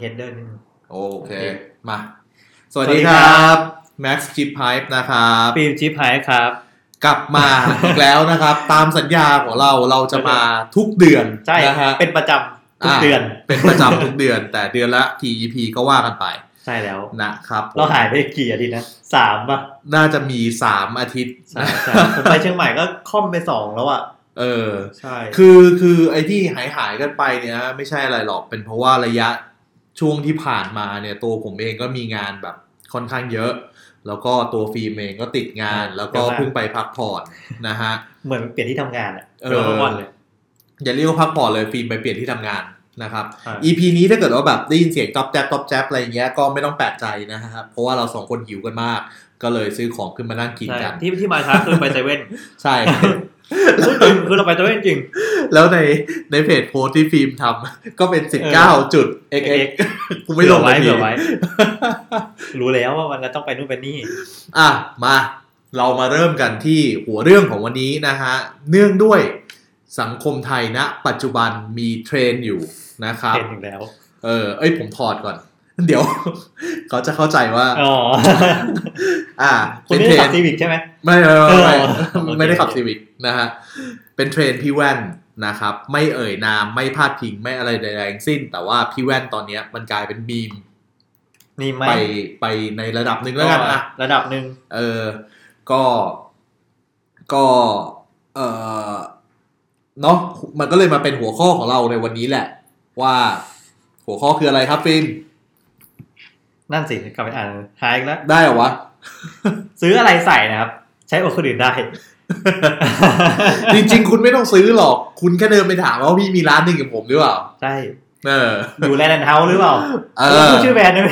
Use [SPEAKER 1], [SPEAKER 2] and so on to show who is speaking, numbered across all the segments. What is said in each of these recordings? [SPEAKER 1] เฮดเดินดนึง
[SPEAKER 2] โอ
[SPEAKER 1] โอ
[SPEAKER 2] เค
[SPEAKER 1] เค
[SPEAKER 2] มา สวัส
[SPEAKER 1] สวัส
[SPEAKER 2] ดี
[SPEAKER 1] ดี
[SPEAKER 2] ค
[SPEAKER 1] ครั
[SPEAKER 2] รับ บ Max c h i p Hype นะครับ
[SPEAKER 1] ฟิลชิปหายครับ
[SPEAKER 2] กลับมา อีกแล้ว นะครับ ตามสัญญาของเราเราจะมาทุกเดือน
[SPEAKER 1] ใช่
[SPEAKER 2] นะฮะ
[SPEAKER 1] เป็นประจำทุกเดือน
[SPEAKER 2] าเป็นประจำทุกเดือน แต่เดือนละกี่ EP ก็ว่ากันไป
[SPEAKER 1] ใช่แล้ว
[SPEAKER 2] นะครับ
[SPEAKER 1] เราหายไปกี่อาทิตย์นะสามป่ะ
[SPEAKER 2] น่าจะมี 3 อาทิตย์
[SPEAKER 1] สาม สามผมไปเชียงใหม่ก็ค่อมไปสองแล้วอ่ะ
[SPEAKER 2] เออ
[SPEAKER 1] ใช่
[SPEAKER 2] คือคือไอ้ที่หายหายๆกันไปเนี่ยไม่ใช่อะไรหรอกเป็นเพราะว่าระยะช่วงที่ผ่านมาเนี่ยตัวผมเองก็มีงานแบบค่อนข้างเยอะ แล้วก็ตัวฟิล์มเองก็ติดงาน แล้วก็
[SPEAKER 1] เยอะมาก
[SPEAKER 2] เพิ่งไปพักผ่อนนะฮะ
[SPEAKER 1] เหมือนเปลี่ยนที่ทำงานอ่ะ
[SPEAKER 2] เออ
[SPEAKER 1] เดี๋ยวเราก่อนเลย
[SPEAKER 2] อย่าเรียกว่าพักผ่อนเลยฟิล์มไปเปลี่ยนที่ทำงานนะครับ
[SPEAKER 1] อ่ะ
[SPEAKER 2] EP นี้ถ้าเกิดว่าแบบได้ยินเสียงต๊อบแจ๊บต๊อบแจ๊บอะไรอย่างเงี้ยก็ไม่ต้องแปลกใจนะครับเพราะว่าเราสองคนหิวกันมาก ก็เลยซื้อของขึ้นมานั่งกิน
[SPEAKER 1] ใช่
[SPEAKER 2] กัน
[SPEAKER 1] ที่ที่มาช้าคือไปเซเว่น
[SPEAKER 2] ใช่
[SPEAKER 1] พูดจริงคือเราไปเซเว่นจริง
[SPEAKER 2] แล้วในในเพจโพสต์ที่ฟิล์มทำก็เป็นสิบเก้าจุด xx กูไม่ลง
[SPEAKER 1] เผื่อไว้
[SPEAKER 2] นาที
[SPEAKER 1] เผื่อไว้ รู้แล้วว่าวันนั้นต้องไปนู่นไปนี่
[SPEAKER 2] อ่ะมา เรามาเริ่มกันที่หัวเรื่องของวันนี้นะฮะ เนื่องด้วยสังคมไทยณปัจจุบันมีเทรนด์อยู่นะครับ
[SPEAKER 1] เห็นถึงแล้ว
[SPEAKER 2] เออ เอ้ยผมถอดก่อน เดี๋ยว เขาจะเข้าใจว่า
[SPEAKER 1] อ๋อ
[SPEAKER 2] อ่า
[SPEAKER 1] คุณ
[SPEAKER 2] เป็น
[SPEAKER 1] ไม่
[SPEAKER 2] เทร
[SPEAKER 1] ได้ขับ
[SPEAKER 2] นด์
[SPEAKER 1] ซีวิกใช่ไหม
[SPEAKER 2] ไม่ไม่ไม่ไม่
[SPEAKER 1] เออโอเค
[SPEAKER 2] ไม่ได้ขับซีวิกนะฮะ เป็นเทรนด์พี่แว่นนะครับ ไม่เอ่ยนามไม่พาดพิงไม่อะไรใดๆทั้งสิ้น แต่ว่าพี่แว่นตอนเนี้ยมันกลายเป็นมีม
[SPEAKER 1] นี่ไม่
[SPEAKER 2] ไปไปในระดับหนึ่งแล้วกันนะ
[SPEAKER 1] ระดับหนึ่ง
[SPEAKER 2] เออ ก็ ก็ เออเนาะ มันก็เลยมาเป็นหัวข้อของเราในวันนี้แหละ ว่าหัวข้อคืออะไรครับฟิล์ม
[SPEAKER 1] นั่นสิกลับไปอ่านหายอีกแล้ว
[SPEAKER 2] ได้เหรอวะ
[SPEAKER 1] ซื้ออะไรใส่นะครับ ใช้อกคนอื่น ได้
[SPEAKER 2] จริงๆ คุณไม่ต้องซื้อหรอก คุณแค่เดินไปถามว่าพี่มีร้านหนึ่งกับผมหรือเปล่า
[SPEAKER 1] ใช่
[SPEAKER 2] เออ
[SPEAKER 1] อยู่แลนด์เฮาส์หรือเปล่า
[SPEAKER 2] เอ
[SPEAKER 1] เรา
[SPEAKER 2] อ
[SPEAKER 1] พูดชื่อแบรนด์ได้ไหม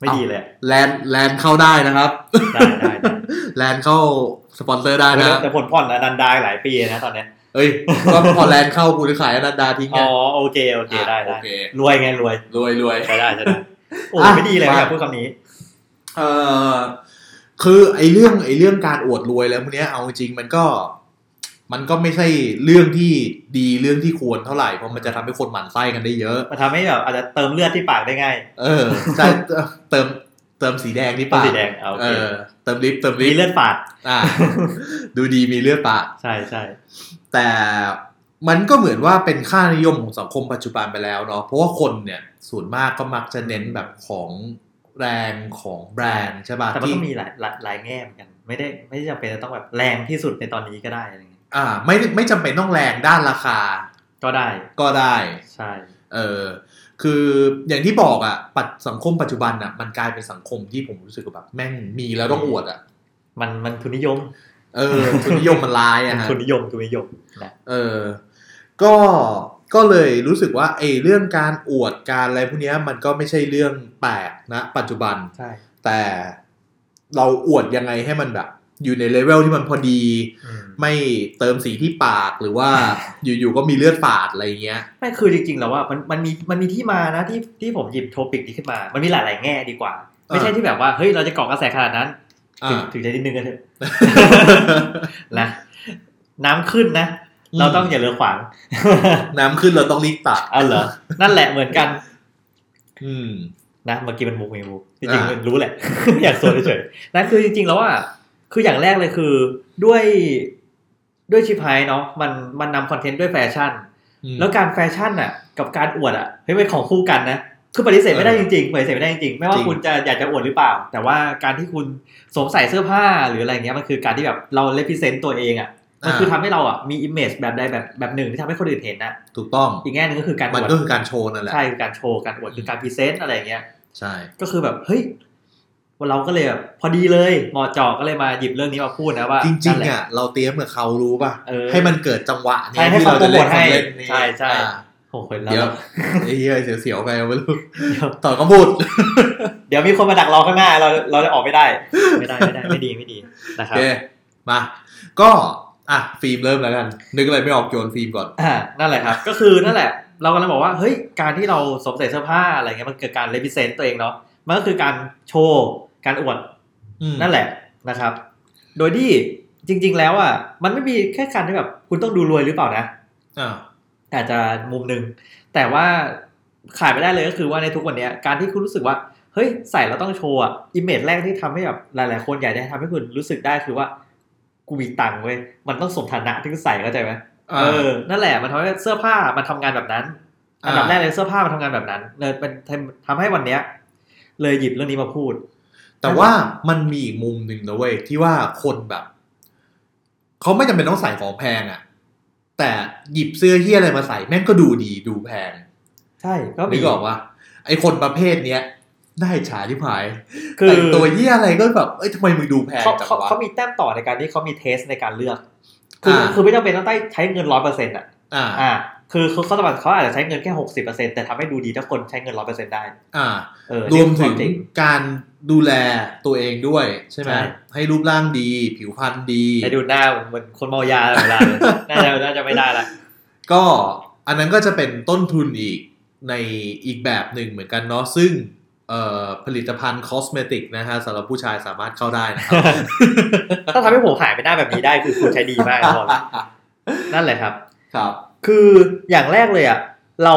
[SPEAKER 1] ไม่ดีเลย
[SPEAKER 2] แลนแลนเข้าได้นะครับ
[SPEAKER 1] ได้ได้ได้
[SPEAKER 2] แลนเข้าสปอนเซอร์ได้นะ
[SPEAKER 1] แต่ผลผ่อนอนันดาหลายปีนะตอนเนี้ย
[SPEAKER 2] เอ้ย ก็พอแลนเข้ากูจะขายอนันดาทิ้งไง
[SPEAKER 1] อ๋อโอเคโอเคได้
[SPEAKER 2] โอ
[SPEAKER 1] ได้
[SPEAKER 2] เค
[SPEAKER 1] รวยไงรวย
[SPEAKER 2] รวยรวย
[SPEAKER 1] ใช้ได้ใช้ได้โอ้
[SPEAKER 2] อ่ะ
[SPEAKER 1] ไม่ดีเลย
[SPEAKER 2] มา
[SPEAKER 1] ครับพูดคำนี้
[SPEAKER 2] เออคือไอ้เรื่องไอ้เรื่องการอวดรวยแล้วพวกเนี้ยเอาจริงมันก็ มันก็ไม่ใช่เรื่องที่ดีเรื่องที่ควรเท่าไหร่เพราะมันจะทำให้คนหมั่นไส้กันได้เยอะ
[SPEAKER 1] มันทำให้แบบอาจจะเติมเลือดที่ปากได้ง่าย
[SPEAKER 2] เออใช่ เติมเติมเติมสีแดงนี่
[SPEAKER 1] เป็น
[SPEAKER 2] ปะ
[SPEAKER 1] สีแดงเอาโอ
[SPEAKER 2] เอ
[SPEAKER 1] เค
[SPEAKER 2] อ เติมลิฟต์เติมลิ
[SPEAKER 1] มี
[SPEAKER 2] ฟต์
[SPEAKER 1] เลือดฝาด
[SPEAKER 2] อ่า ดูดีมีเลือดปะ
[SPEAKER 1] ใช่ใช่
[SPEAKER 2] แต่มันก็เหมือนว่าเป็นค่านิยมของสังคมปัจจุบันไปแล้วเนาะเพราะว่าคนเนี่ยส่วนมากก็มักจะเน้นแบบของแรงของแบรนด์ใช่ปะ
[SPEAKER 1] แต่มัน
[SPEAKER 2] ที่
[SPEAKER 1] ก็มีหลายหลายหลายแง่เหมือนกัน ไม่ได้ไม่จำเป็นจะต้องแบบแรงที่สุดในตอนนี้ก็ได้อะไรเงี้ย
[SPEAKER 2] อ่าไม่ไม่จำเป็นต้องแรงด้านราคา
[SPEAKER 1] ก็ได้
[SPEAKER 2] ก็ได้
[SPEAKER 1] ใช่
[SPEAKER 2] เออคืออย่างที่บอกอะ่ะปัจสังคมปัจจุบันอะ่ะมันกลายเป็นสังคมที่ผมรู้สึกว่าแบบแม่งมีแล้วต้องอวดอะ่ะ
[SPEAKER 1] มันมันทุนนิยม
[SPEAKER 2] เออทุนนิยมมันลาย
[SPEAKER 1] เป็
[SPEAKER 2] อะ
[SPEAKER 1] น
[SPEAKER 2] ฮะ
[SPEAKER 1] ทุนนิยมทุนนิยมนะ
[SPEAKER 2] เออก็ก็เลยรู้สึกว่าไอ้เรื่องการอวดการอะไรพวกเนี้ยมันก็ไม่ใช่เรื่องแปลกนะปัจจุบัน
[SPEAKER 1] ใช่
[SPEAKER 2] แต่เราอวดยังไงให้มันแบบ อยู่ในเลเวลที่มันพอดี ไม่เติมสีที่ปากหรือ ว่า อยู่ๆก็มีเลือดฝาดอะไรเงี้ย
[SPEAKER 1] ไม่คือจริงๆแล้วว่ามันมันมีมันมีที่มานะที่ที่ผมหยิบโทปิกนี้ขึ้นมา มันมีหลายๆแง่ดีกว่า ไม่ใช่ที่แบบว่าเฮ้ยเราจะเกาะกระแสขนาดนั้น ถึง
[SPEAKER 2] อ่า
[SPEAKER 1] ถึงจะนิดนึงกันเถอะ นะน้ำขึ้นนะ
[SPEAKER 2] อืม
[SPEAKER 1] เราต้องอย่าเลือขวาง
[SPEAKER 2] น้ำขึ้นเราต้องรีบตัก
[SPEAKER 1] เอาเหรอ นั่นแหละเหมือนกัน
[SPEAKER 2] อืม
[SPEAKER 1] นะเมื่อกี้มันมุกมีมุกจริง
[SPEAKER 2] อ่า
[SPEAKER 1] ๆมันรู้แหละ อยากสวนเฉยๆนะคือจริง ๆ แล้วว่า คืออย่างแรกเลยคือด้วยด้วยชิพายเนาะมันมันนำคอนเทนต์ด้วยแฟชั่น แล้วการแฟชั่นน่ะกับการอวดอ่ะเฮ้ยเป็นของคู่กันนะคือปฏิเสธไม่ได้
[SPEAKER 2] เอ
[SPEAKER 1] จ
[SPEAKER 2] อ
[SPEAKER 1] ริงๆปฏิเสธไม่ได้จริงๆไม่ว่า
[SPEAKER 2] จริง
[SPEAKER 1] คุณจะอยากจะอวดหรือเปล่า แต่ว่าการที่คุณสวมใส่เสื้อผ้าหรืออะไรเงี้ยมันคือการที่แบบเราเลพิเซนต์ตัวเองอ่ะมันคือทำให้เราอ่ะมีอิมเมจแบบใดแบบแบบหนึ่งที่ทำให้คนอื่นเห็นน่ะ
[SPEAKER 2] ถูกต้อง
[SPEAKER 1] อีกแง่หนึงก็คือการอ
[SPEAKER 2] มั
[SPEAKER 1] ว
[SPEAKER 2] น
[SPEAKER 1] ด
[SPEAKER 2] ก็คือการโชว์นั่นแหละ
[SPEAKER 1] ใช่คือการโชว์การอวดคือการพรีเซนต์อะไรเงี้ย
[SPEAKER 2] ใช่
[SPEAKER 1] ก็คือแบบเฮ้ยเราก็เลยแบบพอดีเลยเหมาะเจาะก็เลยมาหยิบเรื่องนี้มาพูดนะว่า
[SPEAKER 2] จริง
[SPEAKER 1] นั่นแห
[SPEAKER 2] ๆ
[SPEAKER 1] ละ
[SPEAKER 2] อ่ะเราเตรียมกับเขารู้ป่ะ
[SPEAKER 1] เออ
[SPEAKER 2] ให้มันเกิดจังหวะ
[SPEAKER 1] ใช่
[SPEAKER 2] เนี่ย
[SPEAKER 1] ให้
[SPEAKER 2] ที่
[SPEAKER 1] เขา
[SPEAKER 2] เราจะเล่น
[SPEAKER 1] โปรโมทให้
[SPEAKER 2] เล่นนี้
[SPEAKER 1] ใช่ใช่
[SPEAKER 2] อ่า
[SPEAKER 1] โอ้โหเรา
[SPEAKER 2] เดี๋ยวไอ้เหี้ยเสียวๆไปไม่รู้
[SPEAKER 1] เดี๋ยว
[SPEAKER 2] ต่อก็พูด
[SPEAKER 1] เดี๋ยวมีคนมาดักรอข้างหน้าเราเราจะออกไม่ได้ ไม่ได้ไม่ได้ไม่ดีไม่ดีนะค
[SPEAKER 2] โอ
[SPEAKER 1] รับ
[SPEAKER 2] เค มา ก็ อ่ะ ฟิล์มเริ่มแล้วกัน นึกอะไรไม่ออกโยนฟิล์มก่อน
[SPEAKER 1] อ่านั่นแหละครับ ก็คือนั่นแหละ เรากำลังบอกว่าเฮ้ยการที่เราสวมใส่เสื้อผ้าอะไรเงี้ยมันเกิดการเลพิเซนต์ตัวเองเนาะมันก็คือการโชว์การอวด
[SPEAKER 2] อืม
[SPEAKER 1] นั่นแหละนะครับ โดยที่จริง ๆ แล้วอ่ะมันไม่มีแค่การที่แบบคุณต้องดูรวยหรือเปล่านะ
[SPEAKER 2] อ่า
[SPEAKER 1] อาจจะมุมหนึ่งแต่ว่า ขาดไม่ได้เลยก็คือว่าในทุกวันเนี้ยการที่คุณรู้สึกว่า เฮ้ยใส่แล้วต้องโชว์อะอิมเมจแรกที่ทำให้แบบหลาย ๆ คนอยากจะทำให้คุณรู้สึกได้คือว่ากูมีตังค์เว้ยมันต้องสมฐานะที่กูใส่เข้าใจไหมเออนั่นแหละมันทำให้เสื้อผ้ามันทำงานแบบนั้น อันดับแรกเลยเสื้อผ้ามันทำงานแบบนั้นเลยเป็นทำให้วันเนี้ย เลยหยิบเรื่องนี้มาพูด
[SPEAKER 2] แต่ว่ามันมีอีกมุมหนึ่งนะเว้ยที่ว่าคนแบบ เขาไม่จำเป็นต้องใส่ของแพงอะ่ะ แต่หยิบเสื้อเฮียอะไรมาใส่แม่งก็ดูดีดูแพง
[SPEAKER 1] ใช่ก็มี
[SPEAKER 2] นี่บอกว่า ไอคนประเภทเนี้ยได้ฉาที่ผาย
[SPEAKER 1] คือ
[SPEAKER 2] แต่งตัวเฮียอะไรก็แบบเอ้ยทำไมมึงดูแพง
[SPEAKER 1] เขา
[SPEAKER 2] จัง
[SPEAKER 1] เขา
[SPEAKER 2] วะ
[SPEAKER 1] เขามีแต้มต่อในการที่เขามีเทสในการเลือก คืออา คือไม่จำเป็นต้องใช้เงินร้อยเปอร์เซ็นต์อ่ะ
[SPEAKER 2] อ่า
[SPEAKER 1] อ่า คือเขาเขาเขาอาจจะใช้เงินแค่หกสิบเปอร์เซ็นต์แต่ทำให้ดูดีถ้าคนใช้เงินร้อยเปอร์เซ็นต์ได้
[SPEAKER 2] อ่า
[SPEAKER 1] เออ
[SPEAKER 2] รวม
[SPEAKER 1] นี่คือคาง จ
[SPEAKER 2] ถึ
[SPEAKER 1] ริ
[SPEAKER 2] การดูแลตัวเองด้วย ใช่ไหม
[SPEAKER 1] ใช่
[SPEAKER 2] ให้รูปร่างดี ผิวพรรณดี
[SPEAKER 1] ให้ดูหน้าเหมือนคนเมายาเวลา เลยน่าจะน่าจะไม่ได้ละ
[SPEAKER 2] ก็อันนั้นก็จะเป็นต้นทุนอีกในอีกแบบหนึ่งเหมือนกันเนาะซึ่งเอ่อผลิตภัณฑ์คอสเมติกนะฮะสำหรับผู้ชายสามารถเข้าได้นะครับ
[SPEAKER 1] ถ้าทำให้ผมหายไปหน้าแบบนี้ได้คือคุณใช้ดีมากนะบอกเลยนั่นแหละครับ
[SPEAKER 2] ครับ
[SPEAKER 1] คืออย่างแรกเลยอ่ะเรา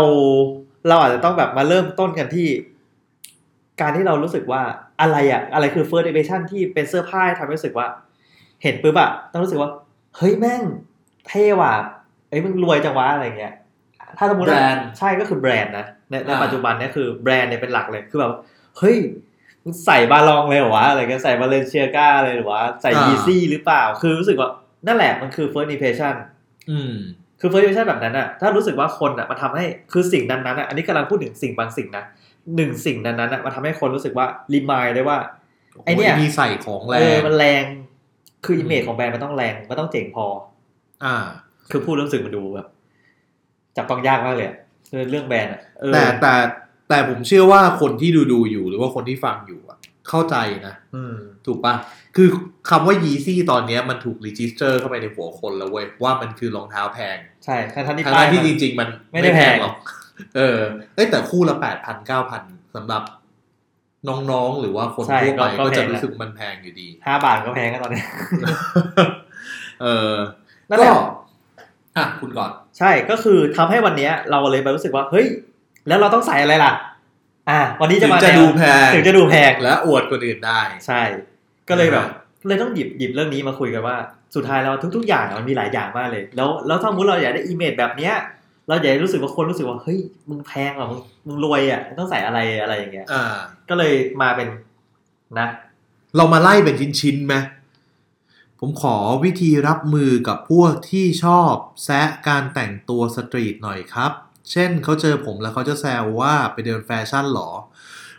[SPEAKER 1] เราอาจจะต้องแบบมาเริ่มต้นกันที่ การที่เรารู้สึกว่าอะไรอ่ะอะไรคือ first impression ที่เป็นเสื้อผ้าที่ทำให้รู้สึกว่า เห็นปุ๊บอ่ะต้องรู้สึกว่า เฮ้ยแม่งเท่ว่ะเอ้ยมึงรวยจังวะอะไรเงี้ย ถ้าสมมติ
[SPEAKER 2] แบร
[SPEAKER 1] ว่า
[SPEAKER 2] นด์
[SPEAKER 1] ใช่ก็คือแบรนด์นะในใน
[SPEAKER 2] อ่า
[SPEAKER 1] ปัจจุบันเนี่ยคือแบรนด์เนี่ยเป็นหลักเลยคือแบบเฮ้ยมึงใส่บาลองเลยเหรอวะอะไรเงี้ยใส่บาเลนเชียก้าเลยเหรอวะใส่ยีซี่หรือเปล่า คือรู้สึกว่านั่นแหละมันคือ first impression
[SPEAKER 2] อืม
[SPEAKER 1] คือ first impression แบบนั้นอะถ้ารู้สึกว่าคนอะมันทำให้คือสิ่งนั้นนั้นๆอะอันนี้กำลังพูดถึงสิ่งบางสิ่งนะหนึ่งสิ่งนั้นนั้นๆอะมันทำให้คนรู้สึกว่ารีมายได้ว่า ไอ้เนี่ย
[SPEAKER 2] โมีใส่ของแร
[SPEAKER 1] เออง มันแรงคืออิมเมจของแบรนด์มันต้องแรงมันต้องเจ๋งพอ
[SPEAKER 2] อ่า
[SPEAKER 1] คือพูดแล้วรู้สึกมันดูแบบจับต้องยากมากเลยอะเรื่องแบรนด์อะเออ
[SPEAKER 2] แต่แต่แต่ผมเชื่อว่าคนที่ดูดูอยู่หรือว่าคนที่ฟังอยู่อะเข้าใจนะ
[SPEAKER 1] อืม
[SPEAKER 2] ถูกปะคือคำว่ายีซี่ตอนเนี้ยมันถูกรีจิสเตอร์เข้าไปในหัวคนแล้วเว้ย ว่ามันคือรองเท้าแพง
[SPEAKER 1] ใช่ทั้งทั้งที่
[SPEAKER 2] ทั้
[SPEAKER 1] ป้าย
[SPEAKER 2] ง
[SPEAKER 1] มั
[SPEAKER 2] ๆที่
[SPEAKER 1] น
[SPEAKER 2] จริง ๆ มัน
[SPEAKER 1] ไม่ได้แพง
[SPEAKER 2] หรอก เออเอ้ยแต่คู่ละแปดพันเก้าพันสำหรับน้อง ๆ หรือว่าคนทั่วไปก็จะรู้สึกมันแพงอยู่ดี
[SPEAKER 1] ห้าบาทก็แพงแล้วตอนนี้
[SPEAKER 2] เออ
[SPEAKER 1] นั่นแห
[SPEAKER 2] ก็
[SPEAKER 1] ละ
[SPEAKER 2] อ่ะคุณก่อน
[SPEAKER 1] ใช่ก็คือทำให้วันเนี้ย เราเลยไปรู้สึกว่า เฮ้ย แล้วเราต้องใส่อะไรล่ะ อ่ะวันนี้
[SPEAKER 2] ถึ
[SPEAKER 1] จะ
[SPEAKER 2] ง
[SPEAKER 1] มา
[SPEAKER 2] จะ
[SPEAKER 1] แนว
[SPEAKER 2] ดูแพง
[SPEAKER 1] ถึงจะดูแพง
[SPEAKER 2] และอวดคนอื่นได้
[SPEAKER 1] ใช่ ก็เลยแบบ
[SPEAKER 2] อ่
[SPEAKER 1] เลยต้องหยิบหยิบเรื่องนี้มาคุยกันว่า สุดท้ายแล้วทุก ๆ อย่างมันมีหลายอย่างมากเลย แล้วแล้วถ้าสมมุติเราอยากได้อีเมจแบบเนี้ย เราอยากให้รู้สึกว่าคนรู้สึกว่าเฮ้ยมึงแพงอ่ะมึงมึงรวยอ่ะต้องใส่อะไรอะไรอย่างเงี้ย
[SPEAKER 2] อ่า
[SPEAKER 1] ก็เลยมาเป็นนะ
[SPEAKER 2] เรามาไล่เป็นชิ้นๆไหมผมขอวิธีรับมือกับพวกที่ชอบแซะการแต่งตัวสตรีทหน่อยครับ เช่นเขาเจอผมแล้วเขาจะแซวว่าไปเดินแฟชั่นหรอ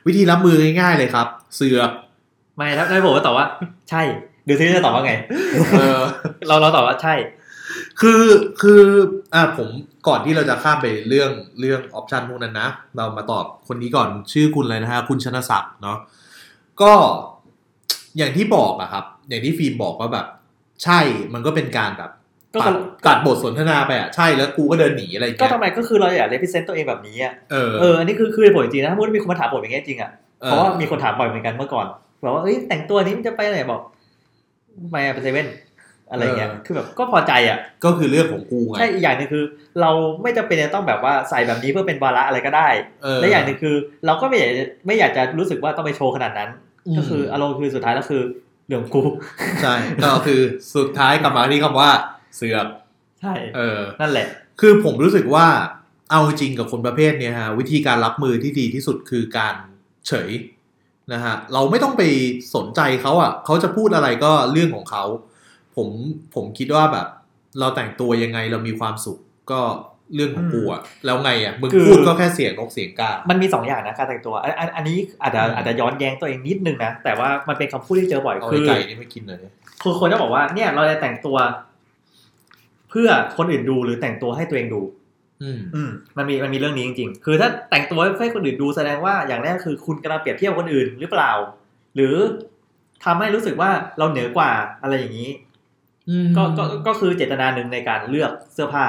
[SPEAKER 2] วิธีรับมือง่ายๆเลยครับ เสือก
[SPEAKER 1] ไม่แล้วได้ผมก็ตอบว่า ใช่ดูซิจะตอบว่าไง
[SPEAKER 2] เออ
[SPEAKER 1] เราเราตอบว่าใช่
[SPEAKER 2] คือคืออ่าผมก่อนที่เราจะข้ามไปเรื่องเรื่องออปชันพวกนั้นนะ เรามาตอบคนนี้ก่อนชื่อคุณเลยนะฮะ คุณชนะศักดิ์เนาะก็อย่างที่บอกอะครับ อย่างที่ฟิล์มบอกว่าแบบ ใช่มันก็เป็นการแบบ
[SPEAKER 1] ก็
[SPEAKER 2] ตัด
[SPEAKER 1] ก็
[SPEAKER 2] ตัดบทสนทนาไปอะใช่แล้วกูก็เดินหนีอะไรอย่าง
[SPEAKER 1] ก็
[SPEAKER 2] เงี้ย
[SPEAKER 1] ทำไมก็คือเราอยากเลพิเซนต์ตัวเองแบบนี้อ่ะ
[SPEAKER 2] เออ
[SPEAKER 1] เออ อันนี้คือคือเหตุผลจริงนะถ้าพูดมีคนมาถามผมอย่างเงี้ยจริงอ่ะ
[SPEAKER 2] ออ
[SPEAKER 1] เพราะว่ามีคนถามบ่อยเหมือนกันเมื่อก่อนบอกว่าเอ้ยแต่งตัวนี้มันจะไปไหนบอกไปอะไปเซเว่นอะไรเงี้ย คือแบบก็พอใจอ่ะ
[SPEAKER 2] ก็คือเรื่องของกูไง
[SPEAKER 1] ใช่ อีกอย่างหนึงคือ เราไม่จำเป็นจะต้องแบบว่าใส่แบบนี้เพื่อเป็นวาระอะไรก็ได้
[SPEAKER 2] เ
[SPEAKER 1] และอย่างหนึ่งคือ เราก็ไม่อยากจะไม่อยากจะรู้สึกว่าต้องไปโชว์ขนาดนั้น
[SPEAKER 2] ม
[SPEAKER 1] ก็คืออารมณ์คือสุดท้ายแล้วคือเหลืองกู
[SPEAKER 2] ใช่ก็คือสุดท้ายกลับมาที่คำว่าเสือก
[SPEAKER 1] ใช่
[SPEAKER 2] เออ
[SPEAKER 1] นั่นแหละ
[SPEAKER 2] คือผมรู้สึกว่าเอาจริงกับคนประเภทเนี้ยฮะวิธีการรับมือที่ดีที่สุดคือการเฉยนะฮะเราไม่ต้องไปสนใจเขาอ่ะเขาจะพูดอะไรก็เรื่องของเขาผมผมคิดว่าแบบ เราแต่งตัวยังไงเรามีความสุขก็เรื่องของกูอ่ะแล้วไงอ่ะมึง
[SPEAKER 1] คือ
[SPEAKER 2] พูดก็แค่เสียงนกเสียงกา
[SPEAKER 1] มันมีสองอย่างนะการแต่งตัวอันอันอันนี้อาจจะ
[SPEAKER 2] อืม
[SPEAKER 1] อาจจะย้อนแย้งตัวเองนิดนึงนะ แต่ว่ามันเป็นคำพูดที่เจอบ่อย
[SPEAKER 2] เอา
[SPEAKER 1] คื
[SPEAKER 2] ไอ้
[SPEAKER 1] อ
[SPEAKER 2] ไก่นี่ไม่กินเลยเนี่ย
[SPEAKER 1] คือคนจะบอกว่าเนี่ยเราจะแต่งตัว เพื่อคนอื่นดูหรือแต่งตัวให้ตัวเองดู
[SPEAKER 2] อืม
[SPEAKER 1] อืมมันมีมันมีเรื่องนี้จริงๆ คือถ้าแต่งตัวให้คนอื่นดูแสดงว่าอย่างแรกคือคุณกำลังเปรียบเทียบคนอื่นหรือเปล่า หรือทำให้รู้สึกว่าเราเหนือกว่าอะไรอย่างนี้ ก็ก็ก็คือเจตนาหนึ่งในการเลือกเสื้อผ้า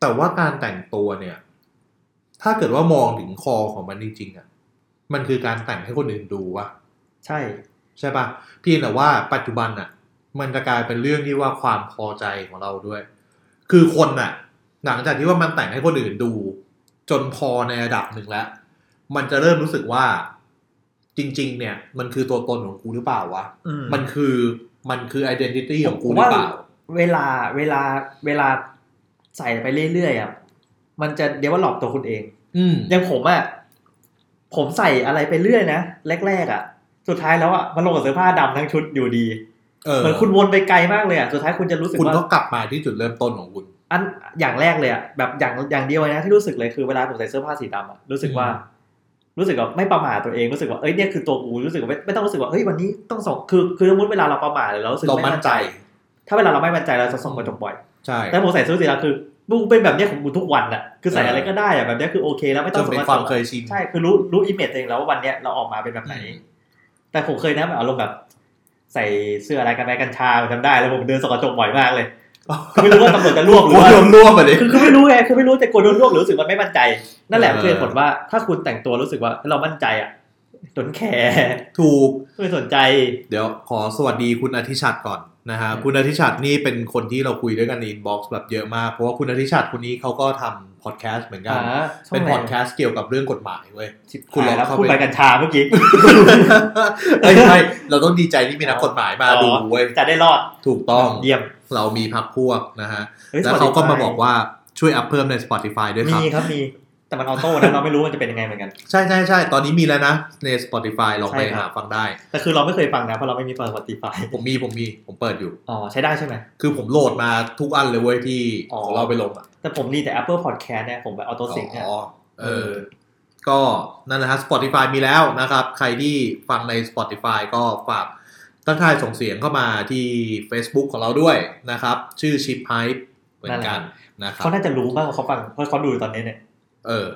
[SPEAKER 2] แต่ว่าการแต่งตัวเนี่ย ถ้าเกิดว่ามองถึงคอของมันจริงๆอ่ะมันคือการแต่งให้คนอื่นดูวะ
[SPEAKER 1] ใช่
[SPEAKER 2] ใช่ปะเพียงแต่ว่าปัจจุบันน่ะ มันจะกลายเป็นเรื่องที่ว่าความพอใจของเราด้วย คือคนน่ะ หลังจากที่ว่ามันแต่งให้คนอื่นดู จนพอในระดับหนึ่งแล้ว มันจะเริ่มรู้สึกว่า จริง ๆ เนี่ย มันคือตัวตนของกูหรือเปล่าวะ
[SPEAKER 1] อืม
[SPEAKER 2] มันคือมันคือ identity ของกู
[SPEAKER 1] ผม
[SPEAKER 2] หรือ
[SPEAKER 1] ว่า
[SPEAKER 2] เปล่า
[SPEAKER 1] เวลาเวลาเวลาใส่ไปเรื่อยๆอ่ะมันจะเดเวลลอปตัวคุณเอง
[SPEAKER 2] อืม
[SPEAKER 1] อย่างผมอ่ะผมใส่อะไรไปเรื่อยนะแรกๆอ่ะ สุดท้ายแล้วอ่ะมันลงกับเสื้อผ้าดำทั้งชุดอยู่ดี
[SPEAKER 2] เออ
[SPEAKER 1] เหมือนคุณวนไปไกลมากเลยอ่ะสุดท้ายคุณจะรู้สึก
[SPEAKER 2] คุณ
[SPEAKER 1] ว่า
[SPEAKER 2] ก็กลับมาที่จุดเริ่มต้นของคุณ
[SPEAKER 1] อันอย่างแรกเลยอ่ะแบบอย่างอย่างเดียวเลยนะที่รู้สึกเลยคือเวลาผมใส่เสื้อผ้าสีดำอ่ะรู้สึกว่า
[SPEAKER 2] อืม
[SPEAKER 1] รู้สึกว่าไม่ประมาทตัวเองรู้สึกว่าเอ้ยเนี่ยคือตัวกูรู้สึกว่าไม่ไม่ต้องรู้สึกว่าเฮ้ยวันนี้ต้องส่งคือคือสมมติเวลาเราประมาทหรือเรารู้สึก
[SPEAKER 2] เรา
[SPEAKER 1] ไม่
[SPEAKER 2] มั่น
[SPEAKER 1] มั่น
[SPEAKER 2] ใจ
[SPEAKER 1] ใจ ถ้าเวลาเราไม่มั่นใจเราจะส่องกระจกบ่อย
[SPEAKER 2] ใช่
[SPEAKER 1] แต่ผมใส่เสื้อสีดำคือมึงเป็นแบบเนี้ยของกูทุกวันอะคือใส่อะไรก็ได้อะแบบเนี้ยคือโอเคแล้วไม่
[SPEAKER 2] จ
[SPEAKER 1] ต้อง
[SPEAKER 2] น
[SPEAKER 1] ส
[SPEAKER 2] เป็น
[SPEAKER 1] กั
[SPEAKER 2] ความเคยชิน
[SPEAKER 1] ใช่คือรู้รู้อิมเมจตัวเองแล้วว่าวันเนี้ยเราออกมาเป็นแบบไหน แต่ผมเคยนะแบบอารมณ์แบบ ใส่เสื้ออะไรกันไปกันชาผมจำได้แล้วผมเดินสกอจกบ่อยมากเลยคือไม่รู้ว่าตำรวจจะรวบหรือ
[SPEAKER 2] ว่า
[SPEAKER 1] ว่า
[SPEAKER 2] โดนร่วมไปเลย
[SPEAKER 1] คือคือไม่รู้ไงคือไม่รู้แต่กลัวโดนรวบหรือรู้สึกว่าไม่มั่นใจ นั่นแหละ
[SPEAKER 2] เออ
[SPEAKER 1] คือเหตุผลว่าถ้าคุณแต่งตัวรู้สึกว่าเรามั่นใจอะสนแคร์
[SPEAKER 2] ถูก
[SPEAKER 1] ไม่สนใจ
[SPEAKER 2] เดี๋ยวขอสวัสดีคุณอาทิชัดก่อนนะฮะ
[SPEAKER 1] อืม
[SPEAKER 2] คุณอาทิชัดนี่เป็นคนที่เราคุยด้วยกันในอินบ็อกซ์แบบเยอะมาก เพราะว่าคุณอาทิชัดคนนี้เขาก็ทำพอดแคสต์เหมือนกัน
[SPEAKER 1] หาช่ง
[SPEAKER 2] เป็นพอดแคสต์เกี่ยวกับเรื่องกฎหมายเว้ย
[SPEAKER 1] ชิบ
[SPEAKER 2] คุ
[SPEAKER 1] หา
[SPEAKER 2] ณลอย ง
[SPEAKER 1] แล้ว
[SPEAKER 2] เข้าไป
[SPEAKER 1] พูดไปกันชาเมื่อกี้
[SPEAKER 2] ไอ้ยใช่เราต้องดีใจที่มีนักกฎหมายมา
[SPEAKER 1] อ๋อ
[SPEAKER 2] ดูเว้ย
[SPEAKER 1] จะได้รอด
[SPEAKER 2] ถูกต้อง
[SPEAKER 1] เยี่ยม
[SPEAKER 2] เรามีพักพวกนะฮะ
[SPEAKER 1] ฮ้ย
[SPEAKER 2] แล้วเขาก็มา
[SPEAKER 1] Spotify
[SPEAKER 2] บอกว่าช่วยอัพเพิ่มใน Spotify ด้วยค
[SPEAKER 1] มี
[SPEAKER 2] รับ
[SPEAKER 1] ครับมีแต่มันออโต้นะเราไม่รู้มันจะเป็นยังไงเหมือนกัน
[SPEAKER 2] ใช่ใช่ใช่ตอนนี้มีแล้วนะใน Spotify ลองไป
[SPEAKER 1] ใช่ครั
[SPEAKER 2] หา
[SPEAKER 1] บ
[SPEAKER 2] ฟังได้
[SPEAKER 1] แต่คือเราไม่เคยฟังนะเพราะเราไม่มีฟัง Spotify
[SPEAKER 2] ผมมีผมมีผมเปิดอยู่
[SPEAKER 1] อ๋อใช้ได้ใช่ไหม
[SPEAKER 2] คือผมโหลดมาทุกอันเลยเว้ยที่
[SPEAKER 1] อ๋อ
[SPEAKER 2] ของเราไปลงอะ
[SPEAKER 1] แต่ผมนี่แต่ Apple Podcast เนี่ยผมแบบออโต้สิงเนี่ย
[SPEAKER 2] อ๋อเอ
[SPEAKER 1] เอ
[SPEAKER 2] อ
[SPEAKER 1] อ
[SPEAKER 2] ก็นั่นแหละฮะ Spotify มีแล้วนะครับ ใครที่ฟังใน Spotify ก็ฝากทักทายส่งเสียงเข้ามาที่ Facebook ของเราด้วยนะครับ ชื่อ Chip Hype เหมือนกันนะครับ
[SPEAKER 1] เขาน่าจะรู้บ้างว่าเขาฟังเพราะเขาดูตอนนี้เนี่ย
[SPEAKER 2] เออ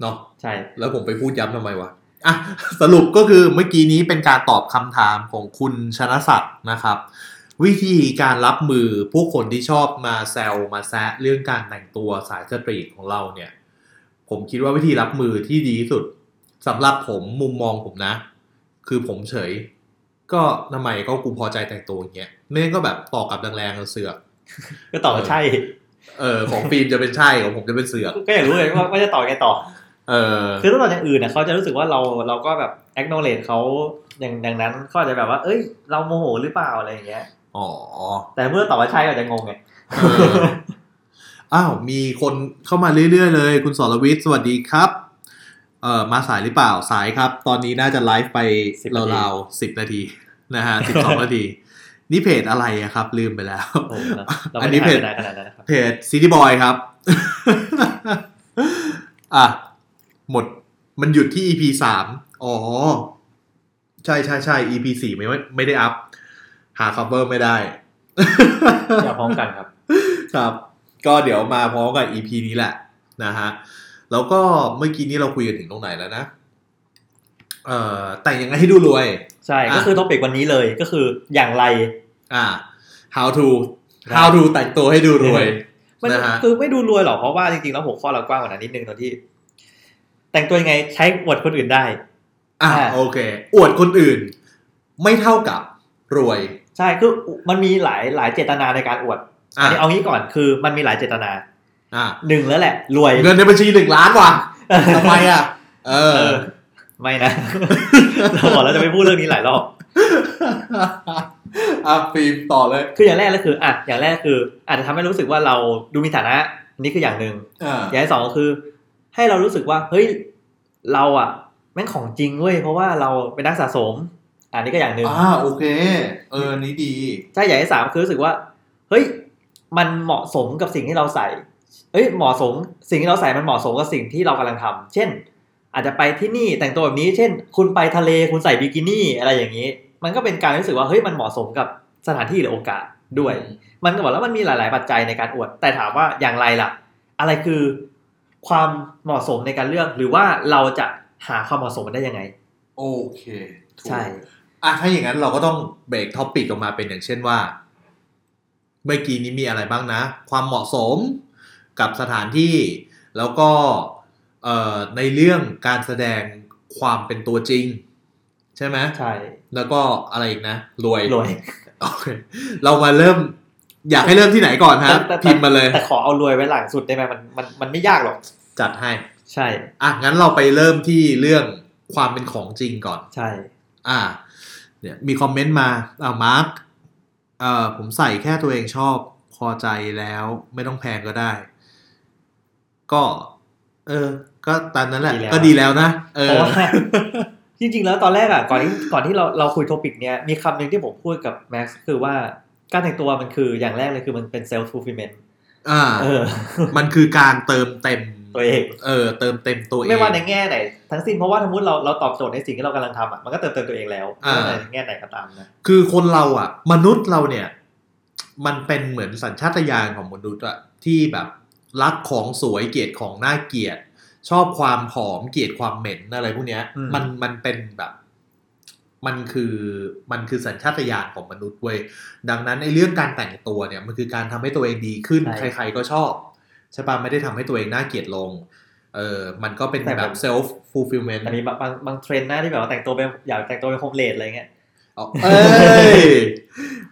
[SPEAKER 2] เนาะ
[SPEAKER 1] ใช่
[SPEAKER 2] แล้วผมไปพูดย้ำทำไมวะ อ่ะ สรุปก็คือเมื่อกี้นี้เป็นการตอบคำถามของคุณชนะศักดิ์นะครับ วิธีการรับมือผู้คนที่ชอบมาแซวมาแซะเรื่องการแต่งตัวสายสตรีทของเราเนี่ย ผมคิดว่าวิธีรับมือที่ดีที่สุดสำหรับผมมุมมองผมนะ คือผมเฉย ก็ทำไมก็กูพอใจแต่งตัวอย่างเงี้ยไม่งั้นก็แบบต่อบกลับแรงๆเสือก
[SPEAKER 1] ก็ตอบว่าใช่
[SPEAKER 2] เออของฟิล์มจะเป็นใช่ของผมจะเป็นเสือก
[SPEAKER 1] ก็อยากรู้เลยว่าว่าจะตอบไงต่อ
[SPEAKER 2] เออ
[SPEAKER 1] คือถ้าตอบอย่างอื่นนะเขาจะรู้สึกว่าเราเราก็แบบ acknowledge เขาอย่างดังนั้นเขาอาจจะแบบว่า เอ้ย เราโมโหหรือเปล่าอะไรอย่างเงี้ย
[SPEAKER 2] อ๋อ
[SPEAKER 1] แต่เมื่อตอบว่าใช่ก็อาจจะงงไง
[SPEAKER 2] เอออ้าว มีคนเข้ามาเรื่อยๆเลย คุณสรวิทย์สวัสดีครับ เอ่อ มาสายหรือเปล่าสายครับ ตอนนี้น่าจะไลฟ์ไปราวๆสิบนาทีนะฮะสิบสองนาที นี่เพจอะไรอะครับ ลืมไปแล้ว
[SPEAKER 1] โอ้โหนะเรา
[SPEAKER 2] อัน
[SPEAKER 1] ไม่
[SPEAKER 2] นี้
[SPEAKER 1] ได้
[SPEAKER 2] เผ็
[SPEAKER 1] อ่าน
[SPEAKER 2] ด
[SPEAKER 1] ไปนานขนาดนั้นนะครับ
[SPEAKER 2] เพจซิตี้บอยครับ อ่ะ หมดมันหยุดที่ EP สามอ๋อ ใช่ใช่ใช่ EP สี่ไม่ไม่ได้อัพ หา cover ไม่ได้
[SPEAKER 1] อย่าพร้อมกันครับ
[SPEAKER 2] ครับ ก็เดี๋ยวมาพร้อมกับ EP นี้แหละนะฮะ แล้วก็เมื่อกี้นี้เราคุยกันถึงตรงไหนแล้วนะ เอ่อ แต่งยังไงให้ดูรวย
[SPEAKER 1] ใช่ก็
[SPEAKER 2] อ่ะ
[SPEAKER 1] คือต้องปิกวันนี้เลยก็คืออย่างไร
[SPEAKER 2] อ่า how to how to แต่งตัวให้ดูรวย
[SPEAKER 1] มัน
[SPEAKER 2] นะฮะ
[SPEAKER 1] คือไม่ดูรวยหรอกเพราะว่าจริงๆแล้วหัวข้อเรากว้างกว่านั้นนิดนึงตอนที่ แต่งตัวยังไงใช้อวดคนอื่นได้
[SPEAKER 2] อ่า
[SPEAKER 1] อ่ะ
[SPEAKER 2] โอเค อวดคนอื่น ไม่เท่ากับรวย
[SPEAKER 1] ใช่คือมันมีหลายหลายเจตนาในการอวด
[SPEAKER 2] อ่า
[SPEAKER 1] อันนี้เอางี้ก่อนคือมันมีหลายเจตนา
[SPEAKER 2] อ่า
[SPEAKER 1] หนึ่งแล้วแหละ รวย
[SPEAKER 2] เงินในบัญชีหนึ่งล้าน ว่ะทำไมอ่ะ เอ
[SPEAKER 1] เอ
[SPEAKER 2] อ
[SPEAKER 1] อ ไม่นะ เราบอกเราจะไม่พูดเรื่องนี้หลายรอบ
[SPEAKER 2] อ่ะฟิล์มต่อเลย
[SPEAKER 1] คืออย่างแรกก็คืออ่ะอย่างแรกคือ อาจจะทำให้รู้สึกว่าเราดูมีฐานะนี่คืออย่างหนึ่ง
[SPEAKER 2] อ่า
[SPEAKER 1] อย่างที่สองก็คือ ให้เรารู้สึกว่าเฮ้ยเราอ่ะแม่งของจริงเว้ยเพราะว่าเราเป็นนักสะสม อันนี้ก็อย่างหนึ่ง
[SPEAKER 2] อ่าโอเค เอออันนี้ดี
[SPEAKER 1] ใช่อย่างที่สามคือรู้สึกว่า เฮ้ย มันเหมาะสมกับสิ่งที่เราใส่ เอ้ย เหมาะสม สิ่งที่เราใส่มันเหมาะสมกับสิ่งที่เรากำลังทำ เช่น อาจจะไปที่นี่แต่งตัวแบบนี้ เช่น คุณไปทะเลคุณใส่บิกินี่อะไรอย่างนี้ มันก็เป็นการรู้สึกว่า เฮ้ย มันเหมาะสมกับสถานที่หรือโอกาสด้วย มันก็บอกแล้วมันมีหลาย ๆ ปัจจัยในการอวด แต่ถามว่าอย่างไรล่ะ อะไรคือความเหมาะสมในการเลือก หรือว่าเราจะหาความเหมาะสมมันได้ยังไง
[SPEAKER 2] โอเคถูก
[SPEAKER 1] ใช่
[SPEAKER 2] อ่ะถ้าอย่างนั้นเราก็ต้องเบรกท็อปิกออกมาเป็นอย่างเช่นว่า เมื่อกี้นี้มีอะไรบ้างนะ ความเหมาะสมกับสถานที่ แล้วก็เอ่อในเรื่องการแสดงความเป็นตัวจริง ใช่ไหม
[SPEAKER 1] ใช่
[SPEAKER 2] แล้วก็อะไรอีกนะ รวย
[SPEAKER 1] รวย
[SPEAKER 2] โอเคเรามาเริ่ม อยากให้เริ่มที่ไหนก่อนฮะ
[SPEAKER 1] แต่แต่
[SPEAKER 2] พิมพ์มาเลย
[SPEAKER 1] แต่ขอเอารวยไว้หลังสุดได้ไหมมันมันมันไม่ยากหรอก
[SPEAKER 2] จัดให้
[SPEAKER 1] ใช่
[SPEAKER 2] อ่ะงั้นเราไปเริ่มที่เรื่องความเป็นของจริงก่อน
[SPEAKER 1] ใช่
[SPEAKER 2] อ่า เนี่ยมีคอมเมนต์มาอ่ามาร์คเอ่อผมใส่แค่ตัวเองชอบพอใจแล้ว ไม่ต้องแพงก็ได้ ก็ เออ ก็ตามนั้นแหละ ก็ดีแล้วนะเอ
[SPEAKER 1] เพ
[SPEAKER 2] อ
[SPEAKER 1] ราะ ว่าจริง ๆ แล้วตอนแรกอ่ะก่อนที่ก่อนที่เราเราคุยโทปิกเนี้ยมีคำหนึ่งที่ผมพูดกับแม็กซ์คือว่าการแต่งตัวมันคืออย่างแรกเลยคือมันเป็นเซลฟ์ฟูลฟิเมนต์
[SPEAKER 2] อ่า
[SPEAKER 1] เออ
[SPEAKER 2] มันคือการเติมเต็ม
[SPEAKER 1] ตัวเอง
[SPEAKER 2] เออ เติมเต็มตัวเอง
[SPEAKER 1] ไม่ว่าในแง่ไหนทั้งสิ้นเพราะว่าสมมติเราเราตอบโจทย์ในสิ่งที่เรากำลังทำอ่ะมันก็เติมเต็มตัวเองแล้ว
[SPEAKER 2] อ่า
[SPEAKER 1] ไม่ว่าในแง่ไหนก็ตามนะ
[SPEAKER 2] คือคนเราอ่ะ มนุษย์เราเนี่ย มันเป็นเหมือนสัญชาตญาณของมนุษย์อะที่แบบรักของสวยเกลียดของน่าเกลียด ชอบความหอมเกลียดความเหม็นอะไรพวกเนี้ย มันมันเป็นแบบ มันคือมันคือสัญชาตญาณของมนุษย์เว้ยดังนั้นไอ้เรื่องการแต่งตัวเนี่ย มันคือการทำให้ตัวเองดีขึ้น ใคร ๆ ก็ชอบใช่ปะไม่ได้ทำให้ตัวเองน่าเกลียดลง เออมันก็เป็นแบบ self fulfillment
[SPEAKER 1] แต่มีบางบางบางเทรนด์นะที่แบบว่าแต่งตัวเป็นอยากแต่งตัวเป็นโฮมเลดอะไรเงี้ย
[SPEAKER 2] เอาเอ้ย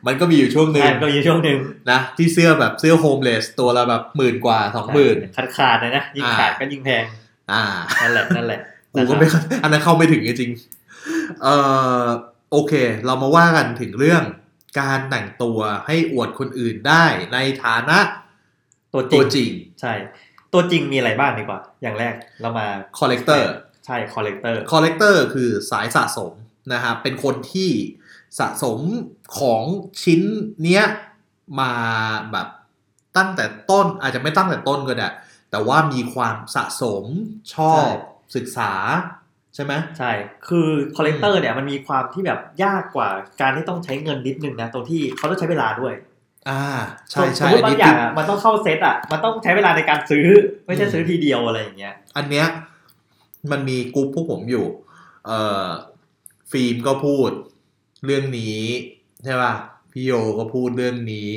[SPEAKER 2] มันก็มีอยู่ช่วงหนึ่ง
[SPEAKER 1] ใช่ก็มีช่วงหนึ่ง
[SPEAKER 2] นะที่เสื้อแบบเสื้อโฮมเลสตัวละแบบหมื่นกว่าสองหมื่น
[SPEAKER 1] ขาดขาดๆเลยนะยิ่ง
[SPEAKER 2] อ่า
[SPEAKER 1] ขาดก็ยิ่งแพง
[SPEAKER 2] อ่า
[SPEAKER 1] นั่นแหละนั่นแหละ
[SPEAKER 2] กูก็ไม่เข้าอันนั้นเข้าไม่ถึงจริงๆเอ่อโอเค เรามาว่ากันถึงเรื่องการแต่งตัวให้อวดคนอื่นได้ในฐานะ
[SPEAKER 1] ตัวจริ
[SPEAKER 2] ตัว
[SPEAKER 1] ง
[SPEAKER 2] จริง
[SPEAKER 1] ใช่ ตัวจริงมีอะไรบ้างดีกว่า อย่างแรกเรามา
[SPEAKER 2] คอลเลกเตอร์
[SPEAKER 1] ใช่คอลเลกเตอร์
[SPEAKER 2] คอลเลกเตอร์คือสายสะสมนะครับเป็นคนที่สะสมของชิ้นเนี้ยมาแบบตั้งแต่ต้นอาจจะไม่ตั้งแต่ต้นก็ได้ แต่ว่ามีความสะสมชอบศึกษาใช่ไหม
[SPEAKER 1] ใช่ คือคอลเลกเตอร์เนี่ยมันมีความที่แบบยากกว่าการที่ต้องใช้เงินนิดนึงนะตรงที่เขาต้องใช้เวลาด้วย
[SPEAKER 2] อ่าใช่ใช่
[SPEAKER 1] สมมติ
[SPEAKER 2] อัน
[SPEAKER 1] บาง
[SPEAKER 2] นี้
[SPEAKER 1] อย่า
[SPEAKER 2] คื
[SPEAKER 1] ง
[SPEAKER 2] อ
[SPEAKER 1] อะมันต้องเข้าเซตอ่ะมันต้องใช้เวลาในการซื้อไม่ใช่ซื้อทีเดียวอะไรอย่างเงี้ย
[SPEAKER 2] อันเนี้ยมันมีกรุ๊ปพวกผมอยู่ เอ่อฟิล์มก็พูดเรื่องนี้ใช่ป่ะพี่โยก็พูดเรื่องนี้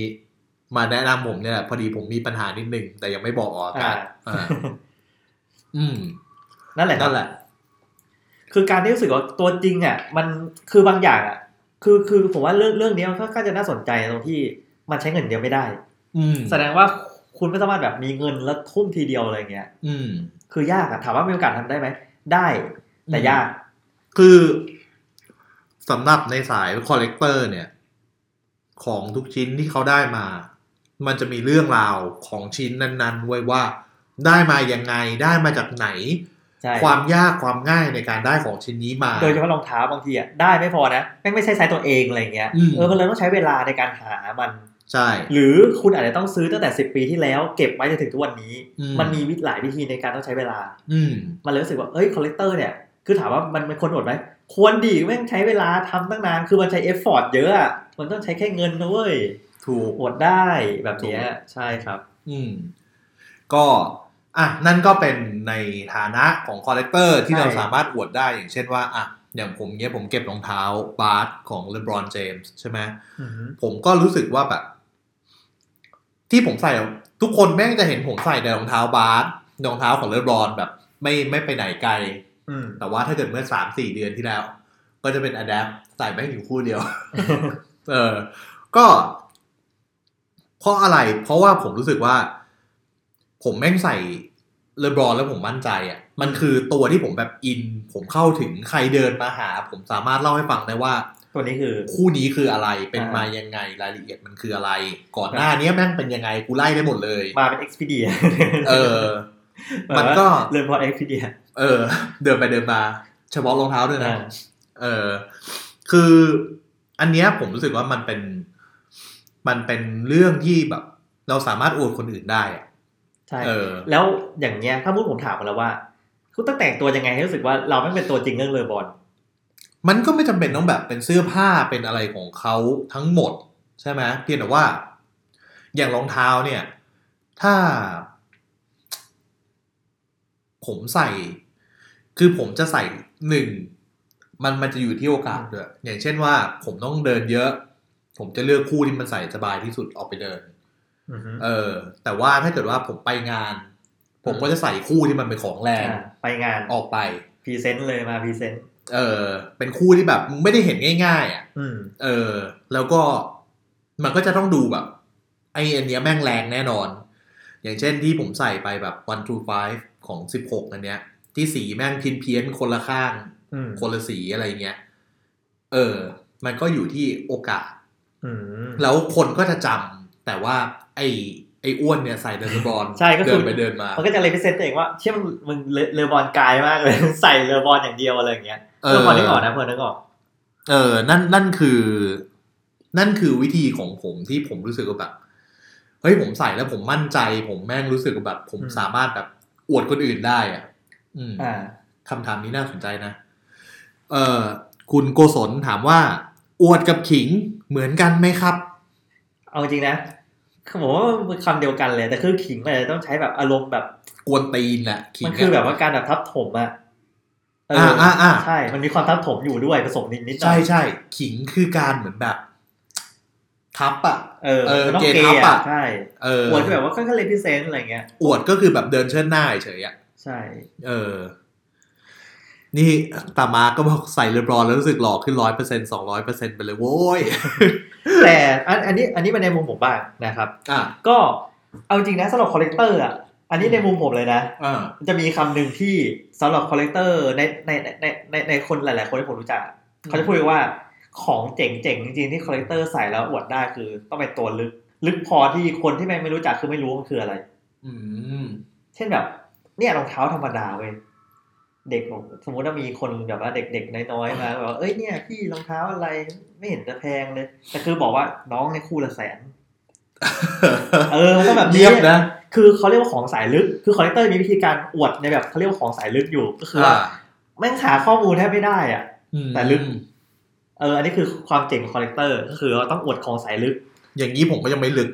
[SPEAKER 2] มาแนะนำผมเนี่ยแหละพอดีผมมีปัญหานิดนึง แต่ยังไม่บอกออกอากาศ
[SPEAKER 1] อ่า
[SPEAKER 2] อ่าอืม
[SPEAKER 1] นั่นแหละครับ
[SPEAKER 2] นั่นแหละ
[SPEAKER 1] คือการที่รู้สึกว่าตัวจริงอ่ะมันคือบางอย่างอ่ะคือคือผมว่าเรื่องเรื่องนี้มันก็จะน่าสนใจตรงที่มันใช้เงินเดียวไม่ได้
[SPEAKER 2] อืม
[SPEAKER 1] แสดงว่าคุณไม่สามารถแบบมีเงินแล้วทุ่มทีเดียวอะไรเงี้ย
[SPEAKER 2] อืม
[SPEAKER 1] คือยากอะถามว่ามีโอกาสทำได้ไหม ได้แต่
[SPEAKER 2] อืม
[SPEAKER 1] ยาก
[SPEAKER 2] คือสำหรับในสายคอลเลกเตอร์เนี่ย ของทุกชิ้นที่เขาได้มา มันจะมีเรื่องราวของชิ้นนั้นๆไว้ว่า ได้มายังไงได้มาจากไหน
[SPEAKER 1] ใช่
[SPEAKER 2] ความยากความง่ายในการได้ของชิ้นนี้มา
[SPEAKER 1] โดยเฉพาะรองเท้าบางทีอะได้ไม่พอนะแม่งไม่ใช่ไซส์ตัวเองอะไรเงี้ย
[SPEAKER 2] อืม
[SPEAKER 1] เออมันเลยต้องใช้เวลาในการหามัน
[SPEAKER 2] ใช่
[SPEAKER 1] หรือคุณอาจจะต้องซื้อตั้งแต่ 10 ปีที่แล้วเก็บไว้จนถึงทุกวันนี้
[SPEAKER 2] อืม
[SPEAKER 1] มันมีวิธีหลายวิธีในการต้องใช้เวลา
[SPEAKER 2] อืม
[SPEAKER 1] มันเลยรู้สึกว่าเอ้ยคอลเลกเตอร์เนี่ยคือถามว่ามันเป็นคนอดไหมควรดีแม่งใช้เวลาทำตั้งนานคือมันใช้เอฟฟอร์ตเยอะอะมันต้องใช้แค่เงินนะเว้ย
[SPEAKER 2] ถูก
[SPEAKER 1] อดได้แบบเนี้ยใช่ครับ
[SPEAKER 2] อืม ก็อ่ะนั่นก็เป็นในฐานะของคอลเลกเตอร์ที่
[SPEAKER 1] ใช่
[SPEAKER 2] เราสามารถอวดได้ อย่างเช่นว่าอ่ะอย่างผมเนี้ยผมเก็บรองเท้าบาสของเลบรอนเจมส์ใช่ไหม
[SPEAKER 1] อือหือ
[SPEAKER 2] ผมก็รู้สึกว่าแบบ ที่ผมใส่ทุกคนแม่งจะเห็นผมใส่ในรองเท้าบาสรองเท้าของเลบรอนแบบ ไม่ไม่ไปไหนไกล
[SPEAKER 1] อืม
[SPEAKER 2] แต่ว่าถ้าเกิดเมื่อสามสี่เดือนที่แล้ว ก็จะเป็นอ d แดปใส่แม่งอยู่คู่ เดียว เออ ก็ เพราะอะไร เพราะว่าผมรู้สึกว่า ผมแม่งใส่เลบรอนแล้วผมมั่นใจอะ่ะ มันคือตัวที่ผมแบบอิน ผมเข้าถึงใครเดินมาหา ผมสามารถเล่าให้ฟังได้ว่า
[SPEAKER 1] ตัวนี้คือ
[SPEAKER 2] คู่นี้คืออะไร เป็น
[SPEAKER 1] อ่าม
[SPEAKER 2] มายังไง รายละเอียดมันคืออะไร ก่อนหน้าเนี้ยแม่งเป็นยังไง กูไล่ได้หมดเลย
[SPEAKER 1] มาเป็น Expedia
[SPEAKER 2] เออ มันก็
[SPEAKER 1] เริ่มพอ Expedia
[SPEAKER 2] เออ เดินไปเดินมา เฉพาะรองเท้าด้วยนะ
[SPEAKER 1] อ่า
[SPEAKER 2] เออ คืออันเนี้ยผมรู้สึกว่ามันเป็น มันเป็นเรื่องที่แบบ เราสามารถอวดคนอื่นได้อะ
[SPEAKER 1] ใช่
[SPEAKER 2] เออ
[SPEAKER 1] แล้วอย่างเงี้ยถ้าพูดผมถามมาแล้วว่าคุณต้องแต่งตัวยังไงให้รู้สึกว่าเราไม่งเป็นตัวจริงเรื่องเลอบอล
[SPEAKER 2] มันก็ไม่จำเป็นต้องแบบเป็นเสื้อผ้าเป็นอะไรของเขาทั้งหมด ใช่ไหมเพียงแต่ว่า อย่างรองเท้าเนี่ย ถ้า ผมใส่ คือผมจะใส่หนึ่งมันมันจะอยู่ที่โอกาสด้วย อย่างเช่นว่า ผมต้องเดินเยอะ ผมจะเลือกคู่ที่มันใส่สบายที่สุดออกไปเดิน
[SPEAKER 1] อือฮึ
[SPEAKER 2] เออ แต่ว่าถ้าเกิดว่าผมไปงาน ผมก็จะใส่คู่ที่มันเป็นของแรง
[SPEAKER 1] อ่าไปงาน
[SPEAKER 2] ออกไป
[SPEAKER 1] พรีเซนต์เลยมาพรีเซนต์
[SPEAKER 2] เออ เป็นคู่ที่แบบมึงไม่ได้เห็นง่ายๆอ่ะ
[SPEAKER 1] อืม
[SPEAKER 2] เออแล้วก็มันก็จะต้องดูแบบ ไออันเนี้ยแม่งแรงแน่นอน อย่างเช่นที่ผมใส่ไปแบบ one two five ของสิบหกอันเนี้ย ที่สีแม่งเพี้ยนเพี้ยนๆคนละข้าง
[SPEAKER 1] อืม
[SPEAKER 2] คนละสีอะไรเงี้ย เออ มันก็อยู่ที่โอกาส
[SPEAKER 1] อืม
[SPEAKER 2] แล้วคนก็จะจำแต่ว่าไอ้ไอ้อ้วนเนี่ยใส่เดนบอล
[SPEAKER 1] ใช่ก็คื
[SPEAKER 2] เดิ
[SPEAKER 1] อ
[SPEAKER 2] นไปเดินมา
[SPEAKER 1] มันก็จะเลยพิเศษตัวเองว่าเชื่อมงมึงเลเลอบอลกายมากเลย ใส่เลอบอลอย่างเดียวอะไรอย่างเงี้ยเพื่อพอนึกออกนะเพื่อนนึกออก
[SPEAKER 2] เออ นั่นนั่นคือ นั่นคือวิธีของผมที่ผมรู้สึกว่าแบบเฮ้ยผมใส่แล้วผมมั่นใจ ผมแม่งรู้สึกว่าแบบ ผมสามารถแบบอวดคนอื่นได้อ่ะ อืม
[SPEAKER 1] อ่า
[SPEAKER 2] คำถามนี้น่าสนใจนะ เอ่อ คุณโกศลถามว่า อวดกับขิงเหมือนกันไหมครับ
[SPEAKER 1] เอาจริงนะคือผมว่ามันคำเดียวกันเลยแต่คือขิงมันอาจจะต้องใช้แบบอารมณ์แบบ
[SPEAKER 2] กวนตีนแหละขิง
[SPEAKER 1] มัน
[SPEAKER 2] อะ
[SPEAKER 1] คือแบบว่าการแบบทับถมอะเออ
[SPEAKER 2] อ่า
[SPEAKER 1] อ
[SPEAKER 2] อ่าอ่า
[SPEAKER 1] ใช่ มันมีความทับถมอยู่ด้วยผสมนิดนิดๆหน่
[SPEAKER 2] ใช่
[SPEAKER 1] อย
[SPEAKER 2] ใช่ขิงคือการเหมือนแบบ ทับอ่ะ
[SPEAKER 1] เออ
[SPEAKER 2] เออ
[SPEAKER 1] มันต้อง
[SPEAKER 2] เก
[SPEAKER 1] เก
[SPEAKER 2] ย์ทับ
[SPEAKER 1] ย์อะ
[SPEAKER 2] อะ
[SPEAKER 1] ใช่
[SPEAKER 2] เออ
[SPEAKER 1] อวดก็แบบว่าก็เลยพิเศษอะไรเงี้ย
[SPEAKER 2] อวดก็คือแบบเดินเชิดหน้าเฉยๆอ่ะ
[SPEAKER 1] ใช่
[SPEAKER 2] เออ นี่ตามาก็บอกใส่เลบรอนแล้วรู้สึกหล่อขึ้นร้อยเปอร์เซ็นสองร้อยเปอร์เซ็นไปเลยโว้ย
[SPEAKER 1] แต่อันอันนี้อันนี้มันในมุมผมบ้างนะครับ
[SPEAKER 2] อ่ะ
[SPEAKER 1] ก็เอาจริงนะสำหรับคอลเลกเตอร์อะอันนี้ในมุมผมเลยนะ
[SPEAKER 2] อ่า
[SPEAKER 1] มันจะมีคำหนึ่งที่สำหรับคอลเลกเตอร์ในในในในในคนหลาย ๆ คนที่ผมรู้จักอะเขาจะพูดว่าของเจ๋งๆจริงๆที่คอลเลกเตอร์ใส่แล้วอวดได้คือต้องเป็นตัวลึก ลึกพอที่คนที่แม่งไม่รู้จักคือไม่รู้ว่ามันคืออะไร
[SPEAKER 2] อืม
[SPEAKER 1] เช่นแบบ เนี่ยรองเท้าธรรมดาเว้ยเด็กบอกสมมติว่ามีคนแบบว่าเด็กๆน้อยๆมา แบบว่าเอ้ยเนี่ยพี่รองเท้าอะไรไม่เห็นจะแพงเลย แต่คือบอกว่าน้องในยคู่ละแสน เออมันก็แบบ
[SPEAKER 2] เยี่ยมนะ
[SPEAKER 1] คือเขาเรียกว่าของสายลึก คือคอลเลกเตอร์มีวิธีการอวดในแบบเขาเรียกว่าของสายลึกอยู่ก็คือว่า
[SPEAKER 2] อ่า
[SPEAKER 1] แม่งหาข้อมูลแทบไม่ได้อ่ะ
[SPEAKER 2] อืม
[SPEAKER 1] แต่ลึก เออ อันนี้คือความเจ๋งของคอลเลกเตอร์ก็คือเราต้องอวดของสายลึก
[SPEAKER 2] อย่างนี้ผมก็ยังไม่ลึก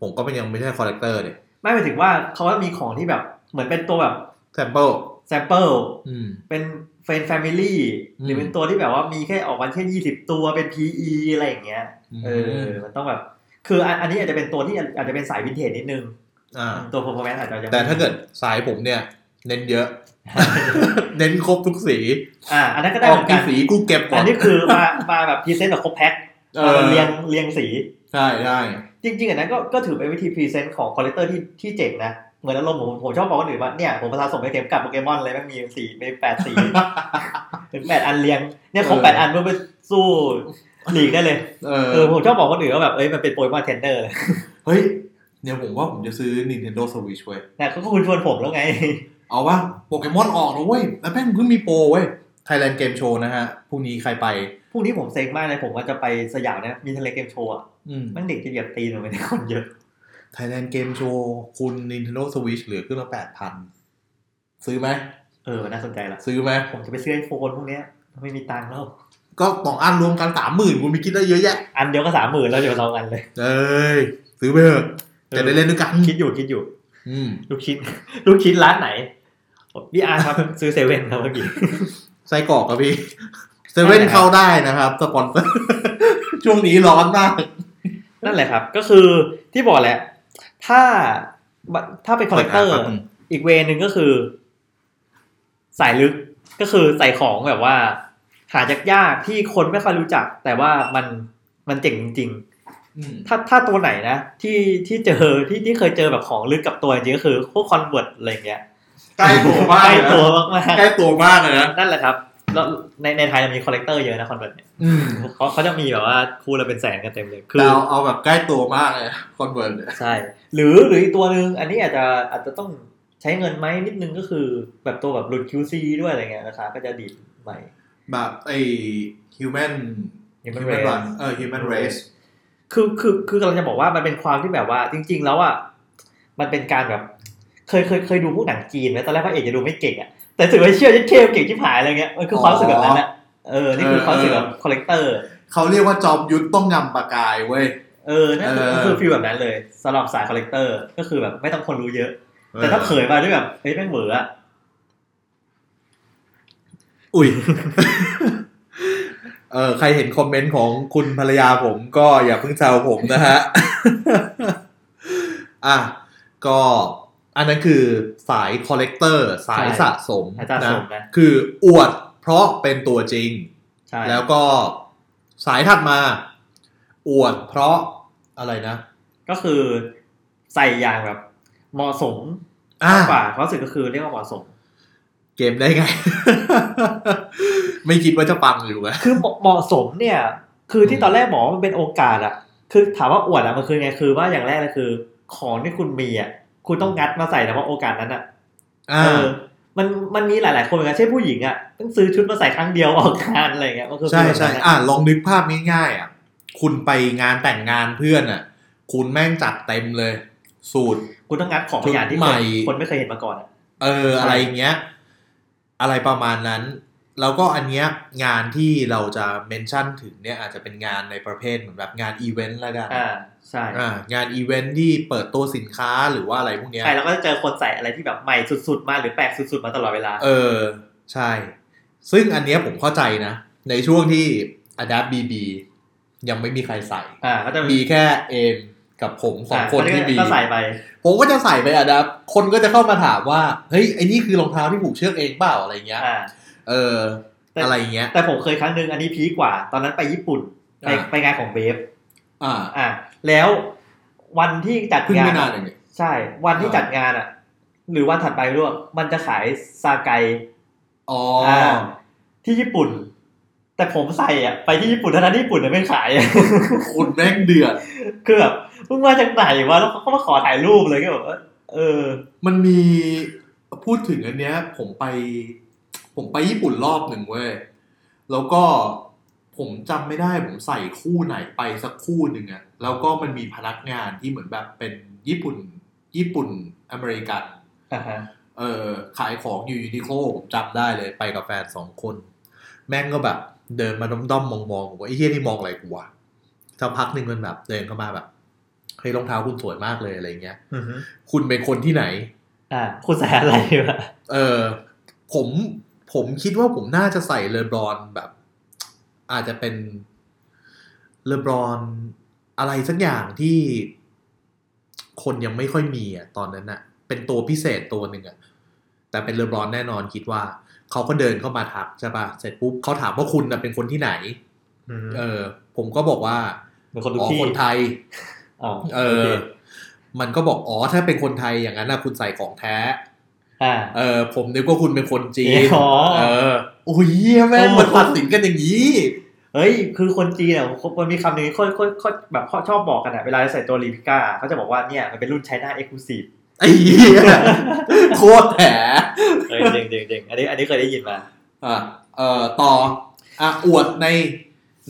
[SPEAKER 2] ผมก็ยังไม่ใช่คอลเลกเตอร์เนี่ย
[SPEAKER 1] ไม่หมายถึงว่าเขาก็มีของที่แบบเหมือนเป็นตัวแบบ
[SPEAKER 2] แซมเปิล
[SPEAKER 1] แซมเปิล
[SPEAKER 2] อืม
[SPEAKER 1] เป็นเฟนแฟมิลี่
[SPEAKER 2] อืม
[SPEAKER 1] หรือเป็นตัวที่แบบว่ามีแค่ออกมาแค่ยี่สิบตัวเป็น PE อะไรอย่างเงี้ย เออ มันต้องแบบ คืออันอันนี้อาจจะเป็นตัวที่อาจจะเป็นสายวินเทจนิดนึง
[SPEAKER 2] อ่า
[SPEAKER 1] ตัว performance อาจจะยังไม่
[SPEAKER 2] แต่ถ้าเกิดสายผมเนี่ย เน้น เยอะ เน้นครบทุกสี
[SPEAKER 1] อ่า อันนั้นก็ได้
[SPEAKER 2] อ
[SPEAKER 1] เห
[SPEAKER 2] อ
[SPEAKER 1] มื
[SPEAKER 2] ก
[SPEAKER 1] อนกั
[SPEAKER 2] กี่
[SPEAKER 1] น
[SPEAKER 2] สีกูเก็บหม
[SPEAKER 1] อั
[SPEAKER 2] ด
[SPEAKER 1] นนี้คือ มา มาแบบพรีเซนต์แบบครบแพ็ค
[SPEAKER 2] เอ
[SPEAKER 1] มา
[SPEAKER 2] อ
[SPEAKER 1] เรียงเรียงสี
[SPEAKER 2] ใช่ได้
[SPEAKER 1] จริง ๆ อันนั้นก็ก็ถือเป็นวิธีพรีเซนต์ของคอลเลกเตอร์ที่ที่เจ๋งนะ เหมือนอารมณ์ผมผมชอบบอกคนอื่นว่าเนี่ยผมผสมไปเข็มกลับโปเกมอนเลยแมันมีสีมีแป ดสี ถึงแปดอันเรียง เนี่ยครบแปดอันเพื่อไป สู้หลีกได้เลย
[SPEAKER 2] เอ
[SPEAKER 1] เออ
[SPEAKER 2] อ
[SPEAKER 1] ผมชอบบอกคนอื่นว่าแบบเอ้ยมันเป็นโปรยมอนเทนเนอร์เลย
[SPEAKER 2] เฮ้ยเดี๋ยวผมว่าผมจะซื้อ Nintendo Switch เว้ย
[SPEAKER 1] นะก็คุณชวนผมแล้วไง
[SPEAKER 2] เอาว่าโปเกมอนออกแล้วเว้ย แล้วแม่งเพิ่งมีโปรเว้ย Thailand Game Show นะฮะพรุ่งนี้ใครไป
[SPEAKER 1] พรุ่งนี้ผมเซ็งมากเลยผมว่าจะไปสยามนะมีทะเลเกมโชว์อ่ะ
[SPEAKER 2] อืม
[SPEAKER 1] แมันเด็กจะเหยียบตีนเลยคนเยอะ
[SPEAKER 2] Thailand Game Show คุณ Nintendo Switch เหลือขึ้นละแปดพันซื้อไหม
[SPEAKER 1] เออน่าสนใจละ
[SPEAKER 2] ซื้อไหม
[SPEAKER 1] ผมจะไปซื้อไอโฟนพวกเนี้ยไม่มีตังค์แล้ว
[SPEAKER 2] ก็สองอันรวมกันสามหมื่นคุณมีคิดได้เยอะแยะ
[SPEAKER 1] อันเดียวก็สามหมื่นแล้วเดี๋ยวเรากันเลย
[SPEAKER 2] เอ้ย ซื้อไปเถอะจะได้เล่นด้วยกัน
[SPEAKER 1] คิดอยู่คิดอยู่
[SPEAKER 2] อืม
[SPEAKER 1] ลูกชิ้น ลูกชิ้นร้านไหนพี่อาร์ครับ ซื้อเซเว่นครับเมื่อกี้
[SPEAKER 2] ไส้กรอกครับพี่เซเว่นเข้าได้นะครับ สปอนเซอร์ ช่วงนี้ร้อนมาก
[SPEAKER 1] นั่นแหละครับ ก็คือที่บอกแหละ ถ้าถ้าเป็นคอลเลกเตอร์ อีกเวนึงก็คือ สายลึกก็คือใส่ของแบบว่า หายากๆที่คนไม่ค่อยรู้จัก แต่ว่ามันมันเจ๋งจริง
[SPEAKER 2] อืม
[SPEAKER 1] ๆ ถ้าถ้าตัวไหนนะที่ที่เจอที่ที่เคยเจอแบบของลึกกับตัวจริงก็คือพวกคอนเวิร์ตอะไรอย่างเงี้ย
[SPEAKER 2] ใกล้ตัวมาก
[SPEAKER 1] ใกล้
[SPEAKER 2] เลยนะ
[SPEAKER 1] ตัวมาก
[SPEAKER 2] ใกล้ตัวมากเลยนะ
[SPEAKER 1] ๆนั่นแหละครับแล้วในในไทยเรามีคอลเลกเตอร์เยอะนะคอนเวิร์ตเนี่ย
[SPEAKER 2] อืม
[SPEAKER 1] เขาเขาจะมีแบบว่าคู่ละเป็นแสนกันเต็มเลย คื
[SPEAKER 2] แต่
[SPEAKER 1] อ
[SPEAKER 2] เอาเอาแบบใกล้ตัวมากเลยคอนเวิร์ต
[SPEAKER 1] ใช่ หรือหรืออีกตัวหนึ่งอันนี้อาจจะอาจจะต้องใช้เงินไหมนิดนึงก็คือแบบตัวแบบหลุด QC ด้วยอะไรเงี้ยราคาก็จะดีดใหม่
[SPEAKER 2] แบบไอ้ human
[SPEAKER 1] Human
[SPEAKER 2] Human
[SPEAKER 1] Race
[SPEAKER 2] Run เออ human race
[SPEAKER 1] คือคือคือกำลังจะบอกว่ามันเป็นความที่แบบว่า จริง ๆ แล้วอ่ะมันเป็นการแบบ เคยเคยเคยดูพวกหนังจีนไหมตอนแรกพระเอกจะดูไม่เก่งอ่ะแต่ถึงไปเชื่อจะเทพเก่งที่ผายอะไรเงี้ยมันคือความรู้สึกแบบนั้นแหละเออนี่คือความรู้สึกแบบคอลเลกเตอร์
[SPEAKER 2] เขาเรียกว่าจอมยุทธต้องงำปากกายเว้ย
[SPEAKER 1] เออนั่นคือ
[SPEAKER 2] เออ
[SPEAKER 1] นั่นคือฟีลแบบนั้นเลยสำหรับสายคอลเลกเตอร์ก็คือแบบไม่ต้องคนรู้เยอะ แต่ถ้าเผยมาด้วยแบบเฮ้ยแม่งเหวออะ
[SPEAKER 2] อุ้ย เออใครเห็นคอมเมนต์ของคุณภรรยาผมก็อย่าเพิ่งแซวผมนะฮะ อ่ะ ก็อันนั้นคือสายคอลเลกเตอร์สายสะสม
[SPEAKER 1] สายสะสมนะ
[SPEAKER 2] คืออวดเพราะเป็นตัวจริง
[SPEAKER 1] ใช่
[SPEAKER 2] แล้วก็สายถัดมา อวดเพราะอะไรนะ
[SPEAKER 1] ก็คือใส่อย่างแบบเหมาะสม
[SPEAKER 2] อ่า
[SPEAKER 1] มากกว่าความรู้สึกก็คือเรียกว่าเหมาะสม
[SPEAKER 2] เกมได้ไง ไม่คิดว่าจะปังอยู่อะ
[SPEAKER 1] คือเหมาะเหมาะสมเนี่ย คือที่
[SPEAKER 2] อืม
[SPEAKER 1] ตอนแรกหมอกว่ามันเป็นโอกาสอะคือถามว่าอวดอะมันคือไงคือว่าอย่างแรกเลยคือ ของที่คุณมีอะคุณต้องงัดมาใส่นะว่าโอกาสนั้นอะ
[SPEAKER 2] อ่า
[SPEAKER 1] เออ มันมันมีหลาย ๆ คนเหมือนกันเช่นผู้หญิงอะต้องซื้อชุดมาใส่ครั้งเดียวออกงานอะไรอย่างเงี้ยมันคือ
[SPEAKER 2] ใช่
[SPEAKER 1] แบบ
[SPEAKER 2] ใช่
[SPEAKER 1] นั้นอะ
[SPEAKER 2] อ่ะลองนึกภาพง่ายๆอ่ะ คุณไปงานแต่งงานเพื่อนอ่ะ คุณแม่งจัดเต็มเลย สูตร
[SPEAKER 1] คุณต้องงัดของบางอย่างที่
[SPEAKER 2] ชุดใหม่
[SPEAKER 1] คนไม่เคยเห็นมาก่อนอะ
[SPEAKER 2] เอออะไรอย่างเงี้ย อะไรประมาณนั้น แล้วก็อันเนี้ยงานที่เราจะเมนชั่นถึงเนี่ยอาจจะเป็นงานในประเภทเหมือนแบบงานอีเวนต์ละกัน
[SPEAKER 1] อ่าใช่
[SPEAKER 2] อ่างานอีเวนต์ที่เปิดตัวสินค้าหรือว่าอะไรพวกเนี้ย
[SPEAKER 1] ใช่แล้วก็จะเจอคนใส่อะไรที่แบบใหม่สุด ๆ มาหรือแปลกสุด ๆ มาตลอดเวลา
[SPEAKER 2] เออ ใช่ ซึ่งอันเนี้ยผมเข้าใจนะ ในช่วงที่ Adapt BB ยังไม่มีใครใส่
[SPEAKER 1] อ่าก็จะ
[SPEAKER 2] มีแค่เอมกับผมสองคนที่มี
[SPEAKER 1] ก็ใส่ไป
[SPEAKER 2] ผมก็จะใส่ไปอะนะคนก็จะเข้ามาถามว่า เฮ้ย ไอ้นี่คือรองเท้าที่ผูกเชือกเองเปล่าอะไรเงี้ย
[SPEAKER 1] อ่า
[SPEAKER 2] เออ
[SPEAKER 1] แต่
[SPEAKER 2] อะไรเงี้ย
[SPEAKER 1] แต่ผมเคยครั้งหนึ่งอันนี้พีคกว่า ตอนนั้นไปญี่ปุ่นไป
[SPEAKER 2] อ่า
[SPEAKER 1] ไปงานของเบฟ
[SPEAKER 2] อ่า
[SPEAKER 1] อ่ะแล้ววันที่จัด
[SPEAKER 2] เพิ่ง
[SPEAKER 1] งาน
[SPEAKER 2] ไม่นานเองเนี่ย
[SPEAKER 1] ใช่ วันที่
[SPEAKER 2] อ่า
[SPEAKER 1] จัดงานอ่ะ หรือวันถัดไปไม่รู้อะมันจะขายซาไก
[SPEAKER 2] อ๋ออา
[SPEAKER 1] ที่ญี่ปุ่น แต่ผมใส่อ่ะไปที่ญี่ปุ่นทั้งๆที่ญี่ปุ่นเนี่ยไม่ขาย
[SPEAKER 2] คุณแม่งเดือด
[SPEAKER 1] คือแบบมึงมาจากไหนวะแล้วเขาก็มาขอถ่ายรูปเลยก็แบบว่าเออ
[SPEAKER 2] มันมีพูดถึงอันเนี้ย ผมไป ผมไปญี่ปุ่นรอบหนึ่งเว้ยแล้วก็ผมจำไม่ได้ผมใส่คู่ไหนไปสักคู่หนึ่งอะแล้วก็มันมีพนักงานที่เหมือนแบบเป็นญี่ปุ่น ญี่ปุ่นอเมริกัน
[SPEAKER 1] อ่าฮะ
[SPEAKER 2] เออขายของอยู่ยูนิโคลผมจำได้เลยไปกับแฟนสองคน แม่งก็แบบ เดินมาด้อมๆมองๆผมว่าไอ้เฮียนี่มองอะไรกูวะสักพักหนึ่งมันแบบ เดินเข้ามาแบบเฮ้ยรองเท้าคุณสวยมากเลยอะไรเงี้ย
[SPEAKER 1] อือฮึ
[SPEAKER 2] คุณเป็นคนที่ไหน
[SPEAKER 1] อ่าคุณใส่อะไรวะ
[SPEAKER 2] เออผมผมคิดว่าผมน่าจะใส่เลบรอนแบบ อาจจะเป็นเลบรอนอะไรสักอย่างที่คนยังไม่ค่อยมีอ่ะตอนนั้นอ่ะ เป็นตัวพิเศษตัวหนึ่งอ่ะแต่เป็นเลบรอนแน่นอนคิดว่า เขาก็เดินเข้ามาทักใช่ปะเสร็จปุ๊บเขาถามว่าคุณน่ะเป็นคนที่ไหน
[SPEAKER 1] อืม
[SPEAKER 2] เออ ผมก็บอกว่า
[SPEAKER 1] เป็นคนทุก
[SPEAKER 2] อ๋อ
[SPEAKER 1] ที่
[SPEAKER 2] คนไทย
[SPEAKER 1] อ๋อ
[SPEAKER 2] เออ
[SPEAKER 1] โค
[SPEAKER 2] มันก็บอกอ๋อถ้าเป็นคนไทยอย่างนั้นนะคุณใส่ของแท้
[SPEAKER 1] อ่า
[SPEAKER 2] เออผมนึกว่าคุณเป็นคนจีน
[SPEAKER 1] อ๋อ
[SPEAKER 2] เออโอ้ยเหี้ยแม่ง
[SPEAKER 1] โอ้
[SPEAKER 2] มันตัดสินกันอย่างนี้
[SPEAKER 1] เฮ้ย คือคนจีนเนี่ยมันมีคำหนึ่งที่ค่อยค่อยค่อยแบบเขาชอบบอกกันอะเวลาใส่ตัวรีพิก้าเขาจะบอกว่าเนี่ยมันเป็นรุ่น China Exclusive
[SPEAKER 2] ไอ้เหี้ยโคตรแถ
[SPEAKER 1] เฮ้ยเจ๋งเจ๋งเจ๋งอันนี้อันนี้เคยได้ยินมา
[SPEAKER 2] อ่ะเออต่ออ่ะอวดใน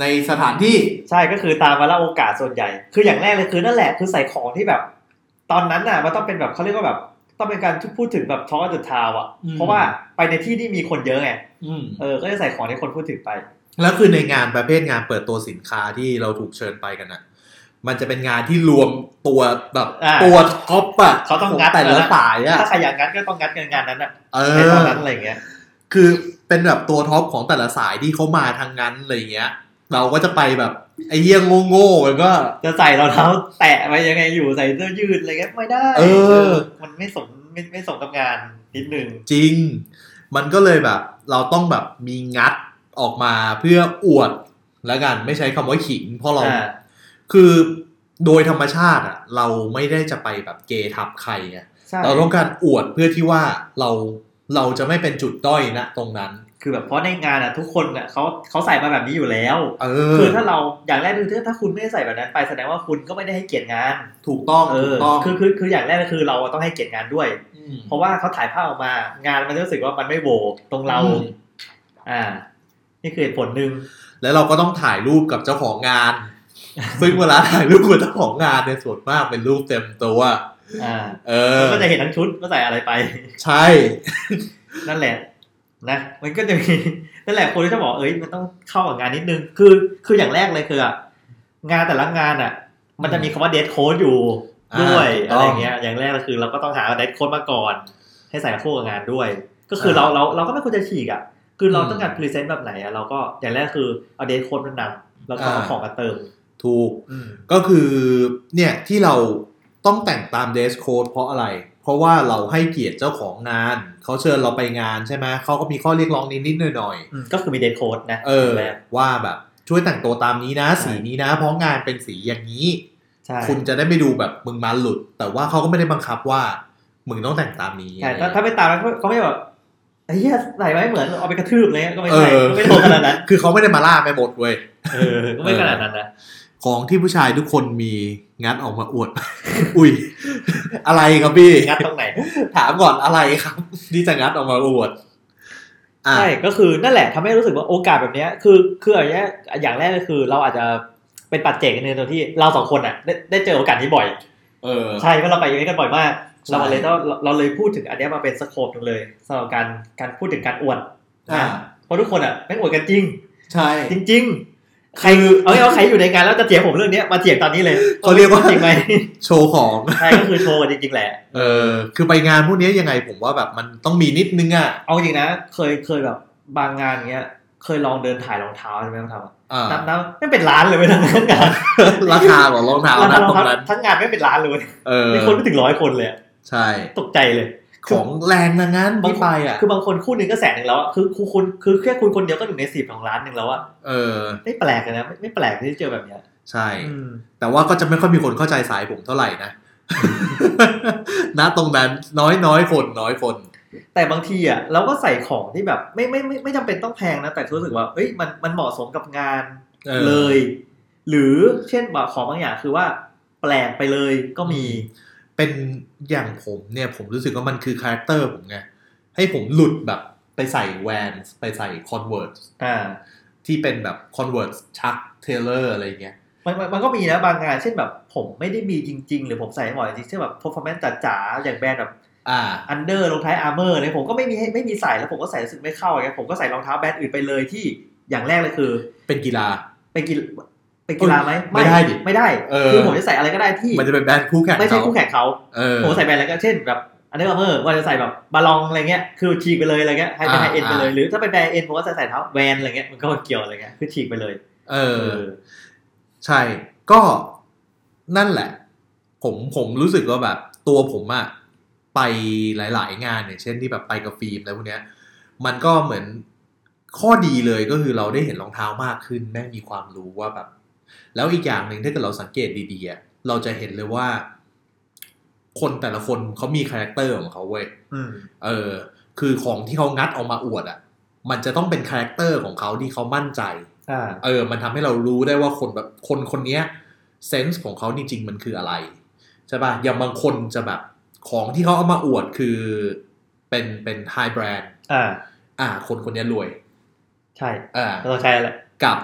[SPEAKER 2] ในสถานที่
[SPEAKER 1] ใช่ก็คือตามมาละโอกาสส่วนใหญ่ คืออย่างแรกเลยคือนั่นแหละคือใส่ของที่แบบ ตอนนั้นน่ะมันต้องเป็นแบบเขาเรียกว่าแบบต้องเป็นการพูดถึงแบบท้อจุดทาวอ่ะ
[SPEAKER 2] อืม
[SPEAKER 1] เพราะว่าไปในที่ที่มีคนเยอะไง
[SPEAKER 2] อืม
[SPEAKER 1] เออก็จะใส่ของที่คนพูดถึงไป
[SPEAKER 2] แล้วคือในงานประเภทงานเปิดตัวสินค้าที่เราถูกเชิญไปกันอ่ะ มันจะเป็นงานที่รวมตัวแบบ
[SPEAKER 1] อ่ะ
[SPEAKER 2] ตัวท็อปอ่ะ
[SPEAKER 1] เขาต้องงัด
[SPEAKER 2] ขแต่
[SPEAKER 1] แล้ว
[SPEAKER 2] ละ
[SPEAKER 1] นะ
[SPEAKER 2] สายอ่ะ
[SPEAKER 1] ถ้าใครอยากงัดก็ต้องงัดงานนั้นอ่ะ
[SPEAKER 2] เอ
[SPEAKER 1] ในตอน
[SPEAKER 2] อ
[SPEAKER 1] นั้นอะไรอย่างเงี้ย
[SPEAKER 2] คือเป็นแบบตัวท็อปของแต่ละสายที่เขามาทางนั้นอะไรอย่างเงี้ย เราก็จะไปแบบไอ้เยี่ยงโง่ๆมันก็
[SPEAKER 1] จะใส่รองเท้าแตะไปยังไงอยู่ใส่เสื้อยืดอะไรเงี้ยไม่ได้
[SPEAKER 2] เออ
[SPEAKER 1] มันไม่สมไม่ไม่สมกับงานนิดนึง
[SPEAKER 2] จริง มันก็เลยแบบ เราต้องแบบมีงัดออกมาเพื่ออวดแล้วกันไม่ใช้คำว่าขิง เพราะเรา
[SPEAKER 1] อ่า
[SPEAKER 2] คือโดยธรรมชาติอะเราไม่ได้จะไปแบบเกทับใครไง
[SPEAKER 1] ใช่
[SPEAKER 2] เราต้องการอวดเพื่อที่ว่าเราเราจะไม่เป็นจุดด้อยนะตรงนั้น
[SPEAKER 1] คือแบบเพราะในงานอ่ะทุกคนอ่ะเขาเขาใส่มาแบบนี้อยู่แล้ว
[SPEAKER 2] เออ
[SPEAKER 1] คือถ้าเราอย่างแรกคือถ้าคุณไม่ได้ใส่แบบนั้นไปแสดงว่าคุณก็ไม่ได้ให้เกียรติงาน
[SPEAKER 2] ถูกต้อง
[SPEAKER 1] เอ
[SPEAKER 2] ถู
[SPEAKER 1] อก
[SPEAKER 2] ต้อง
[SPEAKER 1] คือคือคืออย่างแรกคือเราต้องให้เกียรติงานด้วย
[SPEAKER 2] ม
[SPEAKER 1] เพราะว่าเขาถ่ายภาพออกมางานมันจะรู้สึกว่ามันไม่โหวตรงเรา
[SPEAKER 2] อืม
[SPEAKER 1] อ่า นี่คือเหตุผลหนึ่ง
[SPEAKER 2] แล้วเราก็ต้องถ่ายรูปกับเจ้าของงาน ซึ่งเวลาถ่ายรูปกับเจ้าของงานเนี่ยส่วนมากเป็นรูปเต็มตัว
[SPEAKER 1] อ่า
[SPEAKER 2] เออ
[SPEAKER 1] ก็จะเห็นทั้งชุดว่าใส่อะไรไป
[SPEAKER 2] ใช่
[SPEAKER 1] นั่นแหละนะมันก็จะมี นั่นแหละคนที่จะบอกเอ้ยมันต้องเข้ากับงานนิดนึง คือคืออย่างแรกเลยคืออะงานแต่ละงานอ่ะ มันจะมีคำว่าเดทโค้ดอยู่ด้วย
[SPEAKER 2] าถู
[SPEAKER 1] อะไร
[SPEAKER 2] กต้
[SPEAKER 1] เงี้ย อย่างแรกก็คือเราก็ต้องหาเดทโค้ดมาก่อน ให้ใส่คู่กับงานด้วย ก็คือ
[SPEAKER 2] อ่า
[SPEAKER 1] เราเราเราก็ไม่ควรจะฉีกอ่ะ คือเรา
[SPEAKER 2] อืม
[SPEAKER 1] ต้องการพรีเซนต์แบบไหนอ่ะเราก็อย่างแรกคือเอาเดทโค้ดมานำแล้วก็เอา
[SPEAKER 2] อ่า
[SPEAKER 1] ของมาเติม
[SPEAKER 2] ถูก
[SPEAKER 1] อืม
[SPEAKER 2] ก็คือเนี่ยที่เราต้องแต่งตามเดสโค d ดเพราะอะไร เพราะว่าเราให้เกียรติเจ้าของงาน เขาเชิญเราไปงานใช่ไหมเขาก็มีข้อเรียกร้องนิดๆหน่อย
[SPEAKER 1] อืมก็คือมีเดทโค้ดนะ
[SPEAKER 2] ๆเออ
[SPEAKER 1] แบบ
[SPEAKER 2] ว่าแบบช่วยแต่งตัวตามนี้นะ
[SPEAKER 1] ใช่
[SPEAKER 2] สีนี้นะ เพราะงานเป็นสีอย่างนี้
[SPEAKER 1] ใช่
[SPEAKER 2] คุณจะได้ไม่ดูแบบมึงมาหลุด แต่ว่าเขาก็ไม่ได้บังคับว่า มึงต้องแต่งตามนี้
[SPEAKER 1] ใช่ถ้าถ้าไม่ตามแล้วเขาเขาไม่แบบไอ้เหี้ยใส่ไว้เหมือนเอาไปกระทืบเลยก็ไม่
[SPEAKER 2] เอ
[SPEAKER 1] ใช่
[SPEAKER 2] อ
[SPEAKER 1] ก็ไม่โหดขนาดนั้น
[SPEAKER 2] คือเขาไม่ได้มาล่าแม่บดเว้ย
[SPEAKER 1] เออ ก็ไม่ขนาดนั้นนะ
[SPEAKER 2] ของที่ผู้ชายทุกคนมีงัดออกมาอวด อุ้ย อะไรครับพี่
[SPEAKER 1] งัดตรงไหน
[SPEAKER 2] ถามก่อนอะไรครับที่จะงัดออกมาอวดอ่ะ
[SPEAKER 1] ใช่ก็คือนั่นแหละทำให้รู้สึกว่าโอกาสแบบเนี้ยคือคืออย่างเงี้ยอย่างแรกเลยคือ เราอาจจะเป็นปัจเจกในตรงที่เราสองคนอ่ะได้ได้เจอโอกาสนี้บ่อย
[SPEAKER 2] เออ
[SPEAKER 1] ใช่เพราะเราไปอย่างนี้กันบ่อยมาก
[SPEAKER 2] ใช่
[SPEAKER 1] เราเลยต้องเราเราเลยพูดถึงอันเนี้ยมาเป็นสโคปหนึงเลยสำหรับการการพูดถึงการอวด
[SPEAKER 2] อ่า
[SPEAKER 1] เพราะทุกคนอ่ะแม่งอวดกันจริง
[SPEAKER 2] ใช่
[SPEAKER 1] จริง ๆ ใครเอาเอาใครอยู่ในงานแล้วจะเถียงผมเรื่องเนี้ยมาเถียงตอนนี้เลย
[SPEAKER 2] เขาเรียกว่า
[SPEAKER 1] จริงไหม
[SPEAKER 2] โชว์ของ
[SPEAKER 1] ใช่ก็คือโชว์กันจริง ๆ แหละ
[SPEAKER 2] เออ คือไปงานพวกนี้ยังไงผมว่าแบบมันต้องมีนิดนึงอ่ะ
[SPEAKER 1] เอาจริงนะเคยเคยแบบบางงานเงี้ย เคยลองเดินถ่ายรองเท้าใช่ไหมครับ
[SPEAKER 2] อ่า
[SPEAKER 1] นับนับไม่เป็นร้านเลยไม่ทั้งงาน
[SPEAKER 2] ราคาของรองเท้า
[SPEAKER 1] ร้านรอ
[SPEAKER 2] นะตรง ง
[SPEAKER 1] เท้า
[SPEAKER 2] นั้น
[SPEAKER 1] ทั้งงานไม่เป็นร้านเลย
[SPEAKER 2] เออ
[SPEAKER 1] มีคนไม่ถึงร้อยคนเลยอะ
[SPEAKER 2] ใช่
[SPEAKER 1] ตกใจเลย
[SPEAKER 2] ของแรงนะงั้น
[SPEAKER 1] บาง
[SPEAKER 2] ที่ไปอ่ะ
[SPEAKER 1] คือบางคนคู่หนึ่งก็แสนหนึ่งแล้วอะคือคู่คุณคือแค่คุณคนเดียวก็หนึ่งในสิบของร้านหนึ่งแล้วอะ
[SPEAKER 2] เออ
[SPEAKER 1] ไม่แปลกเลยนะไม่ไม่แปลกที่เจอแบบเนี้ย
[SPEAKER 2] ใช่
[SPEAKER 1] อืม
[SPEAKER 2] แต่ว่าก็จะไม่ค่อยมีคนเข้าใจสายผมเท่าไหร่นะ ณตรงนั้นน้อยน้อยคนน้อยคน
[SPEAKER 1] แต่บางทีอะเราก็ใส่ของที่แบบไม่ไม่ไม่ไม่จำเป็นต้องแพงนะแต่รู้สึกว่าเอ้ยมันมันเหมาะสมกับงาน
[SPEAKER 2] เออ
[SPEAKER 1] เลย หรือเช่นแบบของบางอย่างคือว่า แปลกไปเลยก็มี
[SPEAKER 2] เป็นอย่างผมเนี่ยผมรู้สึกว่ามันคือคาแรคเตอร์ผมไง ให้ผมหลุดแบบไปใส่แวนไปใส่คอนเวิร์
[SPEAKER 1] อ่า
[SPEAKER 2] ที่เป็นแบบคอนเวิร์ชักเทเลอร์อะไรเงี้ย
[SPEAKER 1] มันมันมันก็มีนะบางงาน เช่นแบบผมไม่ได้มีจริง ๆ หรือผมใส่ไม่บ่อยจริงๆเช่นแบบ performance จ๋าๆอย่างแบรนด์แบบ
[SPEAKER 2] อ่า
[SPEAKER 1] อันเดอร์รองเท้าอาร์เมอร์เนี่ยผมก็ไม่มีให้ไม่มีใส่แล้วผมก็ใส่รู้สึกไม่เข้าอย่างเงี้ยผมก็ใส่รองเท้าแบรนด์อื่นไปเลยที่อย่างแรกเลยคือ
[SPEAKER 2] เป็นกีฬา
[SPEAKER 1] ไปกินไปกีฬาไหม
[SPEAKER 2] ไม่ได้ดิ
[SPEAKER 1] ไม่ได้
[SPEAKER 2] เออ
[SPEAKER 1] คือผมจะใส่อะไรก็ได้ที่
[SPEAKER 2] มันจะเป็นแบรนด์คู่แข่ง
[SPEAKER 1] ไม่ใช่
[SPEAKER 2] เขา
[SPEAKER 1] คู่แข่งเขา
[SPEAKER 2] เออ
[SPEAKER 1] ผมใส่แบรนด์อะไรก็เช่นแบบอันเดอร์อาร์เมอร์ว่าจะใส่แบบบาลองอะไรเงี้ยคือฉีกไปเลยอะไรเงี้ยให้เป็นไฮ
[SPEAKER 2] อ่า
[SPEAKER 1] เอ็นไปเลย
[SPEAKER 2] อ่า
[SPEAKER 1] หรือถ้าเป็นแบรนด์เอ็นผมก็ใส่ใส่เท้าแวนอะไรเงี้ยมันก็เกี่ยวอะไรเงี้ยคือฉีกไปเลย
[SPEAKER 2] เอ
[SPEAKER 1] เอ
[SPEAKER 2] อ ใช่ ก็นั่นแหละ ผมผมรู้สึกว่าแบบ ตัวผมอะไปหลาย ๆ งานอย่างเช่นที่แบบไปกับฟิล์มอะไรพวกเนี้ย มันก็เหมือนข้อดีเลยก็คือเราได้เห็นรองเท้ามากขึ้นแม่งมีความรู้ว่าแบบ แล้วอีกอย่างหนึ่งถ้าเกิดเราสังเกตดีๆอะเราจะเห็นเลยว่า คนแต่ละคนเขามีคาแรคเตอร์ของเขาเว้ย
[SPEAKER 1] อืม
[SPEAKER 2] เออ คือของที่เขางัดออกมาอวดอะมันจะต้องเป็นคาแรคเตอร์ของเขาที่เขามั่นใจ
[SPEAKER 1] อ่า
[SPEAKER 2] เออ มันทำให้เรารู้ได้ว่าคนแบบคนคนเนี้ยเซนส์ของเขาจริงๆ มันคืออะไรใช่ป่ะ อย่างบางคนจะแบบของที่เขาเอามาอวดคือเป็นเป็นไฮแบรนด์
[SPEAKER 1] อ่า
[SPEAKER 2] อ่า คนคนเนี้ยรวย
[SPEAKER 1] ใช่
[SPEAKER 2] อ่า
[SPEAKER 1] เราต้องใช้อะไร
[SPEAKER 2] กับ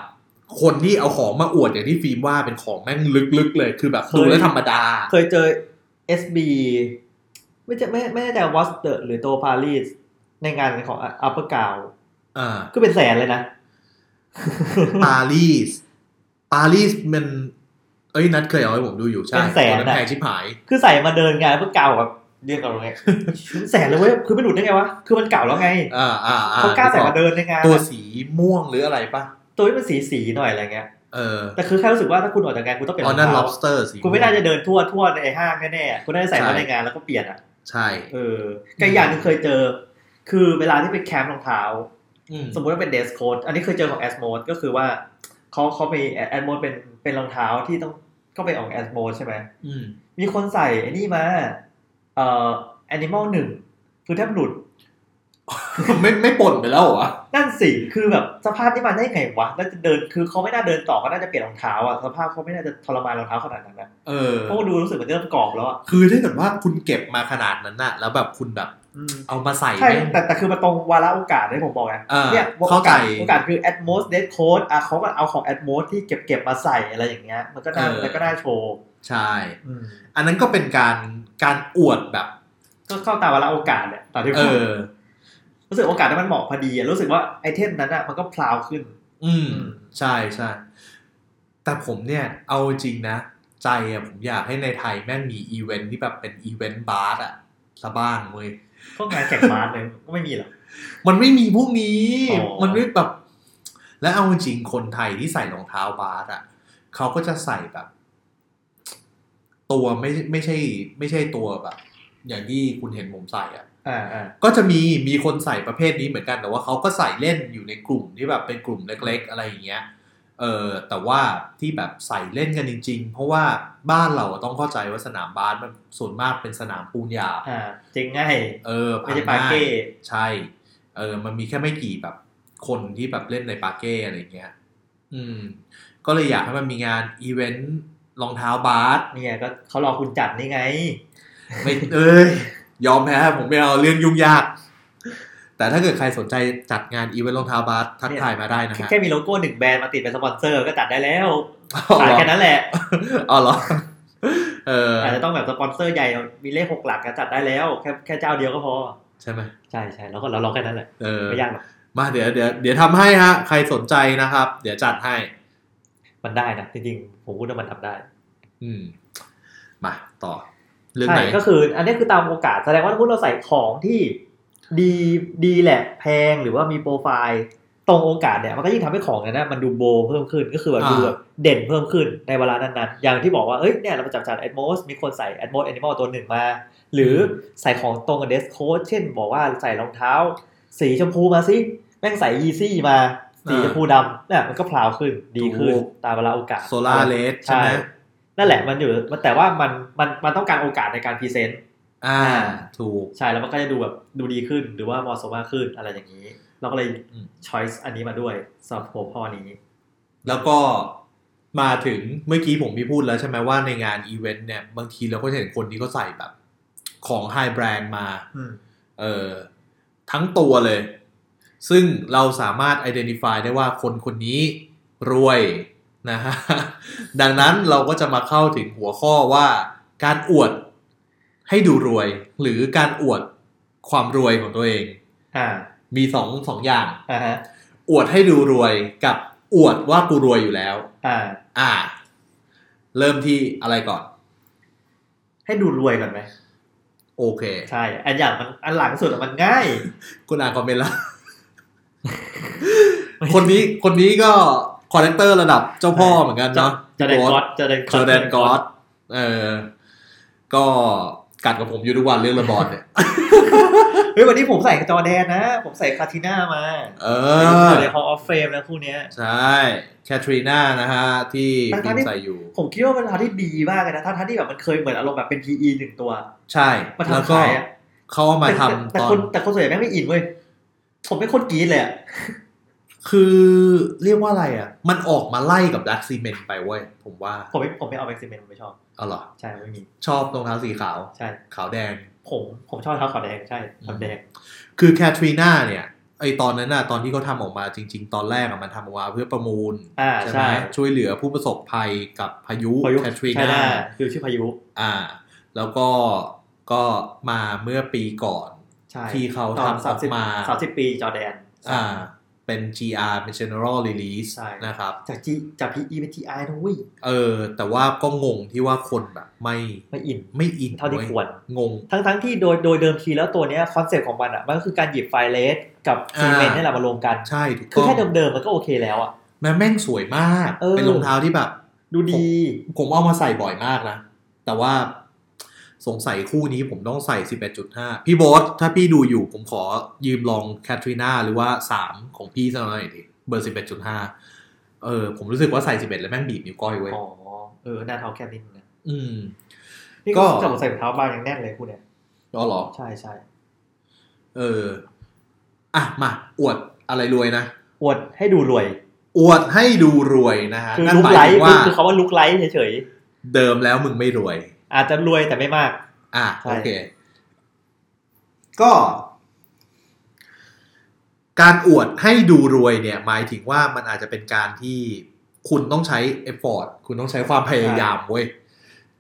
[SPEAKER 2] คนที่เอาของมาอวดอย่างที่ฟิล์มว่าเป็นของแม่งลึกๆเลย คือแบบดูแล้วธรรมดา
[SPEAKER 1] เคยเจอ SB ไม่ใช่ไม่ไม่แน่ใจวอสเตอร์หรือโตปารีสในงานของอัปเปอร์กาว
[SPEAKER 2] อ่า
[SPEAKER 1] ก็เป็นแสนเลยนะ
[SPEAKER 2] ปารีส ปารีสมัน เอ้ย นัดเคยเอาให้ผมดูอยู่ใช่
[SPEAKER 1] เป็นแสน
[SPEAKER 2] ตอ
[SPEAKER 1] อะ
[SPEAKER 2] แพงชิบหาย
[SPEAKER 1] คือใส่มาเดินงานอัปเปอร์กาวแบบเรียกเราไง แสนเลยเว้ยคือไม่หลุดได้ไงวะ คือมันเก่าแล้วไง
[SPEAKER 2] อ่าอ่าอ่า
[SPEAKER 1] เขากล้าใส่มาเดินในงาน
[SPEAKER 2] ตัวสีม่วงหรืออะไรป่ะ
[SPEAKER 1] ตัวที่มันสีสีๆหน่อยอะไรเงี้ย
[SPEAKER 2] เออ
[SPEAKER 1] แต่คือแค่รู้สึกว่าถ้าคุณออกจากงานคุณต้องเปลี่ยน
[SPEAKER 2] อ๋
[SPEAKER 1] ร
[SPEAKER 2] อ
[SPEAKER 1] อง
[SPEAKER 2] นั่น
[SPEAKER 1] เท้า
[SPEAKER 2] lobster สิ
[SPEAKER 1] คุณไม่น่าจะเดินทั่วทั่วในห้างแน่ๆคุณน่าจะใส่มาในงานแล้วก็เปลี่ยนอ่ะ
[SPEAKER 2] ใช่
[SPEAKER 1] เออก็อีกอย่างหนึงเคยเจอ คือเวลาที่ไปแคมป์รองเท้า
[SPEAKER 2] อืม
[SPEAKER 1] สมมุติว่าเป็นเดสโค้ดอันนี้เคยเจอของแอสโมดก็คือว่าเขาเขามีแอสโมดเป็นเป็นรองเท้าที่ต้องก็ไปออกแอสโมดใช่ไหม
[SPEAKER 2] อืม
[SPEAKER 1] มีคนใส่ไอ้นี่มา เอ่อแอนิมอลหนึ่งคือแทบหลุด
[SPEAKER 2] ไม่ไม่ป่นไปแล้วเหรอ
[SPEAKER 1] นั่นสิ คือแบบสภาพนี่มันได้ไงวะ แล้วจะเดิน คือเขาไม่น่าเดินต่อเขาน่าจะเปลี่ยนรองเท้าอ่ะ สภาพเขาไม่น่าจะทรมานรองเท้าขนาดนั้นนะ
[SPEAKER 2] เออ
[SPEAKER 1] เพราะว่าดูรู้สึกเหมือนเริ่มกรอบแล้วอ่ะ
[SPEAKER 2] คือถ้าเกิดว่าคุณเก็บมาขนาดนั้นน่ะ แล้วแบบคุณแบบ
[SPEAKER 1] อืม
[SPEAKER 2] เอามาใส่
[SPEAKER 1] ใช่
[SPEAKER 2] แม่ง
[SPEAKER 1] แต่แต่คือมันตรงวาระโอกาสที่ผมบอกไง
[SPEAKER 2] เออ
[SPEAKER 1] เนี่ยโอ
[SPEAKER 2] เข้าใจ
[SPEAKER 1] กาสโอกาสคือ Atmos Dead Code อ่ะเขาก็เอาของ Atmos ที่เก็บเก็บมาใส่อะไรอย่างเงี้ย มันก็น่า
[SPEAKER 2] เออ
[SPEAKER 1] มันก็น่าโชว์
[SPEAKER 2] ใช่ อันนั้นก็เป็นการการอวดแบบ
[SPEAKER 1] ก็เข้าตามวาระโอกาสแหละตอนที่
[SPEAKER 2] เอ
[SPEAKER 1] ผม
[SPEAKER 2] อ
[SPEAKER 1] รู้สึกโอกาสนั้นมันเหมาะพอดีอะรู้สึกว่าไอเทมนั้นอ่ะมันก็พลาวขึ้น
[SPEAKER 2] อืม
[SPEAKER 1] อืม
[SPEAKER 2] ใช่ใช่แต่ผมเนี่ย เอาจริงนะ ใจอะผมอยากให้ในไทยแม่งมีอีเวนท์ที่แบบเป็นอีเวนต์บาร์อะซะบ้างเว้ย
[SPEAKER 1] พวกงานแข่งบาสเลยก็ไม่มีหรอก
[SPEAKER 2] มันไม่มีพวกนี้
[SPEAKER 1] อ๋อ
[SPEAKER 2] มันไม่แบบ และเอาจริงคนไทยที่ใส่รองเท้าบาสอ่ะ เขาก็จะใส่แบบ ตัวไม่ไม่ใช่ ไม่ใช่ตัวแบบ อย่างที่คุณเห็นผมใส่อ่ะ
[SPEAKER 1] อ่าอ่า
[SPEAKER 2] ก็จะมีมีคนใส่ประเภทนี้เหมือนกันแต่ว่าเขาก็ใส่เล่นอยู่ในกลุ่มที่แบบเป็นกลุ่มเล็ก ๆ อะไรอย่างเงี้ย เ เออแต่ว่าที่แบบใส่เล่นกันจริง ๆ เพราะว่าบ้านเราอะต้องเข้าใจว่าสนามบาสมันส่วนมากเป็นสนามปูนหยาบ
[SPEAKER 1] อ่าเจ๊งง่าย
[SPEAKER 2] เออ
[SPEAKER 1] ไม่ใช่ปาเก้
[SPEAKER 2] ง่ยใช่เออมันมีแค่ไม่กี่แบบคนที่แบบเล่นในปาเก้อะไรเงี้ย อืม ก็เลยอยากให้มันมีงานอีเวนต์รองเท้าบาส
[SPEAKER 1] เนี่ยก็เขารอคุณจัดนี่ไง
[SPEAKER 2] ไม่ เอ้ยยอมแพ้ผมไม่เอาเรื่องยุ่งยาก แต่ถ้าเกิดใครสนใจจัดงานอีเวนต์รองเท้าบาสทักทายมาได้นะฮะ
[SPEAKER 1] แค่มีโลโก้หนึ่งแบรนด์มาติดเป็นสปอนเซอร์ก็จัดได้แล้ว
[SPEAKER 2] อ๋อ
[SPEAKER 1] ขาย
[SPEAKER 2] เหรอ
[SPEAKER 1] แค่ นั้นแหละ
[SPEAKER 2] อ๋อเหรอเออ
[SPEAKER 1] อาจจะต้องแบบสปอนเซอร์ใหญ่มีเลขหกหลักก็จัดได้แล้วแค่แค่เจ้าเดียวก็พอ
[SPEAKER 2] ใช่ไหม
[SPEAKER 1] ใช่ใช่แล้วก็เราลองแค่นั้นแหละ
[SPEAKER 2] เออ
[SPEAKER 1] ไม่ยากหรอก
[SPEAKER 2] มาเดี๋ยวเดี๋ยวเดี๋ยวทำให้ฮะ ใครสนใจนะครับ เดี๋ยวจัดให้
[SPEAKER 1] มันได้นะจริงๆผมพูดว่ามันทำได้
[SPEAKER 2] อืม มาต่อ เรื่อง
[SPEAKER 1] ใช่
[SPEAKER 2] ไหน
[SPEAKER 1] ก็คือ อันนี้คือตามโอกาสแสดงว่าถ้าพูดเราใส่ของที่ดีดีแหละแพงหรือว่ามีโปรไฟล์ตรงโอกาสเนี่ยมันก็ยิ่งทำให้ของเนี่ยนะมันดูโบว์เพิ่มขึ้นก็คือแบบดูแบบเด่นเพิ่มขึ้นในเวลานั้นๆอย่างที่บอกว่าเอ้ยเนี่ยเราไปจับจานแอดมอสมีคนใส่แอดมอสแอนิมอลตัวหนึ่งมา หรือใส่ของตรงกับเดสโค้ดเช่นบอกว่าใส่รองเท้า สีชมพูมาสิแม่งใส่ยีซี่มาสีชมพูดำเนี่ยมันก็พลาวขึ้นดีขึ้นตามเวลาโอกาส
[SPEAKER 2] โซล่าเลสใช่ไหม
[SPEAKER 1] นั่นแหละมันอยู่มันแต่ว่ามันมันมันต้องการโอกาสในการพรีเซนต์
[SPEAKER 2] อ่า ถูก
[SPEAKER 1] ใช่แล้วมันก็จะดูแบบดูดีขึ้นหรือว่าเหมาะสมมากขึ้นอะไรอย่างนี้ เราก็เลย
[SPEAKER 2] อืม
[SPEAKER 1] ช้อยส์อันนี้มาด้วยสำหรับหัวข้อนี้
[SPEAKER 2] แล้วก็มาถึงเมื่อกี้ผมพี่พูดแล้วใช่ไหมว่าในงานอีเวนต์เนี่ย บางทีเราก็จะเห็นคนที่เขาใส่แบบ ของไฮแบรนด์มา
[SPEAKER 1] อืม
[SPEAKER 2] เออทั้งตัวเลย ซึ่งเราสามารถ identify ได้ว่าคนคนนี้รวยนะฮะ ดังนั้นเราก็จะมาเข้าถึงหัวข้อว่าการอวดให้ดูรวย หรือการอวดความรวยของตัวเอง
[SPEAKER 1] อ่า
[SPEAKER 2] มีสองสองอย่าง
[SPEAKER 1] อ่าฮะ
[SPEAKER 2] อวดให้ดูรวยกับอวดว่ากูรวยอยู่แล้ว
[SPEAKER 1] อ่า
[SPEAKER 2] อ่า เริ่มที่อะไรก่อน
[SPEAKER 1] ให้ดูรวยก่อนไหม
[SPEAKER 2] โอเค
[SPEAKER 1] ใช่ อันอย่างมันอันหลังสุดอะมันง่าย
[SPEAKER 2] คุณอ่านคอมเม นต์แล้ว คนนี้คนนี้ก็คอร์เรคเตอร์ระดับเจ้าพ่อเหมือนกันเนาะ
[SPEAKER 1] จะได้ก๊อตจะได้
[SPEAKER 2] เจอแดนกอสเออ ก็กัดกับผมอยู่ทุกวันเรื่องระบอดเนี่ย
[SPEAKER 1] เฮ้ยวันนี้ผมใส่จอแดนนะ ผมใส่คาทิน่ามา
[SPEAKER 2] เออ
[SPEAKER 1] ยู่ใน Hall of Fame นะคู่เนี้ย
[SPEAKER 2] ใช่ แคทรีน่านะฮะ ที่
[SPEAKER 1] ทั้
[SPEAKER 2] ที
[SPEAKER 1] งๆ
[SPEAKER 2] ม
[SPEAKER 1] ที่
[SPEAKER 2] ใส่อยู่
[SPEAKER 1] ผมคิดว่ามันเป็นรองเท้าที่ดีมากเลยนะทั้งๆที่แบบมันเคยเหมือนอารมณ์แบบเป็น PE หนึ่งตัว
[SPEAKER 2] ใช่
[SPEAKER 1] มา
[SPEAKER 2] แล้ว
[SPEAKER 1] ทำ
[SPEAKER 2] ก็
[SPEAKER 1] ขายอะ
[SPEAKER 2] เขาเอามาทำ
[SPEAKER 1] แต่
[SPEAKER 2] ต
[SPEAKER 1] แต่
[SPEAKER 2] อน
[SPEAKER 1] คนแต่คนส่วนใหญ่แม่งไม่อินเว้ย ผมไม่คนกรีดเลยอะ
[SPEAKER 2] คือเรียกว่าอะไรอ่ะ มันออกมาไล่กับดักซีเมนไปเว้ย ผมว่า
[SPEAKER 1] ผมไม่ผมไม่เอาแม็กซิเมนผมไม่ชอบ
[SPEAKER 2] เอาเหรอ
[SPEAKER 1] ใช่ไม่มี
[SPEAKER 2] ชอบรองเท้าสีขาว
[SPEAKER 1] ใช่
[SPEAKER 2] ขาวแดง
[SPEAKER 1] ผมผมชอบเท้าขาวแดงใช่ขาวแดง
[SPEAKER 2] คือแคทรีน่าเนี่ยไอตอนนั้นน่ะตอนที่เขาทำออกมาจริง ๆ ตอนแรกอะมันทำออกมาเพื่อประมูล
[SPEAKER 1] อ่า
[SPEAKER 2] ใช่ไหม
[SPEAKER 1] ใช่
[SPEAKER 2] ช่วยเหลือผู้ประสบภัยกับพายุ
[SPEAKER 1] พายุ
[SPEAKER 2] แคทรี
[SPEAKER 1] ใช่
[SPEAKER 2] น่า
[SPEAKER 1] น่าคือชื่อพายุ
[SPEAKER 2] อ่า แล้วก็ก็มาเมื่อปีก่อน
[SPEAKER 1] ใช่
[SPEAKER 2] ที่เขา
[SPEAKER 1] ตอน
[SPEAKER 2] ทำอ
[SPEAKER 1] สา
[SPEAKER 2] อ
[SPEAKER 1] ม
[SPEAKER 2] ก
[SPEAKER 1] สิบ
[SPEAKER 2] มา
[SPEAKER 1] สามสิบปีจอร์แดน
[SPEAKER 2] อ่า เป็น GR เป็น General Release
[SPEAKER 1] ใช่
[SPEAKER 2] นะครับ
[SPEAKER 1] จากจีจากพีอีเป็นทีไอนะเว้ย
[SPEAKER 2] เออ แต่ว่าก็งงที่ว่าคนแบบไม่
[SPEAKER 1] ไม่อิน
[SPEAKER 2] ไม่อิน
[SPEAKER 1] เท่าที่
[SPEAKER 2] ว้ย
[SPEAKER 1] ควร
[SPEAKER 2] งง
[SPEAKER 1] ทั้งทั้งที่โดยโดยเดิมทีแล้วตัวเนี้ยคอนเซ็ปต์ของมันอ่ะมันก็คือการหยิบไฟเลสกับซีเมนต์
[SPEAKER 2] อ่า
[SPEAKER 1] นี่แหละมารวมกัน
[SPEAKER 2] ใช่ถูก
[SPEAKER 1] คือ
[SPEAKER 2] ต้อง
[SPEAKER 1] แค่เดิมๆมันก็โอเคแล้วอ่ะ
[SPEAKER 2] แม่แม่งสวยมาก
[SPEAKER 1] เออ
[SPEAKER 2] เป็นรองเท้าที่แบบ
[SPEAKER 1] ดูดี
[SPEAKER 2] ผมเอามาใส่บ่อยมากนะ แต่ว่าสงสัยคู่นี้ผมต้องใส่ 11.5 พี่โบอสถ้าพี่ดูอยู่ผมขอยืมลองแคทรีนาหรือว่า 3 ของพี่สักหน่อยดิเบอร์ 11.5 เออ ผมรู้สึกว่าใส่ 11 แล้วแม่งบีบนิ้วก้อยเว้ย
[SPEAKER 1] อ๋อเออหน้าเท้าแค่นิดนึงนะ
[SPEAKER 2] อืม
[SPEAKER 1] นี่
[SPEAKER 2] ก็
[SPEAKER 1] ก็จับใส่รองเท้าบางอย่างแน่นเลยคุณเนี่ย
[SPEAKER 2] อ๋อเหรอ
[SPEAKER 1] ใช่ใช่
[SPEAKER 2] เออ อ่ะ มา อวดอะไรรวยนะ
[SPEAKER 1] อวดให้ดูรวย
[SPEAKER 2] อวดให้ดูรวยนะฮะ
[SPEAKER 1] คือ
[SPEAKER 2] นั่น
[SPEAKER 1] ลุก
[SPEAKER 2] หมาย
[SPEAKER 1] ไล
[SPEAKER 2] ถึ
[SPEAKER 1] ท์
[SPEAKER 2] งว่า
[SPEAKER 1] คือเขาว่าลุกไลท์เฉย
[SPEAKER 2] เดิมแล้วมึงไม่รวย
[SPEAKER 1] ๆ อาจจะรวยแต่ไม่มาก
[SPEAKER 2] อ่ะ
[SPEAKER 1] ใช่
[SPEAKER 2] โอเค ก็ การอวดให้ดูรวยเนี่ย หมายถึงว่ามันอาจจะเป็นการที่คุณต้องใช้ effort คุณต้องใช้ความพยายามเว้ย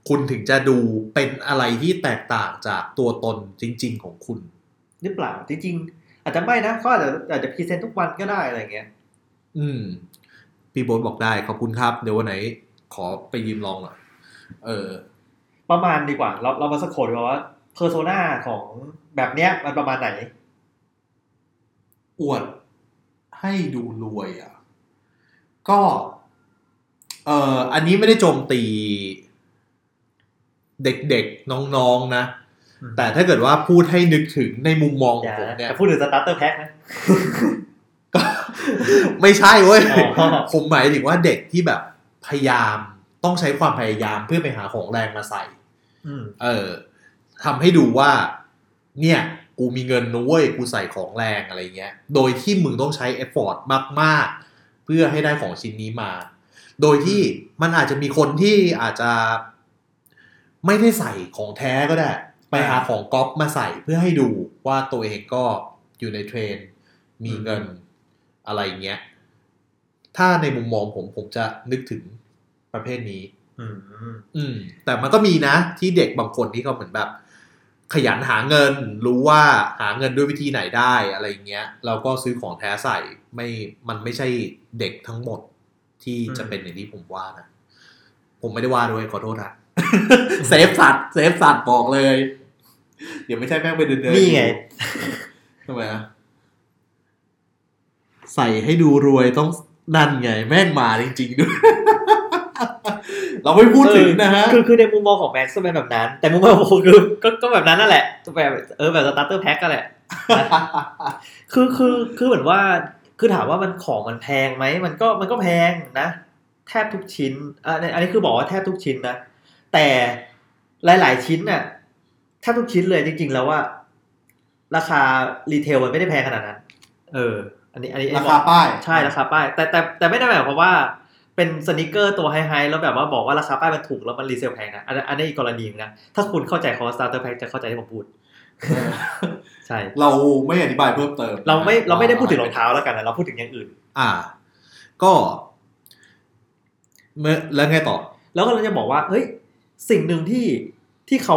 [SPEAKER 2] คุณถึงจะดูเป็นอะไรที่แตกต่างจากตัวตนจริง ๆ ของคุณ
[SPEAKER 1] หรือเปล่าจริงๆ อาจจะไม่นะเขาอาจจะอาจจะพรีเซนต์ทุกวันก็ได้อะไรเงี้ย
[SPEAKER 2] อืม พี่โบ๊ทบอกได้ขอบคุณครับ เดี๋ยววันไหน ขอไปยืมลองหน่อย เออ
[SPEAKER 1] ประมาณดีกว่า เราเรามาสโคดว่าเพอร์โซนาของแบบเนี้ยมันประมาณไหน
[SPEAKER 2] อวดให้ดูรวยอ่ะ ก็ เอ่อ อันนี้ไม่ได้โจมตี เด็กๆ น้องๆนะ
[SPEAKER 1] อืม
[SPEAKER 2] แต่ถ้าเกิดว่าพูดให้นึกถึงในมุมมองของผมเนี่ย
[SPEAKER 1] แต่พูดถึงสตาร์เตอร์แพ็คนะ
[SPEAKER 2] ก็ ไม่ใช่เว้ย
[SPEAKER 1] อ๋อ
[SPEAKER 2] ผมหมายถึงว่าเด็กที่แบบพยายามต้องใช้ความพยายามเพื่อไปหาของแรงมาใส่
[SPEAKER 1] อืม
[SPEAKER 2] เออทำให้ดูว่า เนี่ย กูมีเงินนะเว้ยกูใส่ของแรงอะไรเงี้ย โดยที่มึงต้องใช้เอฟฟอร์ตมาก ๆ เพื่อให้ได้ของชิ้นนี้มา โดยที่มันอาจจะมีคนที่อาจจะ ไม่ได้ใส่ของแท้ก็ได้ ไปหาของก๊อปมาใส่เพื่อให้ดูว่าตัวเองก็อยู่ในเทรนด์มีเงินอะไรเงี้ย ถ้าในมุมมองผมผมจะนึกถึงประเภทนี้
[SPEAKER 1] อืม
[SPEAKER 2] อืมแต่มันก็มีนะที่เด็กบางคนที่เขาเหมือนแบบ ขยันหาเงิน รู้ว่าหาเงินด้วยวิธีไหนได้อะไรอย่างเงี้ยแล้วก็ซื้อของแท้ใส่ไม่มันไม่ใช่เด็กทั้งหมดที่
[SPEAKER 1] อืม
[SPEAKER 2] จะเป็นอย่างที่ผมว่านะ ผมไม่ได้ว่าด้วยขอโทษนะ เซฟสัตว์เซฟสัตว์บอกเลย เดี๋ยวไม่ใช่แม่งไป เดินเดิน
[SPEAKER 1] นี่ไง
[SPEAKER 2] ทำไมอะใส่ให้ดูรวยต้องนั่นไง แม่งมาจริงๆด้วย เราไม่พูดถึงนะฮะ
[SPEAKER 1] คือคือในมุมมองของแม็กซ์ก็เป็นแบบนั้น แต่มุมมองของผมคือก็ก็แบบนั้นนั่นแหละแบบเออแบบสตาร์เตอร์แพ็กก็แหละ คือคือคือเหมือนว่าคือถามว่ามันของมันแพงไหมมันก็มันก็แพงนะ แทบทุกชิ้นอ่ะอันอันนี้คือบอกว่าแทบทุกชิ้นนะ แต่หลาย ๆ ชิ้นน่ะแทบทุกชิ้นเลยจริง ๆ แล้วว่า ราคารีเทลมันไม่ได้แพงขนาดนั้น เออ อันนี้อันนี้อัน
[SPEAKER 2] รา
[SPEAKER 1] นี้ม
[SPEAKER 2] คา
[SPEAKER 1] อง
[SPEAKER 2] ป้าย
[SPEAKER 1] ใช่ราคาป้ายแต่แต่แต่ไม่ได้หมายความว่าเป็นสนิเกอร์ตัวไฮๆแล้วแบบว่าบอกว่าราคาป้ายมันถูกแล้วมันรีเซลแพงนะอันนั้นอันนี้อีกกรณีหนึงนะ ถ้าคุณเข้าใจคำว่าสตาร์เตอร์แพจะเข้าใจที่ผมพูด
[SPEAKER 2] เออ
[SPEAKER 1] ใช่
[SPEAKER 2] เราไม่อธิบายเพิ่มเติม
[SPEAKER 1] เราไม่เราไม่ได้พูดถึงรองเท้าแล้วกันนะเราพูดถึงอย่างอื่น
[SPEAKER 2] อ่า ก็เมื่อแล้วไงต่อ
[SPEAKER 1] แล้วก็เราจะบอกว่าเฮ้ยสิ่งหนึ่งที่ที่เขา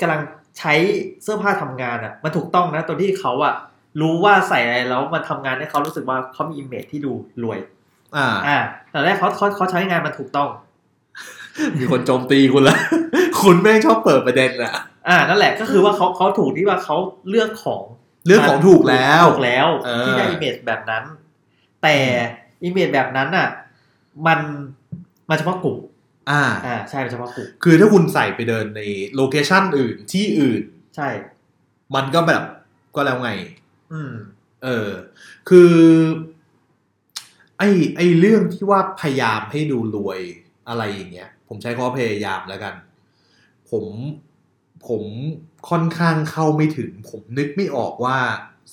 [SPEAKER 1] กำลังใช้เสื้อผ้าทำงานอ่ะ มันถูกต้องนะตอนที่เขาอ่ะรู้ว่าใส่อะไรแล้วมันทำงานให้เขารู้สึกว่าเขามีอิมเมจที่ดูรวย
[SPEAKER 2] อ่า
[SPEAKER 1] อ่าแต่แรกเขาเขาเขาใช้งานมันถูกต้อง
[SPEAKER 2] มีคนโจมตีคุณแล้ว คุณแม่งชอบเปิดประเด็นอะ
[SPEAKER 1] อ่านั่นแหละก็คือว่าเขาเขาถูกที่ว่าเขาเลือกของ
[SPEAKER 2] เรื่องของถูกแล้ว
[SPEAKER 1] ถูกแล้ว
[SPEAKER 2] เออ
[SPEAKER 1] ที่ได้อิมเมจแบบนั้น แต่อิมเมจแบบนั้นอ่ะ มันมันเฉพาะกลุ่ม
[SPEAKER 2] อ่า
[SPEAKER 1] อ่าใช่มันเฉพาะกลุ่ม
[SPEAKER 2] คือถ้าคุณใส่ไปเดินในโลเคชั่นอื่นที่อื่น
[SPEAKER 1] ใช่
[SPEAKER 2] มันก็แบบก็แล้วไง
[SPEAKER 1] อืม
[SPEAKER 2] เออ คือ ไอไอเรื่องที่ว่าพยายามให้ดูรวยอะไรอย่างเงี้ย ผมใช้คำว่าพยายามแล้วกัน ผมผมค่อนข้างเข้าไม่ถึง ผมนึกไม่ออกว่า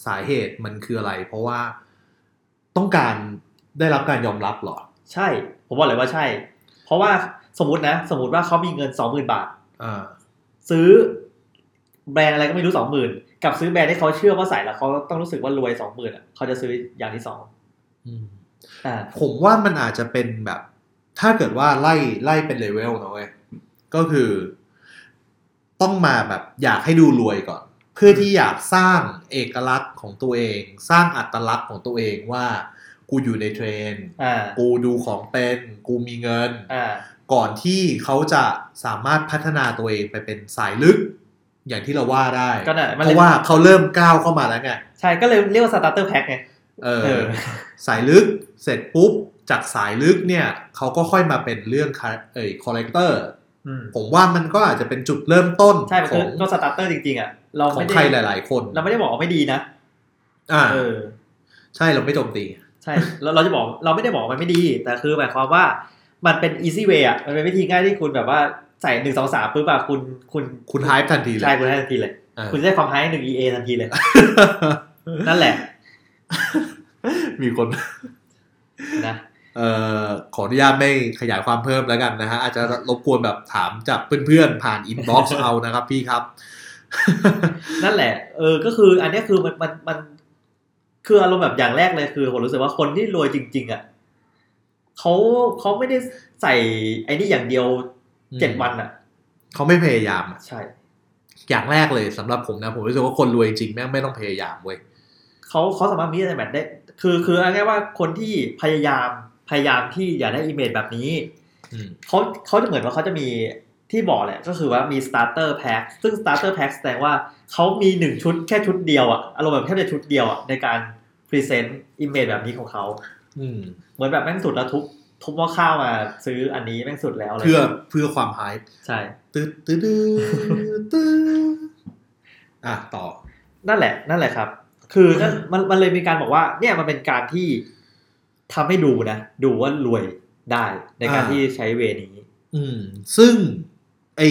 [SPEAKER 2] สาเหตุมันคืออะไร เพราะว่าต้องการได้รับการยอมรับเหรอ
[SPEAKER 1] ใช่ ผมบอกเลยว่าใช่ เพราะว่าสมมตินะ สมมติว่าเขามีเงินสองหมื่นบาท
[SPEAKER 2] อ่า
[SPEAKER 1] ซื้อแบรนด์อะไรก็ไม่รู้สองหมื่นกับซื้อแบรนด์ที่เขาเชื่อว่าใส่แล้วเขาต้องรู้สึกว่ารวยสองหมื่นอ่ะเขาจะซื้ออย่างที่สอง
[SPEAKER 2] อืม
[SPEAKER 1] อ่า
[SPEAKER 2] ผมว่ามันอาจจะเป็นแบบ ถ้าเกิดว่าไล่ไล่เป็นเลเวลนะเว้ยก็คือ ต้องมาแบบอยากให้ดูรวยก่อน เพื่อที่อยากสร้างเอกลักษณ์ของตัวเอง สร้างอัตลักษณ์ของตัวเองว่า กูอยู่ในเทรนด์
[SPEAKER 1] อ่า
[SPEAKER 2] กูดูของเป็น กูมีเงิน
[SPEAKER 1] อ่า
[SPEAKER 2] ก่อนที่เขาจะสามารถพัฒนาตัวเองไปเป็นสายลึก อย่างที่เราว่าได้
[SPEAKER 1] ก็นั่นแหละมัน
[SPEAKER 2] เพ
[SPEAKER 1] เลย
[SPEAKER 2] ราะว่าเขาเริ่มก้าวเข้ามาแล้วไง
[SPEAKER 1] ใช่ก็เลยเรียกว่าสตาร์เตอร์แพ็คไง
[SPEAKER 2] เอ
[SPEAKER 1] เอ
[SPEAKER 2] อ
[SPEAKER 1] อ
[SPEAKER 2] สายลึกเสร็จปุ๊บ จากสายลึกเนี่ยเขาก็ค่อยมาเป็นเรื่องคาเอ่ยคอลเลกเตอร์
[SPEAKER 1] อืม
[SPEAKER 2] ผมว่ามันก็อาจจะเป็นจุดเริ่มต้น
[SPEAKER 1] ใช่มัน
[SPEAKER 2] ข
[SPEAKER 1] คือ อง ก็สตาร์เตอร์จริงๆอ่ะเรา
[SPEAKER 2] ขอ
[SPEAKER 1] ไม่
[SPEAKER 2] ง
[SPEAKER 1] ได้
[SPEAKER 2] ใครหลาย ๆ คน
[SPEAKER 1] เราไม่ได้บอกว่าไม่ดีนะ
[SPEAKER 2] อ่า
[SPEAKER 1] เออ
[SPEAKER 2] ใช่เราไม่โจมตี
[SPEAKER 1] ใช่เราเราจะบอกเราไม่ได้บอกมันไม่ดี แต่คือหมายความว่ามันเป็น easy way อ่ะมันเป็นวิธีง่ายที่คุณแบบว่าใส่หนึ่งสองสามปุ๊บอะคุณคุณ
[SPEAKER 2] คุณไฮป์ทันทีเล
[SPEAKER 1] ใช่
[SPEAKER 2] ย
[SPEAKER 1] คุณได้ทันทีเลย
[SPEAKER 2] เออ
[SPEAKER 1] คุณจะได้ความไฮหนึ่ง ea ทันที เลย นั่นแหละ
[SPEAKER 2] มีคน
[SPEAKER 1] นะ
[SPEAKER 2] เอ่อขออนุญาตไม่ขยายความเพิ่มแล้วกันนะฮะ อาจจะรบกวนแบบถามจากเพื่อนๆ ผ่านอินบ็อกซ์เอานะครับพี่ครับ
[SPEAKER 1] นั่นแหละเออก็คือ อันเนี้ยคือมันมันมันคืออารมณ์แบบอย่างแรกเลยคือผมรู้สึกว่าคนที่รวยจริง ๆอ่ะเขาเขาไม่ได้ใส่ไอ้นี่อย่างเดียวเจ็ดวันอ่ะ
[SPEAKER 2] เขาไม่พยายามอะ
[SPEAKER 1] ใช่
[SPEAKER 2] อย่างแรกเลยสำหรับผมนะ ผมรู้สึกว่าคนรวยจริงแม่งไม่ต้องพยายามเว้ย
[SPEAKER 1] เขาเขาสามารถมีอะไรแบบได้ คือคือเอาง่ายๆว่าคนที่พยายามพยายามที่อยากได้อีเมลแบบนี้
[SPEAKER 2] อืม
[SPEAKER 1] เขาเขาจะเหมือนว่าเขาจะมีที่บอกแหละ ก็คือว่ามี starter pack ซึ่ง starter pack แสดงว่าเขามีหนึ่งชุดแค่ชุดเดียวอะอารมณ์แบบแค่จะชุดเดียวอะในการ present image แบบนี้ของเขา
[SPEAKER 2] อืม
[SPEAKER 1] เหมือนแบบแม่งสุดแล้วทุบทุบหม้อข้าวมาซื้ออันนี้แม่งสุดแล้วะไร
[SPEAKER 2] เพื่อเพื่อความไฮป์
[SPEAKER 1] ใช่
[SPEAKER 2] ตึ๊ดตึ๊ดตึ๊ดตึ๊ดอ่ะต่อ
[SPEAKER 1] นั่นแหละนั่นแหละครับ คือนั่นมันมันเลยมีการบอกว่า เนี่ยมันเป็นการที่ทำให้ดูนะ ดูว่ารวยได้ในการ
[SPEAKER 2] อ่า
[SPEAKER 1] ที่ใช้เวนี้
[SPEAKER 2] อืม ซึ่งไอ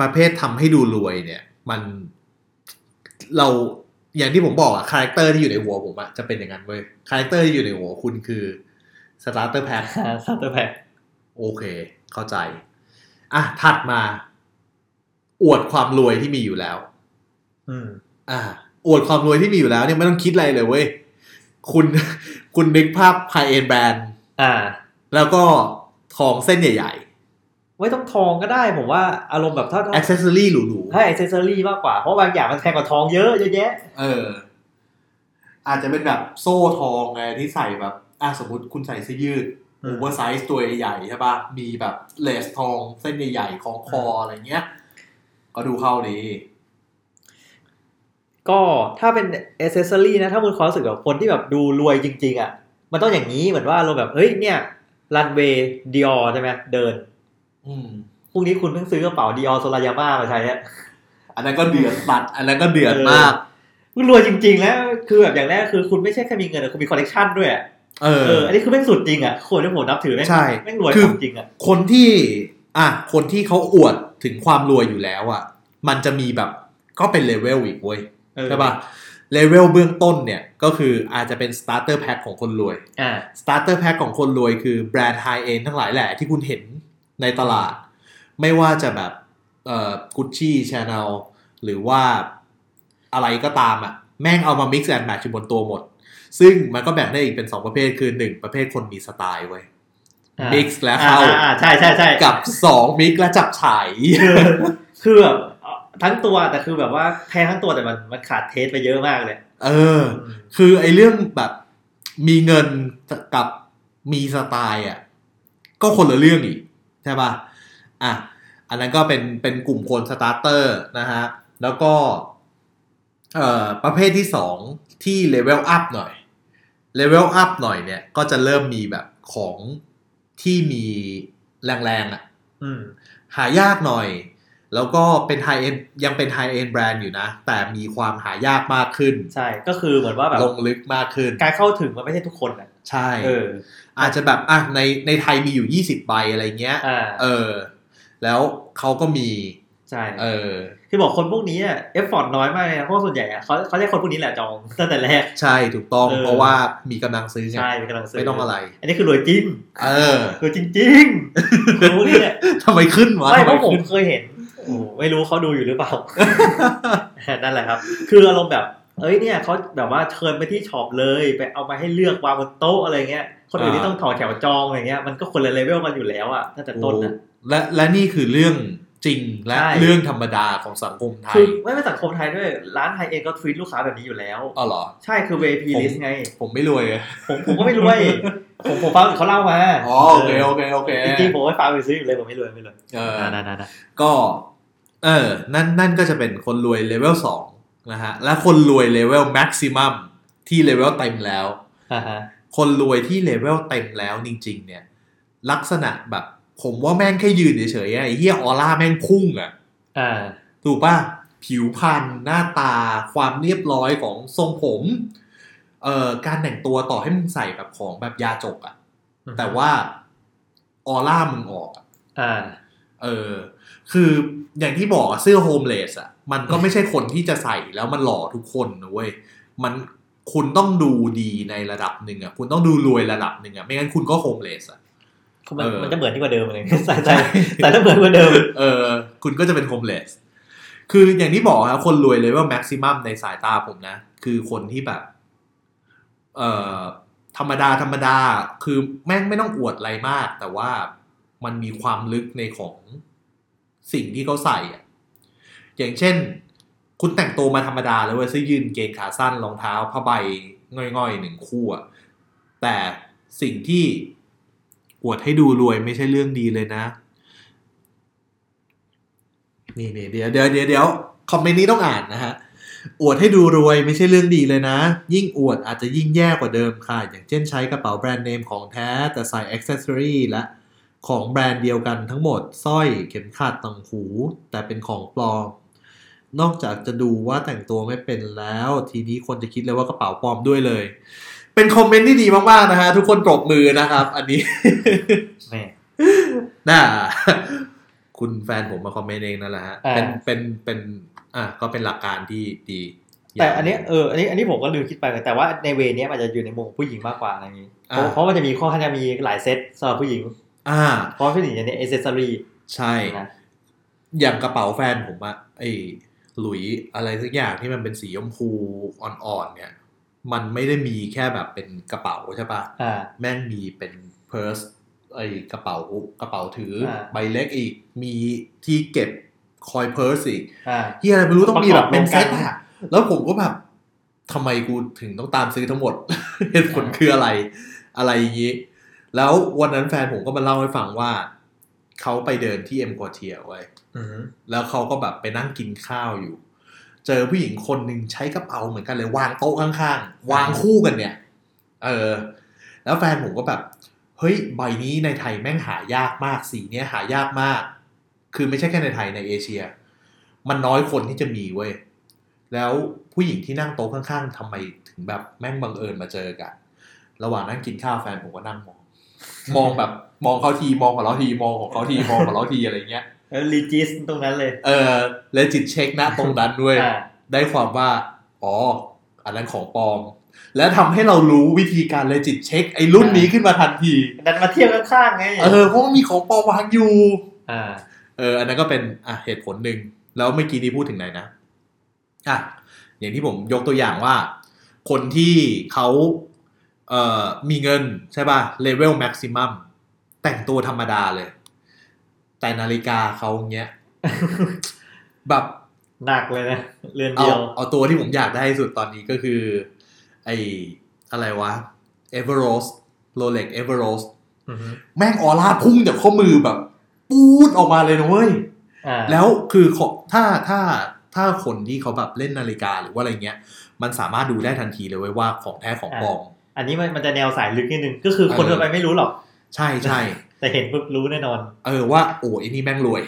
[SPEAKER 2] ประเภททำให้ดูรวยเนี่ย มันเราอย่างที่ผมบอกอะคาแรคเตอร์ที่อยู่ในหัวผมอะจะเป็นอย่างนั้นเว้ยคาแรคเตอร์ที่อยู่ในหัวคุณคือสตาร์เตอร์แพ็ค
[SPEAKER 1] ซัตเตอร์แพค
[SPEAKER 2] โอเค เข้าใจ อ่ะ ถัดมา อวดความรวยที่มีอยู่แล้ว
[SPEAKER 1] อืม
[SPEAKER 2] อ่า อวดความรวยที่มีอยู่แล้วเนี่ยไม่ต้องคิดอะไรเลยเว้ยคุณ คุณนึกภาพไฮเอ็นแบรนด์
[SPEAKER 1] อ่า
[SPEAKER 2] แล้วก็ทองเส้นใหญ่
[SPEAKER 1] ไม่ต้องทองก็ได้ผมว่าอารมณ์แบบถ้า
[SPEAKER 2] ๆอ็อกเซสซอรี่หรูๆ
[SPEAKER 1] ถ้าอิเซอรี่มากกว่า เพราะบางอย่างมันแพงกว่าทองเยอะเยอะแยะ
[SPEAKER 2] เออ อาจจะเป็นแบบโซ่ทองไงที่ใส่แบบ อ่ะสมมติคุณใส่เสื้อยืด
[SPEAKER 1] อื
[SPEAKER 2] โอ
[SPEAKER 1] ม
[SPEAKER 2] เวอร์ไซส์ตัวใหญ่ๆใช่ปะ่ะ มีแบบเลสทองเส้นใหญ่ๆของคออะไรเงี้ย ก็ดูเข้าดี
[SPEAKER 1] ก็ถ้าเป็นอิเซอรี่นะ ถ้าคุณความรู้สึกแบบคนที่แบบดูรวยจริง ๆ อ่ะ มันต้องอย่างนี้เหมือนว่าเราแบบเฮ้ยเนี่ยรันเวย์ดิออใช่ไหมเดิน
[SPEAKER 2] อืม
[SPEAKER 1] พรุ่งนี้คุณเพิ่งซื้อกระเป๋าดิออโซลายาม่ามาใช้อะ
[SPEAKER 2] อันนั้นก็เดือดสัตว์อันนั้นก็เดือดมาก
[SPEAKER 1] คุณรวยจริง ๆ แล้วคือแบบอย่างแรกคือคุณไม่ใช่แค่มีเงินอะคุณมีคอนเนคชันด้วยอะ
[SPEAKER 2] เอ
[SPEAKER 1] เอออันนี้คือแม่งสุดจริงอ่ะคนที่ผมนับถือแม่ง
[SPEAKER 2] ใช่
[SPEAKER 1] แม่งรวย
[SPEAKER 2] คือ
[SPEAKER 1] จริงๆอ่ะ
[SPEAKER 2] คนที่ อ่ะ คนที่เขาอวดถึงความรวยอยู่แล้วอ่ะ มันจะมีแบบก็เป็นเลเวลอีกเว้ย
[SPEAKER 1] เออ
[SPEAKER 2] ใช่ป่ะ เลเวลเบื้องต้นเนี่ย ก็คืออาจจะเป็น starter pack ของคนรวย
[SPEAKER 1] อ่า
[SPEAKER 2] สตาร์เตอร์แพ็คของคนรวยคือแบรนด์ไฮเอ็นทั้งหลายแหละที่คุณเห็นในตลาด ไม่ว่าจะแบบเอ่อกุชชี่ชาแนลหรือว่าอะไรก็ตามอะ่ะ แม่งเอามา mix and match อยู่บนตัวหมด ซึ่งมันก็แบ่งได้อีกเป็น 2 ประเภทคือ 1 ประเภทคนมีสไตล์ไว้ย
[SPEAKER 1] อ่า
[SPEAKER 2] mix และ
[SPEAKER 1] อ่า
[SPEAKER 2] เข้า
[SPEAKER 1] อ่าอ่าใช่ใช่ใช่
[SPEAKER 2] กับ 2 mix และจับฉาย
[SPEAKER 1] คือคือแบบทั้งตัวแต่คือแบบว่าแพ้ทั้งตัวแต่มันมันขาดเทสไปเยอะมากเลย
[SPEAKER 2] เออ คือไอ้เรื่องแบบมีเงินกับมีสไตล์อ่ะก็คนละเรื่องอีก ใช่ป่ะอ่ะอันนั้นก็เป็นเป็นกลุ่มคนสตาร์เตอร์นะฮะ แล้วก็เอ่อประเภทที่สองที่เลเวลอัพหน่อยเลเวลอัพหน่อยเนี่ย ก็จะเริ่มมีแบบของที่มีแรงๆอ่ะ
[SPEAKER 1] อืม
[SPEAKER 2] หายากหน่อย แล้วก็เป็นไฮเอ็นยังเป็นไฮเอ็นแบรนด์อยู่นะ แต่มีความหายากมากขึ้น
[SPEAKER 1] ใช่ก็คือเหมือนว่าแบบ
[SPEAKER 2] ลงลึกมากขึ้น
[SPEAKER 1] การเข้าถึงมันไม่ใช่ทุกคนอ่ะ
[SPEAKER 2] ใช่
[SPEAKER 1] เออ
[SPEAKER 2] อาจจะแบบอ่ะในในไทยมีอยู่ 20 ใบอะไรเงี้ย
[SPEAKER 1] อ่า
[SPEAKER 2] เออ แล้วเขาก็มี
[SPEAKER 1] ใช่
[SPEAKER 2] เออ
[SPEAKER 1] คือบอกคนพวกนี้อ่ะเอฟฟอร์น้อยมากเลยนะเพราะว่าส่วนใหญ่อ่ะเขาเขาเรียกคนพวกนี้แหละจองตั้งแต่แรก
[SPEAKER 2] ใช่ถูกต้อง
[SPEAKER 1] เออ
[SPEAKER 2] เพราะว่ามีกำลังซื้อไง
[SPEAKER 1] ใช่เป็นกำลังซื้อ
[SPEAKER 2] ไม่ต้องอะไร
[SPEAKER 1] อันนี้คือรวยจริง
[SPEAKER 2] เออ
[SPEAKER 1] รวยจริงๆคนพวกนี้เนี่ย
[SPEAKER 2] ทำไมขึ้นวะ
[SPEAKER 1] ไม่เพ
[SPEAKER 2] ทำไม
[SPEAKER 1] ราะผม
[SPEAKER 2] ขึ้น
[SPEAKER 1] เคยเห็นโอ้ไม่รู้เขาดูอยู่ห รือเปล่า นั่นแหละครับ คืออารมณ์แบบ เอ้ยเนี่ยเขาแบบว่าเชิญไปที่ช็อปเลยไปเอามาให้เลือกวางบนโต๊ะอะไรเงี้ย คนอื่นที่ต้องต่อแถวจองอะไรเงี้ย มันก็คนละเลเวลกันอยู่แล้วอะตั้งแต่ต้นอะ
[SPEAKER 2] โอ้และและนี่คือเรื่องจริงและ
[SPEAKER 1] ใช่
[SPEAKER 2] เรื่องธรรมดาของสังคมไท
[SPEAKER 1] คื
[SPEAKER 2] ย
[SPEAKER 1] อไม่เป็นสังคมไทยด้วย ร้านไทยเองก็ทวีตลูกค้าแบบนี้อยู่แล้ว
[SPEAKER 2] อ๋อเหรอ
[SPEAKER 1] ใช่คือ VIP
[SPEAKER 2] ผม
[SPEAKER 1] list ไง
[SPEAKER 2] ผมไม่รวยเลย
[SPEAKER 1] ผมผมก็ไม่รวย ผมผมฟังเขาเล่ามา
[SPEAKER 2] อ๋อโอเคโอเคโอเค
[SPEAKER 1] จริงๆผมไปฟังไปซื้ออยู่เลยผมไม่รวยไม่รวย
[SPEAKER 2] เออ
[SPEAKER 1] นะนะนะ
[SPEAKER 2] ก็ เออ นั่นนั่นก็จะเป็นคนรวยเลเวลสองนะฮะ และคนรวยเลเวลแม็กซิมัมที่เลเวลเต็มแล้ว
[SPEAKER 1] อ่าฮะ
[SPEAKER 2] คนรวยที่เลเวลเต็มแล้วจริง ๆ เนี่ย ลักษณะแบบผมว่าแม่งแค่ยืนเฉยๆอะไอ้เหี้ยออร่าแม่งพุ่งอะ
[SPEAKER 1] อ่า
[SPEAKER 2] ถูกปะผิวพรรณหน้าตาความเรียบร้อยของทรงผมเอ่อการแต่งตัวต่อให้มึงใส่แบบของแบบยาจกอะแต่ว่าออร่ามึงออกอะ
[SPEAKER 1] อ่า
[SPEAKER 2] เออ คืออย่างที่บอกอะเสื้อโฮมเลสอ่ะ มันก็ไม่ใช่คนที่จะใส่แล้วมันหล่อทุกคนนะเว้ย มันคุณต้องดูดีในระดับหนึ่งอ่ะ คุณต้องดูรวยระดับหนึ่งอ่ะ ไม่งั้นคุณก็โฮมเลสอ่ะ
[SPEAKER 1] คือมัน
[SPEAKER 2] เออ
[SPEAKER 1] มันจะเหมือนที่กว่าเดิมเลยใส่ใส่ใส่แล้วเหมือนกว่าเดิม
[SPEAKER 2] เออ คุณก็จะเป็นโฮมเลส คืออย่างที่บอกครับคนรวยเลยว่าแม็กซิมัมในสายตาผมนะ คือคนที่แบบ เอ่อ ธรรมดาธรรมดา คือแม่งไม่ต้องอวดอะไรมาก แต่ว่ามันมีความลึกในของสิ่งที่เขาใส่อะอย่างเช่น คุณแต่งตัวมาธรรมดาเลยเว้ยเสื้อยืนเกงขาสั้นรองเท้าผ้าใบง่อยๆหนึ่งคู่อะแต่สิ่งที่อวดให้ดูรวยไม่ใช่เรื่องดีเลยนะ นี่นี่เดี๋ยวเดี๋ยวเดี๋ยวเดี๋ยวคอมเมนต์นี้ต้องอ่านนะฮะ อวดให้ดูรวยไม่ใช่เรื่องดีเลยนะ ยิ่งอวดอาจจะยิ่งแย่กว่าเดิมค่ะ อย่างเช่นใช้กระเป๋าแบรนด์เนมของแท้ แต่ใส่อ็อกเซสซอรีและของแบรนด์เดียวกันทั้งหมดสร้อยเข็มขัดต่างหู แต่เป็นของปลอม นอกจากจะดูว่าแต่งตัวไม่เป็นแล้ว ทีนี้คนจะคิดเลยว่ากระเป๋าปลอมด้วยเลย เป็นคอมเมนต์ที่ดีมากๆนะฮะทุกคนปรบมือนะครับ อันนี้
[SPEAKER 1] แม่
[SPEAKER 2] น่า คุณแฟนผมมาคอมเมนต์เองนั่นแหละฮะ
[SPEAKER 1] อ่า
[SPEAKER 2] เป็นเป็นเป็นอ่ะก็เป็นหลักการที่ดี
[SPEAKER 1] แต่อันเนี้ยเอออันนี้อันนี้ผมก็ลืมคิดไปแต่ว่าในเวเนี้ยมันจะอยู่ในมุมของผู้หญิงมากกว่าอะไรอย่างนี้เพราะเพราะมันจะมีข้อห้ามจะมีหลายเซตสำหรับผู้หญิง
[SPEAKER 2] อ่า
[SPEAKER 1] เพราะผู้หญิงจะเนี่ยเอเซอรี่
[SPEAKER 2] ใช่
[SPEAKER 1] นะ
[SPEAKER 2] อย่างกระเป๋าแฟนผมอะไอ้หลุยอะไรสักอย่างที่มันเป็นสีชมพูอ่อนๆเนี่ย มันไม่ได้มีแค่แบบเป็นกระเป๋าใช่ปะ
[SPEAKER 1] อ่า
[SPEAKER 2] แม่งมีเป็นเพิร์สไอ้กระเป๋ากระเป๋าถืออา ใบเล็กอีกมีที่เก็บคอยเพิร์สอีก
[SPEAKER 1] อ่า
[SPEAKER 2] ที่อะไรไม่รู้ต้องมีแบบเป็นเซ็ต
[SPEAKER 1] ประกอบรวมกั
[SPEAKER 2] อะ
[SPEAKER 1] น
[SPEAKER 2] แล้วผมก็แบบทำไมกูถึงต้องตามซื้อทั้งหมด เหตุผลคืออะไร อะไรอย่างนี้ แล้ววันนั้นแฟนผมก็มาเล่าให้ฟังว่าเขาไปเดินที่เอ็มควอเทียไว้ย
[SPEAKER 1] อืม
[SPEAKER 2] แล้วเขาก็แบบไปนั่งกินข้าวอยู่ เจอผู้หญิงคนหนึ่งใช้กระเป๋าเหมือนกันเลยวางโต๊ะข้างๆ วางคู่กันเนี่ย เออ แล้วแฟนผมก็แบบ เฮ้ยใบนี้ในไทยแม่งหายากมาก สีเนี้ยหายากมาก คือไม่ใช่แค่ในไทยในเอเชีย มันน้อยคนที่จะมีเว้ย แล้วผู้หญิงที่นั่งโต๊ะข้างๆทำไมถึงแบบแม่งบังเอิญมาเจอกัน ระหว่างนั่งกินข้าวแฟนผมก็นั่งมอง มองแบบมองเขาทีมองของเราทีมองของเขาทีมองของเราทีอะไรเงี้ย
[SPEAKER 1] แล้วรีจิสตรงนั้นเลย
[SPEAKER 2] เออและจิตเช็คนะตรงนั้นด้วย
[SPEAKER 1] อ่า
[SPEAKER 2] ได้ความว่า อ๋อ อันนั้นของปลอม และทำให้เรารู้วิธีการเลยจิตเช็ค ไอ้รุ่นนี้ขึ้นมาทันที
[SPEAKER 1] ดันมาเทียบข้างๆไง
[SPEAKER 2] เออเพราะว่ามีของปลอมวางอยู่
[SPEAKER 1] อ่า
[SPEAKER 2] เออ อันนั้นก็เป็นอ่ะเหตุผลหนึ่ง แล้วเมื่อกี้นี้พูดถึงไหนนะ อ่ะ อย่างที่ผมยกตัวอย่างว่า คนที่เขาเอ่อมีเงินใช่ป่ะเลเวลแม็กซิมัมแต่งตัวธรรมดาเลย แต่นาฬิกาเขาเงี้ย แบบ
[SPEAKER 1] หนักเลยนะเรือน
[SPEAKER 2] เอา
[SPEAKER 1] เดียว
[SPEAKER 2] เอาตัวที่ผมอยากได้ที่สุดตอนนี้ก็คือ ไออะไรวะ e v e r o s t Rolex e v e r o s t
[SPEAKER 1] อือฮึ
[SPEAKER 2] แม่งออร่าพุ่งจากข้อมือแบบ ปูดออกมาเลยนะเว้ย
[SPEAKER 1] อ่า
[SPEAKER 2] แล้วคือขอถ้าถ้าถ้าคนที่เขาแบบเล่นนาฬิกาหรือว่าอะไรเงี้ย มันสามารถดูได้ทันทีเลยเว้ยว่าของแท้ของปลอม
[SPEAKER 1] อันนี้มันมันจะแนวสายลึกนิดนึงก็คือคน
[SPEAKER 2] เออ
[SPEAKER 1] ทั่วไปไม่รู้หรอก
[SPEAKER 2] ใช่ใช่
[SPEAKER 1] แต่เห็นปุ๊บรู้แน่นอน
[SPEAKER 2] เออว่าโอ้ไอ้นี่แม่งรวย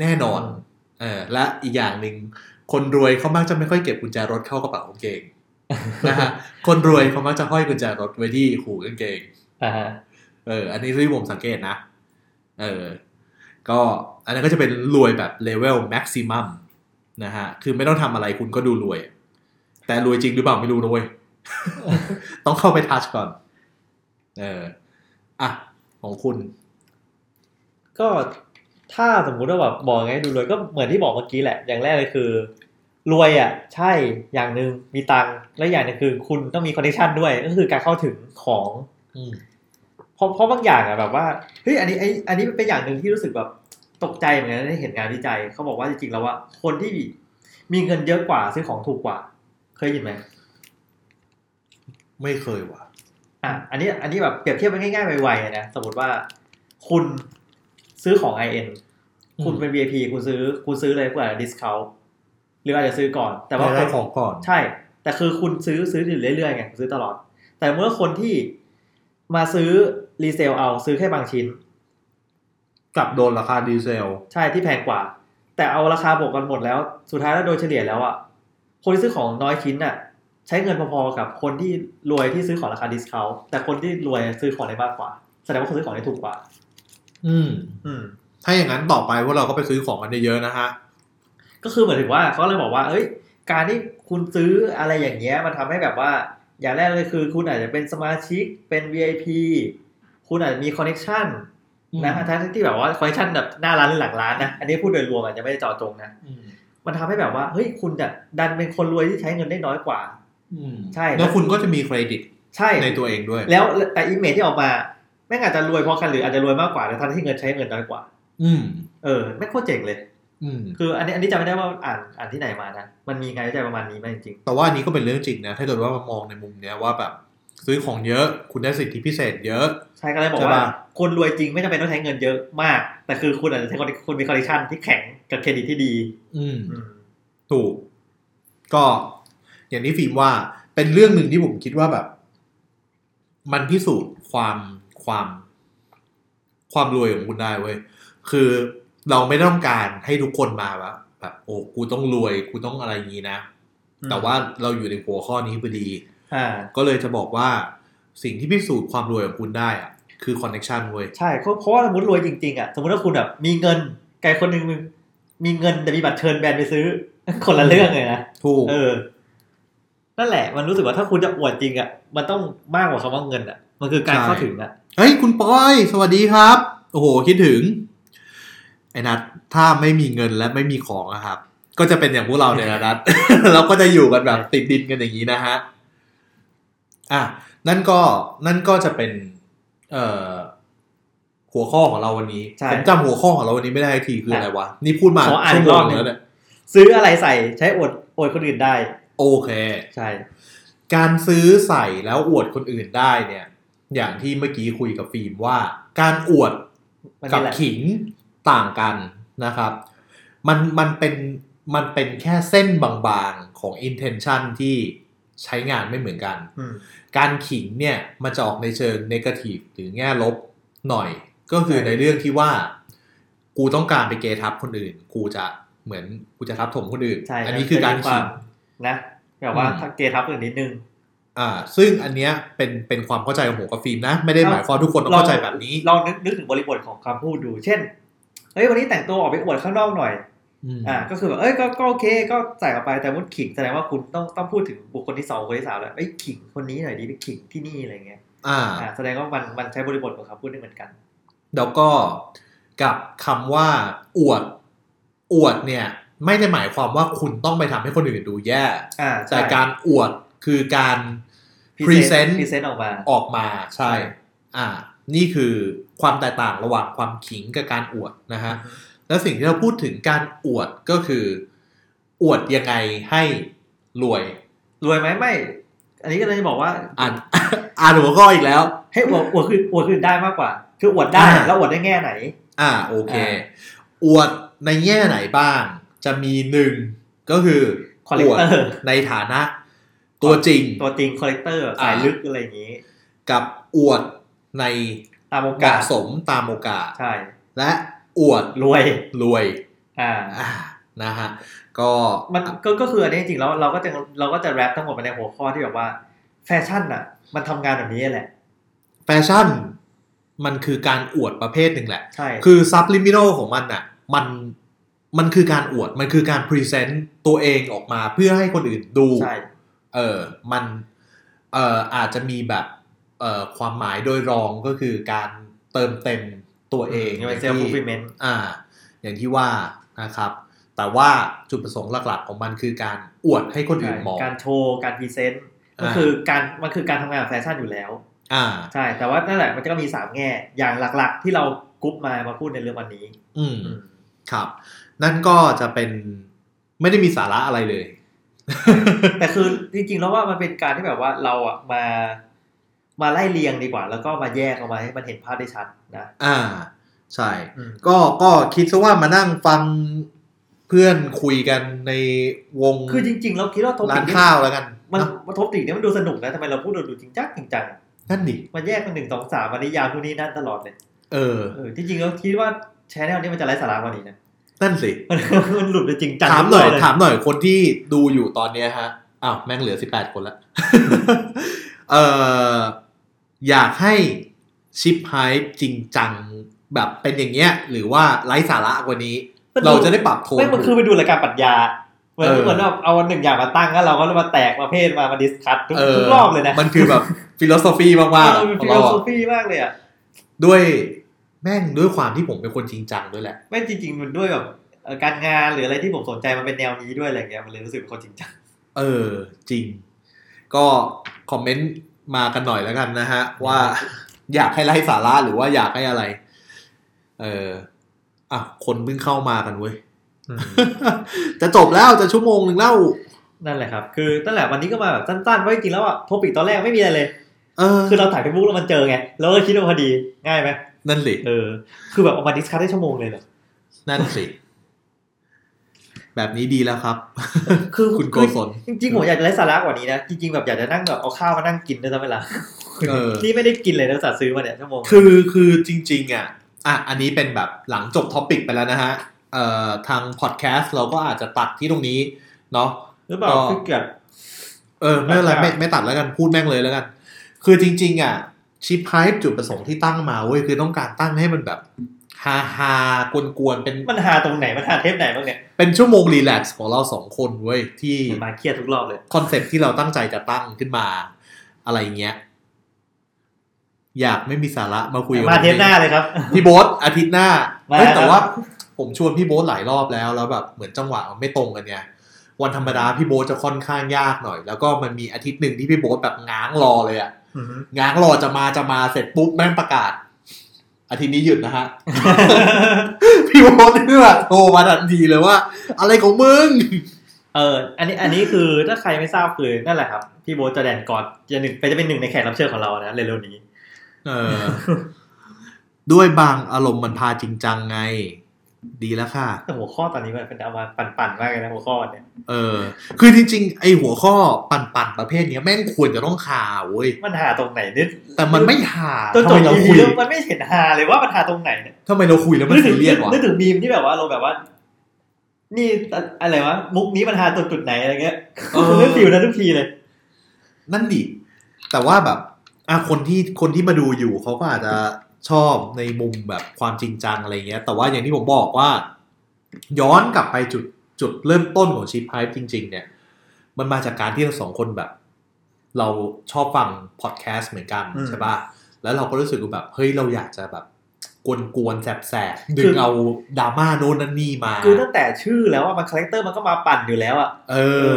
[SPEAKER 2] แน่นอน
[SPEAKER 1] อืม
[SPEAKER 2] เออและอีกอย่างหนึ่งคนรวยเขามักจะไม่ค่อยเก็บกุญแจรถเข้ากระเป๋ากางเก ง นะฮะคนรวยเขามักจะห้อยกุญแจรถไว้ที่หูกางเกง
[SPEAKER 1] อ่าฮะ
[SPEAKER 2] เออ อันนี้ที่ผมสังเกตนะ เออ ก็อันนั้นก็จะเป็นรวยแบบเลเวลแม็กซิมัมนะฮะ คือไม่ต้องทำอะไรคุณก็ดูรวย แต่รวยจริงหรือเปล่าไม่รู้นะเว้ย ต้องเข้าไปทัชก่อน เออ อ่ะ ของคุณ
[SPEAKER 1] ก็ถ้าสมมุติว่าแบบบอกไงดูรวยก็เหมือนที่บอกเมื่อกี้แหละ อย่างแรกเลยคือ รวยอ่ะ ใช่อย่างหนึ่งมีตังค์และอย่างหนึงคือคุณต้องมีคอนเนคชันด้วยก็คือการเข้าถึงของ
[SPEAKER 2] อืม
[SPEAKER 1] เพราะเพราะบางอย่างอะแบบว่าเฮ้ยอันนี้ไออันนี้มันเป็นอย่างหนึ่งที่รู้สึกแบบตกใจเหมือนกันได้เห็นงานวิจัยเขาบอกว่าจริงๆแล้วว่าคนที่มีเงินเยอะกว่าซื้อของถูกกว่า เคยยินไหม
[SPEAKER 2] ไม่เคยว่ะ
[SPEAKER 1] อ่ะอันนี้อันนี้แบบเปรียบเทียบกันง่ายๆไวๆอะนะสมมติว่าคุณซื้อของ i อเอ็นคุณเป็น VIP คุณซื้อคุณซื้อเลยกว่าดิสคาวหรืออาจจะซื้อก่อน แต่
[SPEAKER 2] แต่
[SPEAKER 1] ว่า
[SPEAKER 2] ว่า
[SPEAKER 1] ค
[SPEAKER 2] ได้
[SPEAKER 1] น
[SPEAKER 2] ของก่อน
[SPEAKER 1] ใช่ แต่คือคุณซื้อซื้ออยู่เรื่อยๆไงซื้อตลอด แต่เมื่อคนที่มาซื้อรีเซลเอาซื้อแค่บางชิ้น
[SPEAKER 2] กลับโดนราคาดีเซล
[SPEAKER 1] ใช่ที่แพงกว่า แต่เอาราคาบวกกันหมดแล้ว สุดท้ายแล้วโดยเฉลี่ยแล้วอ่ะคนที่ซื้อของน้อยชิ้นน่ะ ใช้เงินพอๆกับคนที่รวยที่ซื้อของราคาดิสคาวแต่คนที่รวยซื้อของได้มากกว่าแสดงว่าคนซื้อของได้ถูกกว่า
[SPEAKER 2] อืม
[SPEAKER 1] อืม
[SPEAKER 2] ถ้าอย่างนั้นต่อไปพวกเราก็ไปซื้อของกันเยอะๆนะฮะ
[SPEAKER 1] ก็คือเหมือนถึงว่าเขาเลยบอกว่า เอ้ย การที่คุณซื้ออะไรอย่างเงี้ย มันทำให้แบบว่า อย่างแรกเลยคือคุณอาจจะเป็นสมาชิก เป็น VIP คุณอาจจะมีคอนเน็ชัน
[SPEAKER 2] อืม
[SPEAKER 1] นะฮะทั้งที่แบบว่าคอนเน็ชันแบบหน้าร้านหรือหลังร้านนะ อันนี้พูดโดยรวมอาจจะไม่ได้เจาะจงนะ มันทำให้แบบว่า เฮ้ย คุณจะดันเป็นคนรวยที่ใช้เงินได้น้อยกว่า
[SPEAKER 2] อืม
[SPEAKER 1] ใช่
[SPEAKER 2] แล้วคุณก็จะมีเครดิต
[SPEAKER 1] ใช่
[SPEAKER 2] ในตัวเองด้วย
[SPEAKER 1] แล้วแต่อิมเมจที่ออกมาแม่งอาจจะรวยพอกันหรืออาจจะรวยมากกว่าแต่ทั้งที่เงินใช้เงินน้อยกว่า
[SPEAKER 2] อืม
[SPEAKER 1] เออไม่งโคตรเจ๋งเลย
[SPEAKER 2] อืม
[SPEAKER 1] คือ อันนี้อันนี้จำไม่ได้ว่าอ่านอ่านที่ไหนมานะ มันมีงานวิจัยประมาณนี้ไหมจริง
[SPEAKER 2] แต่ว่าอันนี้ก็เป็นเรื่องจริงนะ ถ้าเกิดว่ามามองในมุมเนี้ยว่าแบบ ซื้อของเยอะ คุณได้สิทธิพิเศษเยอะ
[SPEAKER 1] ใช่ก็เลยบอก
[SPEAKER 2] ใช่
[SPEAKER 1] ว่า
[SPEAKER 2] ปะ
[SPEAKER 1] คนรวยจริงไม่จำเป็นต้องใช้เงินเยอะมาก แต่คือคุณอาจจะใช้คนคุณมีคอนดิชันที่แข็งกับเครดิตที่ดี
[SPEAKER 2] อืม
[SPEAKER 1] อืม
[SPEAKER 2] ถูก ก็อย่างที่ฟิล์มว่าเป็นเรื่องหนึ่งที่ผมคิดว่าแบบ มันพิสูจน์ความความ ความรวยของคุณได้เว้ยคือเราไม่ต้องการให้ทุกคนมาแบบ แบบโอ้กูต้องรวยกูต้องอะไรอย่างนี้นะ
[SPEAKER 1] อืม
[SPEAKER 2] แต่ว่าเราอยู่ในหัวข้อนี้พอดี
[SPEAKER 1] อ่า
[SPEAKER 2] ก็เลยจะบอกว่าสิ่งที่พิสูจน์ความรวยของคุณได้อะคือคอนเน็ชันเว้ย
[SPEAKER 1] ใช่เพราะเพราะว่าสมมติรวยจริงๆอ่ะสมมติว่าคุณแบบมีเงินไกลคนหนึ่งมึงมีเงินแต่มีบัตรเชิญแบรนด์ไปซื้อ คนละเรื่องเลยนะ
[SPEAKER 2] ถูก
[SPEAKER 1] เออ นั่นแหละ มันรู้สึกว่าถ้าคุณจะอวดจริงอ่ะมันต้องมากกว่าคำว่าเงินอ่ะ มันคือการ
[SPEAKER 2] ใช่
[SPEAKER 1] เข้าถึงอ่ะ
[SPEAKER 2] เฮ้ยคุณปอย สวัสดีครับ โอ้โห คิดถึง ไอ้นัทถ้าไม่มีเงินและไม่มีของอะครับ ก็จะเป็นอย่างพวกเราเนี่ยนะนัท เราก็จะอยู่กันแบบติดดินกันอย่างนี้นะฮะอ่ะนั่นก็นั่นก็จะเป็น เอ่อ หัวข้อของเราวันนี้
[SPEAKER 1] ใช่
[SPEAKER 2] ผมจำหัวข้อของเราวันนี้ไม่ได้อีกทีคืออะไรวะนี่พูดมา
[SPEAKER 1] ขออ่านอี
[SPEAKER 2] ชั่
[SPEAKER 1] กรอ
[SPEAKER 2] วโม
[SPEAKER 1] ง บหนึ่ง
[SPEAKER 2] แล้วเนี่ย
[SPEAKER 1] ซื้ออะไรใส่ใช้อวดอวดคนอื่นได้
[SPEAKER 2] โอเค
[SPEAKER 1] ใช่
[SPEAKER 2] การซื้อใส่แล้วอวดคนอื่นได้เนี่ย อย่างที่เมื่อกี้คุยกับฟิล์มว่า การอวด
[SPEAKER 1] มัน
[SPEAKER 2] กับ
[SPEAKER 1] นี่แหละ
[SPEAKER 2] ขิงต่างกันนะครับ มันมันเป็นมันเป็นแค่เส้นบางๆของ intention ที่ใช้งานไม่เหมือนกัน
[SPEAKER 1] อืม
[SPEAKER 2] การขิงเนี่ยมันจะออกในเชิง negative หรือแง่ลบหน่อย ก็คือ
[SPEAKER 1] ใช่
[SPEAKER 2] ในเรื่องที่ว่า กูต้องการไปเกทับคนอื่น กูจะเหมือนกูจะทับถมคนอื่น
[SPEAKER 1] ใช่
[SPEAKER 2] อันนี้คือการ
[SPEAKER 1] มัจะมีคว
[SPEAKER 2] ขิ
[SPEAKER 1] ม
[SPEAKER 2] ง
[SPEAKER 1] นะแบบว่า
[SPEAKER 2] อืม
[SPEAKER 1] ถ้าเกทับอื่นนิดนึง
[SPEAKER 2] อ่าซึ่งอันเนี้ยเป็นเป็นความเข้าใจของผมกับฟิล์มนะ ไม่ได้หมายความทุกคนต้องเข้าใจแบบนี้
[SPEAKER 1] ลองนึกนึกถึงบริบทของคำพูดดู เช่น เฮ้ยวันนี้แต่งตัวออกไปอวดข้างนอกหน่อย
[SPEAKER 2] อ่า
[SPEAKER 1] อ่า ก็คือแบบ เอ้ยก็ก็โอเค ก็ใส่ออกไป แต่มุดขิงแสดงว่าคุณต้องต้องพูดถึงบุคคลที่สองคนที่สามแล้วเอ้ยขิงคนนี้หน่อยดีไปขิงที่นี่อะไรเงี้ย
[SPEAKER 2] อ่า
[SPEAKER 1] อ่า แสดงว่ามันมันใช้บริบทของคำพูดได้เหมือนกัน
[SPEAKER 2] แล้วก็กับคำว่าอวดอวดเนี่ย ไม่ได้หมายความว่าคุณต้องไปทำให้คนอื่นดูแย่
[SPEAKER 1] อ่า
[SPEAKER 2] แต่การอวดคือการ
[SPEAKER 1] พรีเซน
[SPEAKER 2] present
[SPEAKER 1] ต์พรีเซนต์ออกมา
[SPEAKER 2] ออกมาใช่
[SPEAKER 1] ใช่
[SPEAKER 2] อ่า นี่คือความแตกต่างระหว่างความขิงกับการอวดนะฮะ แล้วสิ่งที่เราพูดถึงการอวดก็คือ อวดยังไงให้รวย
[SPEAKER 1] รวยไหมไม่ อันนี้ก็เลยจะบอกว่า
[SPEAKER 2] อ่าน อ่านหัวข้ออีกแล้ว
[SPEAKER 1] ให้อวดอวดคืออวดคือได้มากกว่า คืออวดได้
[SPEAKER 2] อ่า
[SPEAKER 1] แล้วอวดได้แง่ไหน
[SPEAKER 2] อ่าโอเค
[SPEAKER 1] อ่า
[SPEAKER 2] อวดในแง่ไหนบ้าง จะมีหนึ่งก็คือ
[SPEAKER 1] คอลเล
[SPEAKER 2] อก วด
[SPEAKER 1] เตอร์
[SPEAKER 2] ในฐานะ ตัวจริง
[SPEAKER 1] ตัวจริงคอลเลกเตอร์สายลึกอะไรอย่างนี้
[SPEAKER 2] กับอวดใน
[SPEAKER 1] ตามโอก กา
[SPEAKER 2] ระ
[SPEAKER 1] ส
[SPEAKER 2] สมตามโอกาส
[SPEAKER 1] ใช่
[SPEAKER 2] และอวด
[SPEAKER 1] รวย
[SPEAKER 2] รวย
[SPEAKER 1] อ่า
[SPEAKER 2] อ่านะฮะก็
[SPEAKER 1] มันก็ก็คืออันนี้จริงๆแล้วเราก็จะเราก็จะแรปทั้งหมดไปในหัวข้อที่แบบว่า แฟชั่นอ่ะ มันทำงานแบบนี้แหละ
[SPEAKER 2] แฟชั่น มันคือการอวดประเภทหนึ่งแหละ
[SPEAKER 1] ใช่
[SPEAKER 2] คือซับลิมิโนของมันอ่ะมันมันคือการอวดมันคือการพรีเซนต์ตัวเองออกมาเพื่อให้คนอื่นดู
[SPEAKER 1] ใช่
[SPEAKER 2] เออ มัน เอออาจจะมีแบบ เออความหมายโดยรองก็คือการเติมเต็มตัวเอง
[SPEAKER 1] ยังเป็นเซล
[SPEAKER 2] อย่าง
[SPEAKER 1] ล์ฟูลฟิ
[SPEAKER 2] ที่
[SPEAKER 1] เมนต์
[SPEAKER 2] อ่า อย่างที่ว่านะครับ แต่ว่าจุดประสงค์หลักๆของมันคือการอวดให้คนอื่นมอง
[SPEAKER 1] การโชว์การพรีเซนต์
[SPEAKER 2] อ่ามั
[SPEAKER 1] มันคือการมันคือการทำงานแบบแฟชั่นอยู่แล้ว
[SPEAKER 2] อ่า
[SPEAKER 1] ใช่ แต่ว่านั่นแหละมันก็มีสามแง่อย่างหลักๆ ที่เรากรุ๊ปมามาพูดในเรื่องวันนี้
[SPEAKER 2] อืม
[SPEAKER 1] อืม
[SPEAKER 2] ครับ นั่นก็จะเป็นไม่ได้มีสาระอะไรเลย
[SPEAKER 1] แต่คือจริงๆแล้วว่ามันเป็นการที่แบบว่าเราอ่ะมามาไล่เรียงดีกว่า แล้วก็มาแยกออกมาให้มันเห็นภาพได้ชัดนะ
[SPEAKER 2] อ่า ใช่
[SPEAKER 1] อืม
[SPEAKER 2] ก็ก็คิดซะว่ามานั่งฟังเพื่อนคุยกันในวง
[SPEAKER 1] คือจริงๆเราคิดว่าทบ
[SPEAKER 2] ร้า
[SPEAKER 1] ติ
[SPEAKER 2] น
[SPEAKER 1] กนี่
[SPEAKER 2] ข้าวแล้วกัน
[SPEAKER 1] มัน
[SPEAKER 2] เนอะ
[SPEAKER 1] มันทบติกเนี่ยมันดูสนุกนะทำไมเราพูดดูจริงจังจริงจัง
[SPEAKER 2] นั่นดิ
[SPEAKER 1] มันแยกเป็นหนึ่งสองสามวันนี้ยาวทุกนี้นั่นตลอดเลย
[SPEAKER 2] เออ
[SPEAKER 1] เออที่จริงแล้วคิดว่าแชนแนลนี้มันจะไร้สาระกว่านี้นะ
[SPEAKER 2] นั่นสิ
[SPEAKER 1] มันมันหลุดไปจริงจัง
[SPEAKER 2] ถามหน่อย
[SPEAKER 1] ทุกต
[SPEAKER 2] ถามหน่อยคนที่ดูอยู่ตอนเนี้ยฮะ อ้าว แม่งเหลือสิบแปดคน ละ เอออยากให้ชิปไฮป์จริงจังแบบเป็นอย่างเงี้ย หรือว่าไร้สาระกว่านี้
[SPEAKER 1] มัน
[SPEAKER 2] เราจะได้ปรับโทน
[SPEAKER 1] ไม่มันคือไปดูรายการปรัชญาเหมือน
[SPEAKER 2] เออ
[SPEAKER 1] เหมือนแบบเอาหนึ่งอย่างมาตั้งแล้วเราก็มาแตกประเภทมามาดิสคัตทุก
[SPEAKER 2] เ
[SPEAKER 1] ทุกรอบเลยนะ
[SPEAKER 2] มันคือ แบบฟิโลโซฟีมากๆ
[SPEAKER 1] เออมัน
[SPEAKER 2] ข
[SPEAKER 1] เป็
[SPEAKER 2] อนง
[SPEAKER 1] ฟิ
[SPEAKER 2] เรา
[SPEAKER 1] โลโซ
[SPEAKER 2] อะ
[SPEAKER 1] ฟีมากเลยอ่ะ
[SPEAKER 2] ด้วยแม่งด้วยความที่ผมเป็นคนจริงจังด้วยแหละ
[SPEAKER 1] ไม่จริง ๆ มันด้วยแบบเอ่อการงานหรืออะไรที่ผมสนใจมันเป็นแนวนี้ด้วยอะไรเงี้ยมันเลยรู้สึกเป็นคนจริงจัง
[SPEAKER 2] เออ จริง ก็คอมเมนต์มากันหน่อยแล้วกันนะ ฮะ ว่า อยากให้ไล่สาระหรือว่าอยากให้อะไร เอออ่ะคนเพิ่งเข้ามากันเว้ย จะจบแล้วจะชั่วโมงหนึ่งแล้ว
[SPEAKER 1] นั่นแหละครับคือตั้งแต่วันนี้ก็มาแบบสั้นๆเพราะจริงๆแล้วอ่ะทปิกตอนแรกไม่มีอะไรเลย
[SPEAKER 2] เออ
[SPEAKER 1] คือเราถ่ายเฟซบุ๊กแล้วมันเจอไงเราก็คิดว่าพอดีง่ายไหม
[SPEAKER 2] นั่นสิ
[SPEAKER 1] เออ คือแบบเอามาดิสคัทได้ชั่วโมงเลยเหรอ
[SPEAKER 2] นั่นสิ แบบนี้ดีแล้วครับ
[SPEAKER 1] คือ
[SPEAKER 2] คุณโกศล
[SPEAKER 1] จริงๆผมอยากจะไร้สาระกว่านี้นะ จริงๆแบบอยากจะนั่งแบบเอาข้าวมานั่งกินด้วยซ้ำเวลา
[SPEAKER 2] เออ
[SPEAKER 1] นี่ไม่ได้กินเลยนะอุตสัตว์ซื้อมาเนี่ยชั่วโมง
[SPEAKER 2] คือคือจริง ๆ อ่ะ อ่ะ อันนี้เป็นแบบหลังจบท็อปิกไปแล้วนะฮะ เอ่อทางพอดแคสต์เราก็อาจจะตัดที่ตรงนี้เนาะ
[SPEAKER 1] หรือเปล่า
[SPEAKER 2] ก็
[SPEAKER 1] คือเกิด
[SPEAKER 2] เออไม่เป็นไร
[SPEAKER 1] ครับ
[SPEAKER 2] ไม่ไม่ตัดแล้วกันพูดแม่งเลยแล้วกัน คือจริง ๆ อ่ะ ชิปไฮป์จุดประสงค์ที่ตั้งมาเว้ยคือต้องการตั้งให้มันแบบฮาฮากวนๆเป็น
[SPEAKER 1] มันหาตรงไหนมันหาเทปไหนบ้างเนี่ย
[SPEAKER 2] เป็นชั่วโมงรีแลกซ์ของเราสองคนเว้ยที่
[SPEAKER 1] มาเครียดทุกรอบเลย
[SPEAKER 2] คอนเซ็ปต์ที่เราตั้งใจจะตั้งขึ้นมา อะไรเงี้ย อยากไม่มีสาระมาคุยกับ
[SPEAKER 1] มาเทปหน้าเลยครับ
[SPEAKER 2] พี่โบ๊ทอาทิตย์หน้า
[SPEAKER 1] มา
[SPEAKER 2] เฮ้ย
[SPEAKER 1] ค
[SPEAKER 2] แต่
[SPEAKER 1] รับ
[SPEAKER 2] ว่า ผมชวนพี่โบ๊ทหลายรอบแล้วแล้วแบบเหมือนจังหวะมันไม่ตรงกันเนี่ย วันธรรมดาพี่โบ๊ทจะค่อนข้างยากหน่อย แล้วก็มันมีอาทิตย์หนึ่งที่พี่โบ๊ทแบบง้างรอเลยอะ
[SPEAKER 1] อือหือ
[SPEAKER 2] ง้างรอจะมาจะมาเสร็จปุ๊บแม่งประกาศ อาทิตย์นี้หยุดนะฮ ะ พี่โบ๊ทเนี่ยโทรมาทันทีเลยว่า อะไรของมึง
[SPEAKER 1] เออ อันนี้ อันนี้คือถ้าใครไม่ทราบคือนั่นแหละครับพี่โบ๊ทจะแดนกอดจะหนึ่งไปจะเป็นหนึ่งในแขกรับเชิญของเรานะเร็วๆนี้
[SPEAKER 2] เออ ด้วยบางอารมณ์มันพาจริงจังไง ดีแล้วค่ะ
[SPEAKER 1] แต่หัวข้อตอนนี้มันเป็นเอามาปั่นๆมากเลยนะหัวข้อเนี่ย
[SPEAKER 2] เออ คือจริงๆ ไอหัวข้อปั่นๆประเภทเนี้ยแม่งควรจะต้องหาเว้ย
[SPEAKER 1] มันหาตรงไหนนิด
[SPEAKER 2] แต่มันไม่หา
[SPEAKER 1] จนจ
[SPEAKER 2] ทำไม
[SPEAKER 1] บ
[SPEAKER 2] เรา
[SPEAKER 1] อีพี
[SPEAKER 2] คุย
[SPEAKER 1] แล้วมันไม่เห็นหาเลยว่ามันหาตรงไหนเนี่ย
[SPEAKER 2] ทำไมเราคุยแล้วมัน
[SPEAKER 1] นึกถึ
[SPEAKER 2] ซี
[SPEAKER 1] ง
[SPEAKER 2] เรียสวะ
[SPEAKER 1] นึกถึงมีมที่แบบว่าเราแบบว่า นี่อะไรวะมุกนี้มันหาตรงจุดไหนอะไรเงี้ย
[SPEAKER 2] เออ
[SPEAKER 1] เรื่องฟิว นะทุกทีเลย
[SPEAKER 2] นั่นดิ แต่ว่าแบบ อ่ะคนที่คนที่มาดูอยู่เขาก็อาจจะชอบในมุมแบบความจริงจังอะไรเงี้ย แต่ว่าอย่างที่ผมบอกว่า ย้อนกลับไปจุดจุดเริ่มต้นของชิปไฮจริง ๆ เนี่ย มันมาจากการที่เราสองคนแบบ เราชอบฟังพอดแคสต์เหมือนกัน
[SPEAKER 1] อืม
[SPEAKER 2] ใช่ปะแล้วเราก็รู้สึกว่าแบบเฮ้ยเราอยากจะแบบกวนๆแสบๆดึ
[SPEAKER 1] คื
[SPEAKER 2] ง
[SPEAKER 1] อ
[SPEAKER 2] เอาดราม่าโน่นนั่นนี่มา
[SPEAKER 1] คือตั้งแต่ชื่อแล้วว่ามันคาแรคเตอร์มันก็มาปั่นอยู่แล้วอ่ะ
[SPEAKER 2] เออ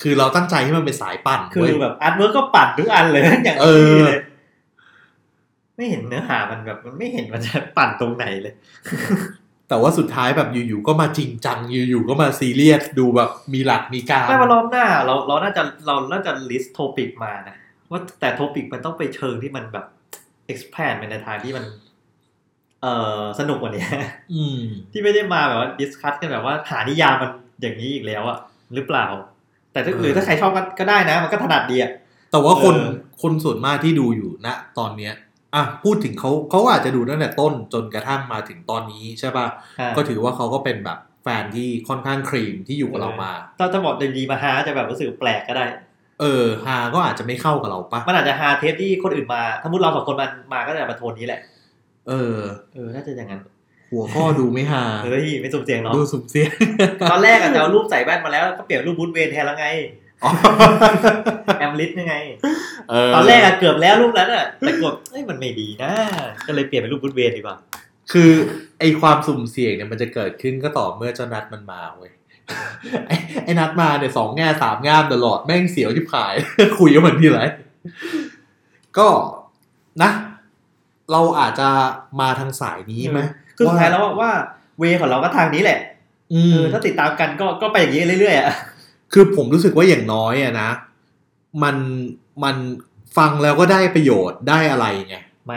[SPEAKER 2] คือเราตั้งใจให้มันเป็นสายปั่น
[SPEAKER 1] คือ
[SPEAKER 2] เว้ย
[SPEAKER 1] แบบอาร์ตเวิร์กก็ปั่นทุกอันเลย อย่าง
[SPEAKER 2] เอ
[SPEAKER 1] ดี
[SPEAKER 2] อ
[SPEAKER 1] เลย ไม่เห็นเนื้อหามันแบบมันไม่เห็นมันจะปั่นตรงไหนเลย
[SPEAKER 2] แต่ว่าสุดท้ายแบบอยู่ๆก็มาจริงจัง อยู่ๆก็มาซีเรียสดูแบบมีหลักมีการ
[SPEAKER 1] ไม่ว่ารอบหน้าเราเราน่าจะเราน่าจะ list topic มานะว่าแต่ topic มันต้องไปเชิงที่มันแบบ expand ไปในทางที่มัน เออสนุกกว่านี้
[SPEAKER 2] อืม
[SPEAKER 1] ที่ไม่ได้มาแบบว่า discuss กันแบบว่าหานิยามมันอย่างนี้อีกแล้วอะหรือเปล่า แต่ถ้า
[SPEAKER 2] เออ
[SPEAKER 1] หรือถ้าใครชอบก็ก็ได้นะ มันก็ถนัดดีอะ
[SPEAKER 2] แต่ว่าคน
[SPEAKER 1] เออ
[SPEAKER 2] คนส่วนมากที่ดูอยู่ณตอนเนี้ย อ่ะพูดถึงเขาเขาอาจจะดูตั้งแต่ต้นจนกระทั่งมาถึงตอนนี้ใช่ป่ะ ก็ถือว่าเขาก็เป็นแบบแฟนที่ค่อนข้างครีมที่อยู่กับเรามา
[SPEAKER 1] ถ้าจะบอกดีๆมาฮาจะแบบรู้สึกแปลกก็ได้
[SPEAKER 2] เออฮาก็อาจจะไม่เข้ากับเราป่ะ
[SPEAKER 1] มันอาจจะฮาเทปที่คนอื่นมา ถ้ามุดเราสองคนมันมาก็จะมาโทนนี้แหละ
[SPEAKER 2] เออ
[SPEAKER 1] เออน่าจะอย่างนั้น
[SPEAKER 2] หัวข้อดูไม่ฮา
[SPEAKER 1] เออพี่ไม่สุ่มเสี่ยงหรอก
[SPEAKER 2] ดูสุ่มเสี่ยง
[SPEAKER 1] ตอนแรกอะจะเอารูปใส่แว่นมาแล้วก็เปลี่ยนรูปบูทเวนแทนแล้วไง
[SPEAKER 2] อ๋อ
[SPEAKER 1] แอมลิสยังไง
[SPEAKER 2] เ
[SPEAKER 1] ตอนแรกอะ เกือบแล้วรูปนั้นอะแต่กดเอ้ยมันไม่ดีนะ ก็เลยเปลี่ยนเป็นรูปบุดเวนดีกว่า
[SPEAKER 2] คือไอความสุ่มเสี่ยงเนี่ยมันจะเกิดขึ้นก็ต่อเมื่อเจ้านัดมันมาเว้ย ไอ้ไอ้นัดมาเนี่ยสองแง่สามงามตลอดแม่งเสียวที่ผาย คุยกับมันทีไรก็นะ เราอาจจะมาทางสายนี้ไหม
[SPEAKER 1] คือสุดท้ายแล้วว่าว่าเวของเราก็ทางนี้แหละ
[SPEAKER 2] อื
[SPEAKER 1] เอ
[SPEAKER 2] ม
[SPEAKER 1] อถ้าติดตามกันก็ก็ไปอย่างนี้เรื่อยๆอะ
[SPEAKER 2] คือผมรู้สึกว่าอย่างน้อยอะนะ มันมันฟังแล้วก็ได้ประโยชน์ได้อะไรไง
[SPEAKER 1] ไหม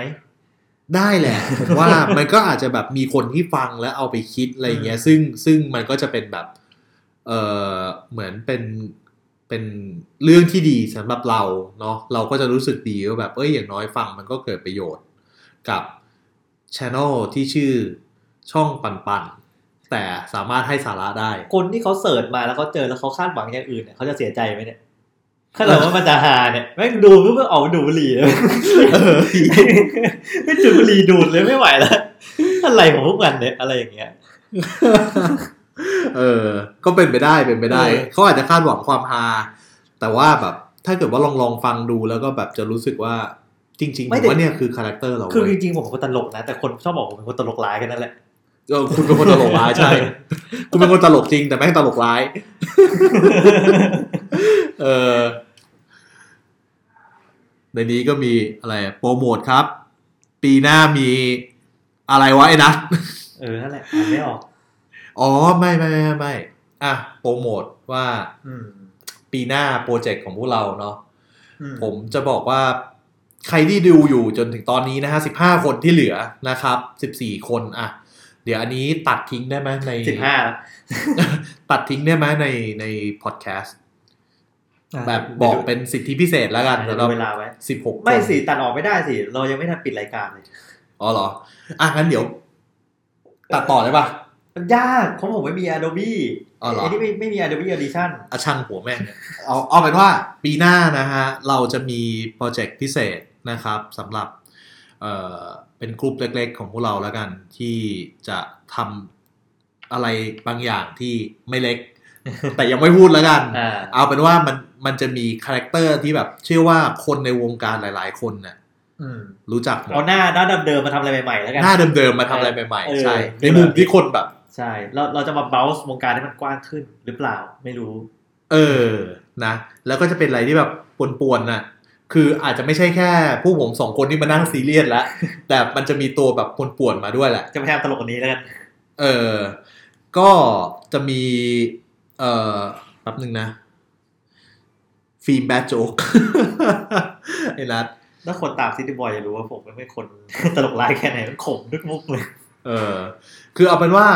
[SPEAKER 2] ได้แหละ ผมว่ามันก็อาจจะแบบมีคนที่ฟังแล้วเอาไปคิดอะไรเงี้ย
[SPEAKER 1] อืม
[SPEAKER 2] ซึ่งซึ่งมันก็จะเป็นแบบ เออเหมือนเป็นเป็นเรื่องที่ดีสำหรับเราเนาะเราก็จะรู้สึกดีว่าแบบเอ้ยอย่างน้อยฟังมันก็เกิดประโยชน์กับช anel ที่ชื่อช่องปันปันๆแต่สามารถให้สาระได้
[SPEAKER 1] คนที่เขาเสิร์ชมาแล้วเขาเจอแล้วเขาคาดหวังอย่างอื่นเนี่ยเขาจะเสียใจไหมเนี่ยถ้าเราว่ามันจะหาเนี่ยแม่งดูเพื่อออกมาดูดบุหรี่เลย
[SPEAKER 2] เออ
[SPEAKER 1] ไม่จุดบุหรี่ดูดเลยไม่ไหวแล้วอะไรของพวกมันเนี่ยอะไรอย่างเงี้ย
[SPEAKER 2] เออ ก็เป็นไปได้เป็นไปได้
[SPEAKER 1] เออ
[SPEAKER 2] เขาอาจจะคาดหวังความฮาแต่ว่าแบบถ้าเกิดว่าลองลองฟังดูแล้วก็แบบจะรู้สึกว่าจริงๆผมว่าเนี่ยคือคาแรคเตอร์เรา
[SPEAKER 1] คือ
[SPEAKER 2] เว้
[SPEAKER 1] จ
[SPEAKER 2] ย
[SPEAKER 1] ริงๆผมเป็นคนตลกนะแต่คนชอบบอกผมเป็นคนตลกร้ายกันนั่นแหละ
[SPEAKER 2] เออคุณเป็นคนตลกร้ายใช่ คุณเป็นคนตลกจริง แต่แม่งตลกร้าย เออในนี้ก็มีอะไรโปรโมทครับ ปีหน้ามีอะไรวะไอ้นัท
[SPEAKER 1] เออนั่นแหละอ่านไม่ออก
[SPEAKER 2] อ๋อไม่ไม่ไม่ไม่ไม่อ่ะโปรโมทว่า
[SPEAKER 1] อืม
[SPEAKER 2] ปีหน้าโปรเจกต์ของพวกเราเนาะ
[SPEAKER 1] อืม
[SPEAKER 2] ผมจะบอกว่าใครที่ดูอยู่จนถึงตอนนี้นะฮะสิบห้าคนที่เหลือนะครับสิบสี่คนอ่ะ เดี๋ยวอันนี้ตัดทิ้งได้ไหมใน
[SPEAKER 1] สิบห้า
[SPEAKER 2] ตัดทิ้งได้ไหมในในพอดแคสต์แบบบอกเป็นสิทธิพิเศษแล้วกัน
[SPEAKER 1] เดี๋ยว
[SPEAKER 2] สำหรับ
[SPEAKER 1] เวลาไว้
[SPEAKER 2] สิบหก
[SPEAKER 1] ไม่สิตัดออกไม่ได้สิ เรายังไม่ทันปิดรายการเลย
[SPEAKER 2] อ๋อเหรอ อ่ะงั้นเดี๋ยว ตัดต่อได้ปะ
[SPEAKER 1] มันยากของผมไม่มี Adobe
[SPEAKER 2] อ๋อเหรอ
[SPEAKER 1] ไอ้นี่ไม่ไม่มี Adobe Audition
[SPEAKER 2] อาช่างหัวแม่งเนี่ยเอาเอาเป็นว่าปีหน้านะฮะ เราจะมีโปรเจกต์พิเศษนะครับสำหรับเอ่อเป็นกลุ่มเล็กๆ ของพวกเราแล้วกัน ที่จะทำอะไรบางอย่างที่ไม่เล็ก แต่ยังไม่พูดแล้วกัน
[SPEAKER 1] อ่า
[SPEAKER 2] เอาเป็นว่ามันมันจะมีคาแรคเตอร์ที่แบบเชื่อว่าคนในวงการหลายๆ คนน่ะ
[SPEAKER 1] อืม
[SPEAKER 2] รู้จักหม
[SPEAKER 1] เอา
[SPEAKER 2] ด
[SPEAKER 1] หน้าหน้าเดิมๆมาทำอะไรใหม่ๆแล้วกัน
[SPEAKER 2] หน้าเดิมๆมาทำอะไรใหม่
[SPEAKER 1] เออ
[SPEAKER 2] ๆใช่ในมุมที่คนแบบ
[SPEAKER 1] ใช่เราเราจะมา bounce วงการให้มันกว้างขึ้นหรือเปล่าไม่รู้
[SPEAKER 2] เออ นะ แล้วก็จะเป็นอะไรที่แบบปวนๆนะคืออาจจะไม่ใช่แค่ผู้ผมสองคนที่มานั่งซีเรียสแล้ว แต่มันจะมีตัวแบบปวนๆมาด้วยแหละ
[SPEAKER 1] จะพยายามตลกกว่านี้แล้วกัน
[SPEAKER 2] เออ ก็จะมี เอ่อแป๊บหนึ่งนะ ฟิล์มแบดโจ๊ก ไอ้นัด
[SPEAKER 1] ถ้าคนตามซิตี้บอยจะรู้ว่าผมไม่เป็นคน ตลกร้ายแค่ไหนมันขมนึกมุกเลย
[SPEAKER 2] เออ คือเอาเป็นว่า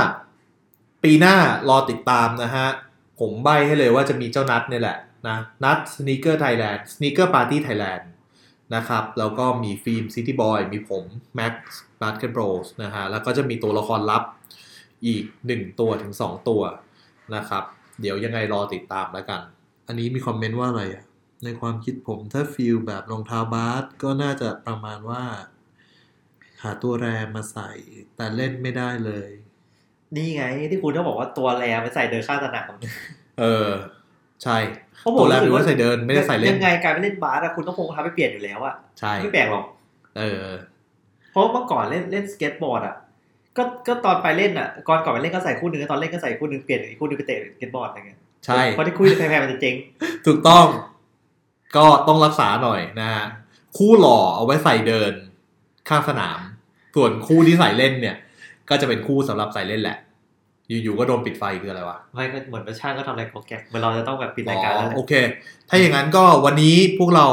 [SPEAKER 2] ปีหน้ารอติดตามนะฮะ ผมใบให้เลยว่าจะมีเจ้านัดเนี่ยแหละนะนัดสเนคเกอร์ไทยแลนด์สเนคเกอร์ปาร์ตี้ไทยแลนด์นะครับ แล้วก็มีฟิล์มซิตี้บอยมีผมแม็กซ์บาร์เกนโบรสนะฮะ แล้วก็จะมีตัวละครลับอีก 1 ตัวถึง 2 ตัวนะครับ เดี๋ยวยังไงรอติดตามแล้วกัน อันนี้มีคอมเมนต์ว่าอะไรอะในความคิดผมถ้าฟิลแบบรองเท้าบาสก็น่าจะประมาณว่า หาตัวแรมมาใส่ แต่เล่นไม่ได้เลย
[SPEAKER 1] นี่ไงที่คุณต้องบอกว่าตัวแรไปใส่เดินข้างสนาม
[SPEAKER 2] เออ ใช่
[SPEAKER 1] เพราะผม
[SPEAKER 2] ตัวแรก
[SPEAKER 1] รู้สึกว่า
[SPEAKER 2] เป็นว่าใส่เดินไม่ได้ใส่เล่น
[SPEAKER 1] ยังไงการไปเล่นบาสอะคุณต้องคงทำไปเปลี่ยนอยู่แล้วอะ
[SPEAKER 2] ใช่
[SPEAKER 1] ไม่แปลกหรอก
[SPEAKER 2] เออ
[SPEAKER 1] เพราะเมื่อก่อนเล่นเล่นสเก็ตบอร์ดอ่ะ ก็ก็ตอนไปเล่นอ่ะ ก่อนก่อนไปเล่นก็ใส่คู่หนึ่งตอนเล่นก็ใส่คู่หนึ่งเปลี่ยนอีกคู่หนึ่งไปเตะสเก็ตบอร์ดอะไรเงี้ย
[SPEAKER 2] ใช่
[SPEAKER 1] เพราะที่คุยแพงๆมันจะเจ๊ง
[SPEAKER 2] ถูกต้อง ก็ต้องรักษาหน่อยนะฮะคู่หล่อเอาไว้ใส่เดินข้างสนาม ส่วนคู่ที่ใส่เล่นเนี่ย ก็จะเป็นคู่สำหรับใส่เล่นแหละ อยู่ๆก็โดนปิดไฟคืออะไรวะ
[SPEAKER 1] ไม่ก็เหมือนว่าช่างก็ทำอะไรของแกเหมือนเราจะต้องแบบปิด
[SPEAKER 2] อ๋
[SPEAKER 1] รายการ
[SPEAKER 2] อ
[SPEAKER 1] แล้วแหละ
[SPEAKER 2] โอเค ถ้าอย่างนั้นก็วันนี้พวกเรา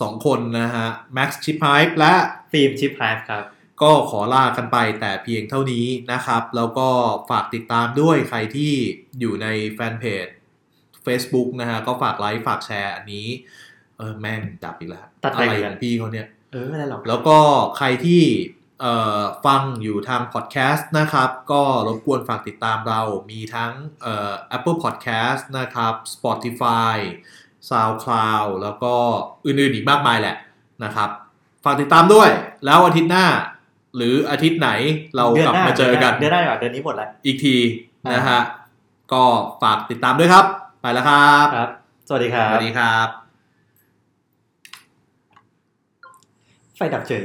[SPEAKER 2] สองคนนะฮะแม็กซ์ชิปไฮและ
[SPEAKER 1] ฟิล์มชิปไฮฟ์ครับ
[SPEAKER 2] ก็ขอลากันไปแต่เพียงเท่านี้นะครับ แล้วก็ฝากติดตามด้วยใครที่อยู่ในแฟนเพจ Facebook นะฮะ ก็ฝากไลค์ฝากแชร์อันนี้ เออแม่งดับอีกแล้ว
[SPEAKER 1] ตัด
[SPEAKER 2] อะ
[SPEAKER 1] ไป
[SPEAKER 2] ไร
[SPEAKER 1] อีก
[SPEAKER 2] ข
[SPEAKER 1] แล้ว
[SPEAKER 2] องพี่เขาเนี่ย
[SPEAKER 1] เออไม่เป็นได้หรอก
[SPEAKER 2] แล้วก็ใครที่เอ่อฟังอยู่ทางพอดแคสต์นะครับ ก็รบกวนฝากติดตามเรา มีทั้งเอ่อ Apple Podcast นะครับ Spotify SoundCloud แล้วก็อื่นๆอีกมากมายแหละนะครับ ฝากติดตามด้วย แล้วอาทิตย์หน้า หรืออาทิตย์ไหนเรากลับมาเจอกัน
[SPEAKER 1] เดือนหน้าดีกว่าเดือนนี้หมดแล้ว
[SPEAKER 2] อีกทีนะฮะ ก็ฝากติดตามด้วยครับ ไปแล้วครับ
[SPEAKER 1] ครับ สวัสดีครั
[SPEAKER 2] ส
[SPEAKER 1] บ
[SPEAKER 2] วัสดีครับ
[SPEAKER 1] ไฟดับเฉย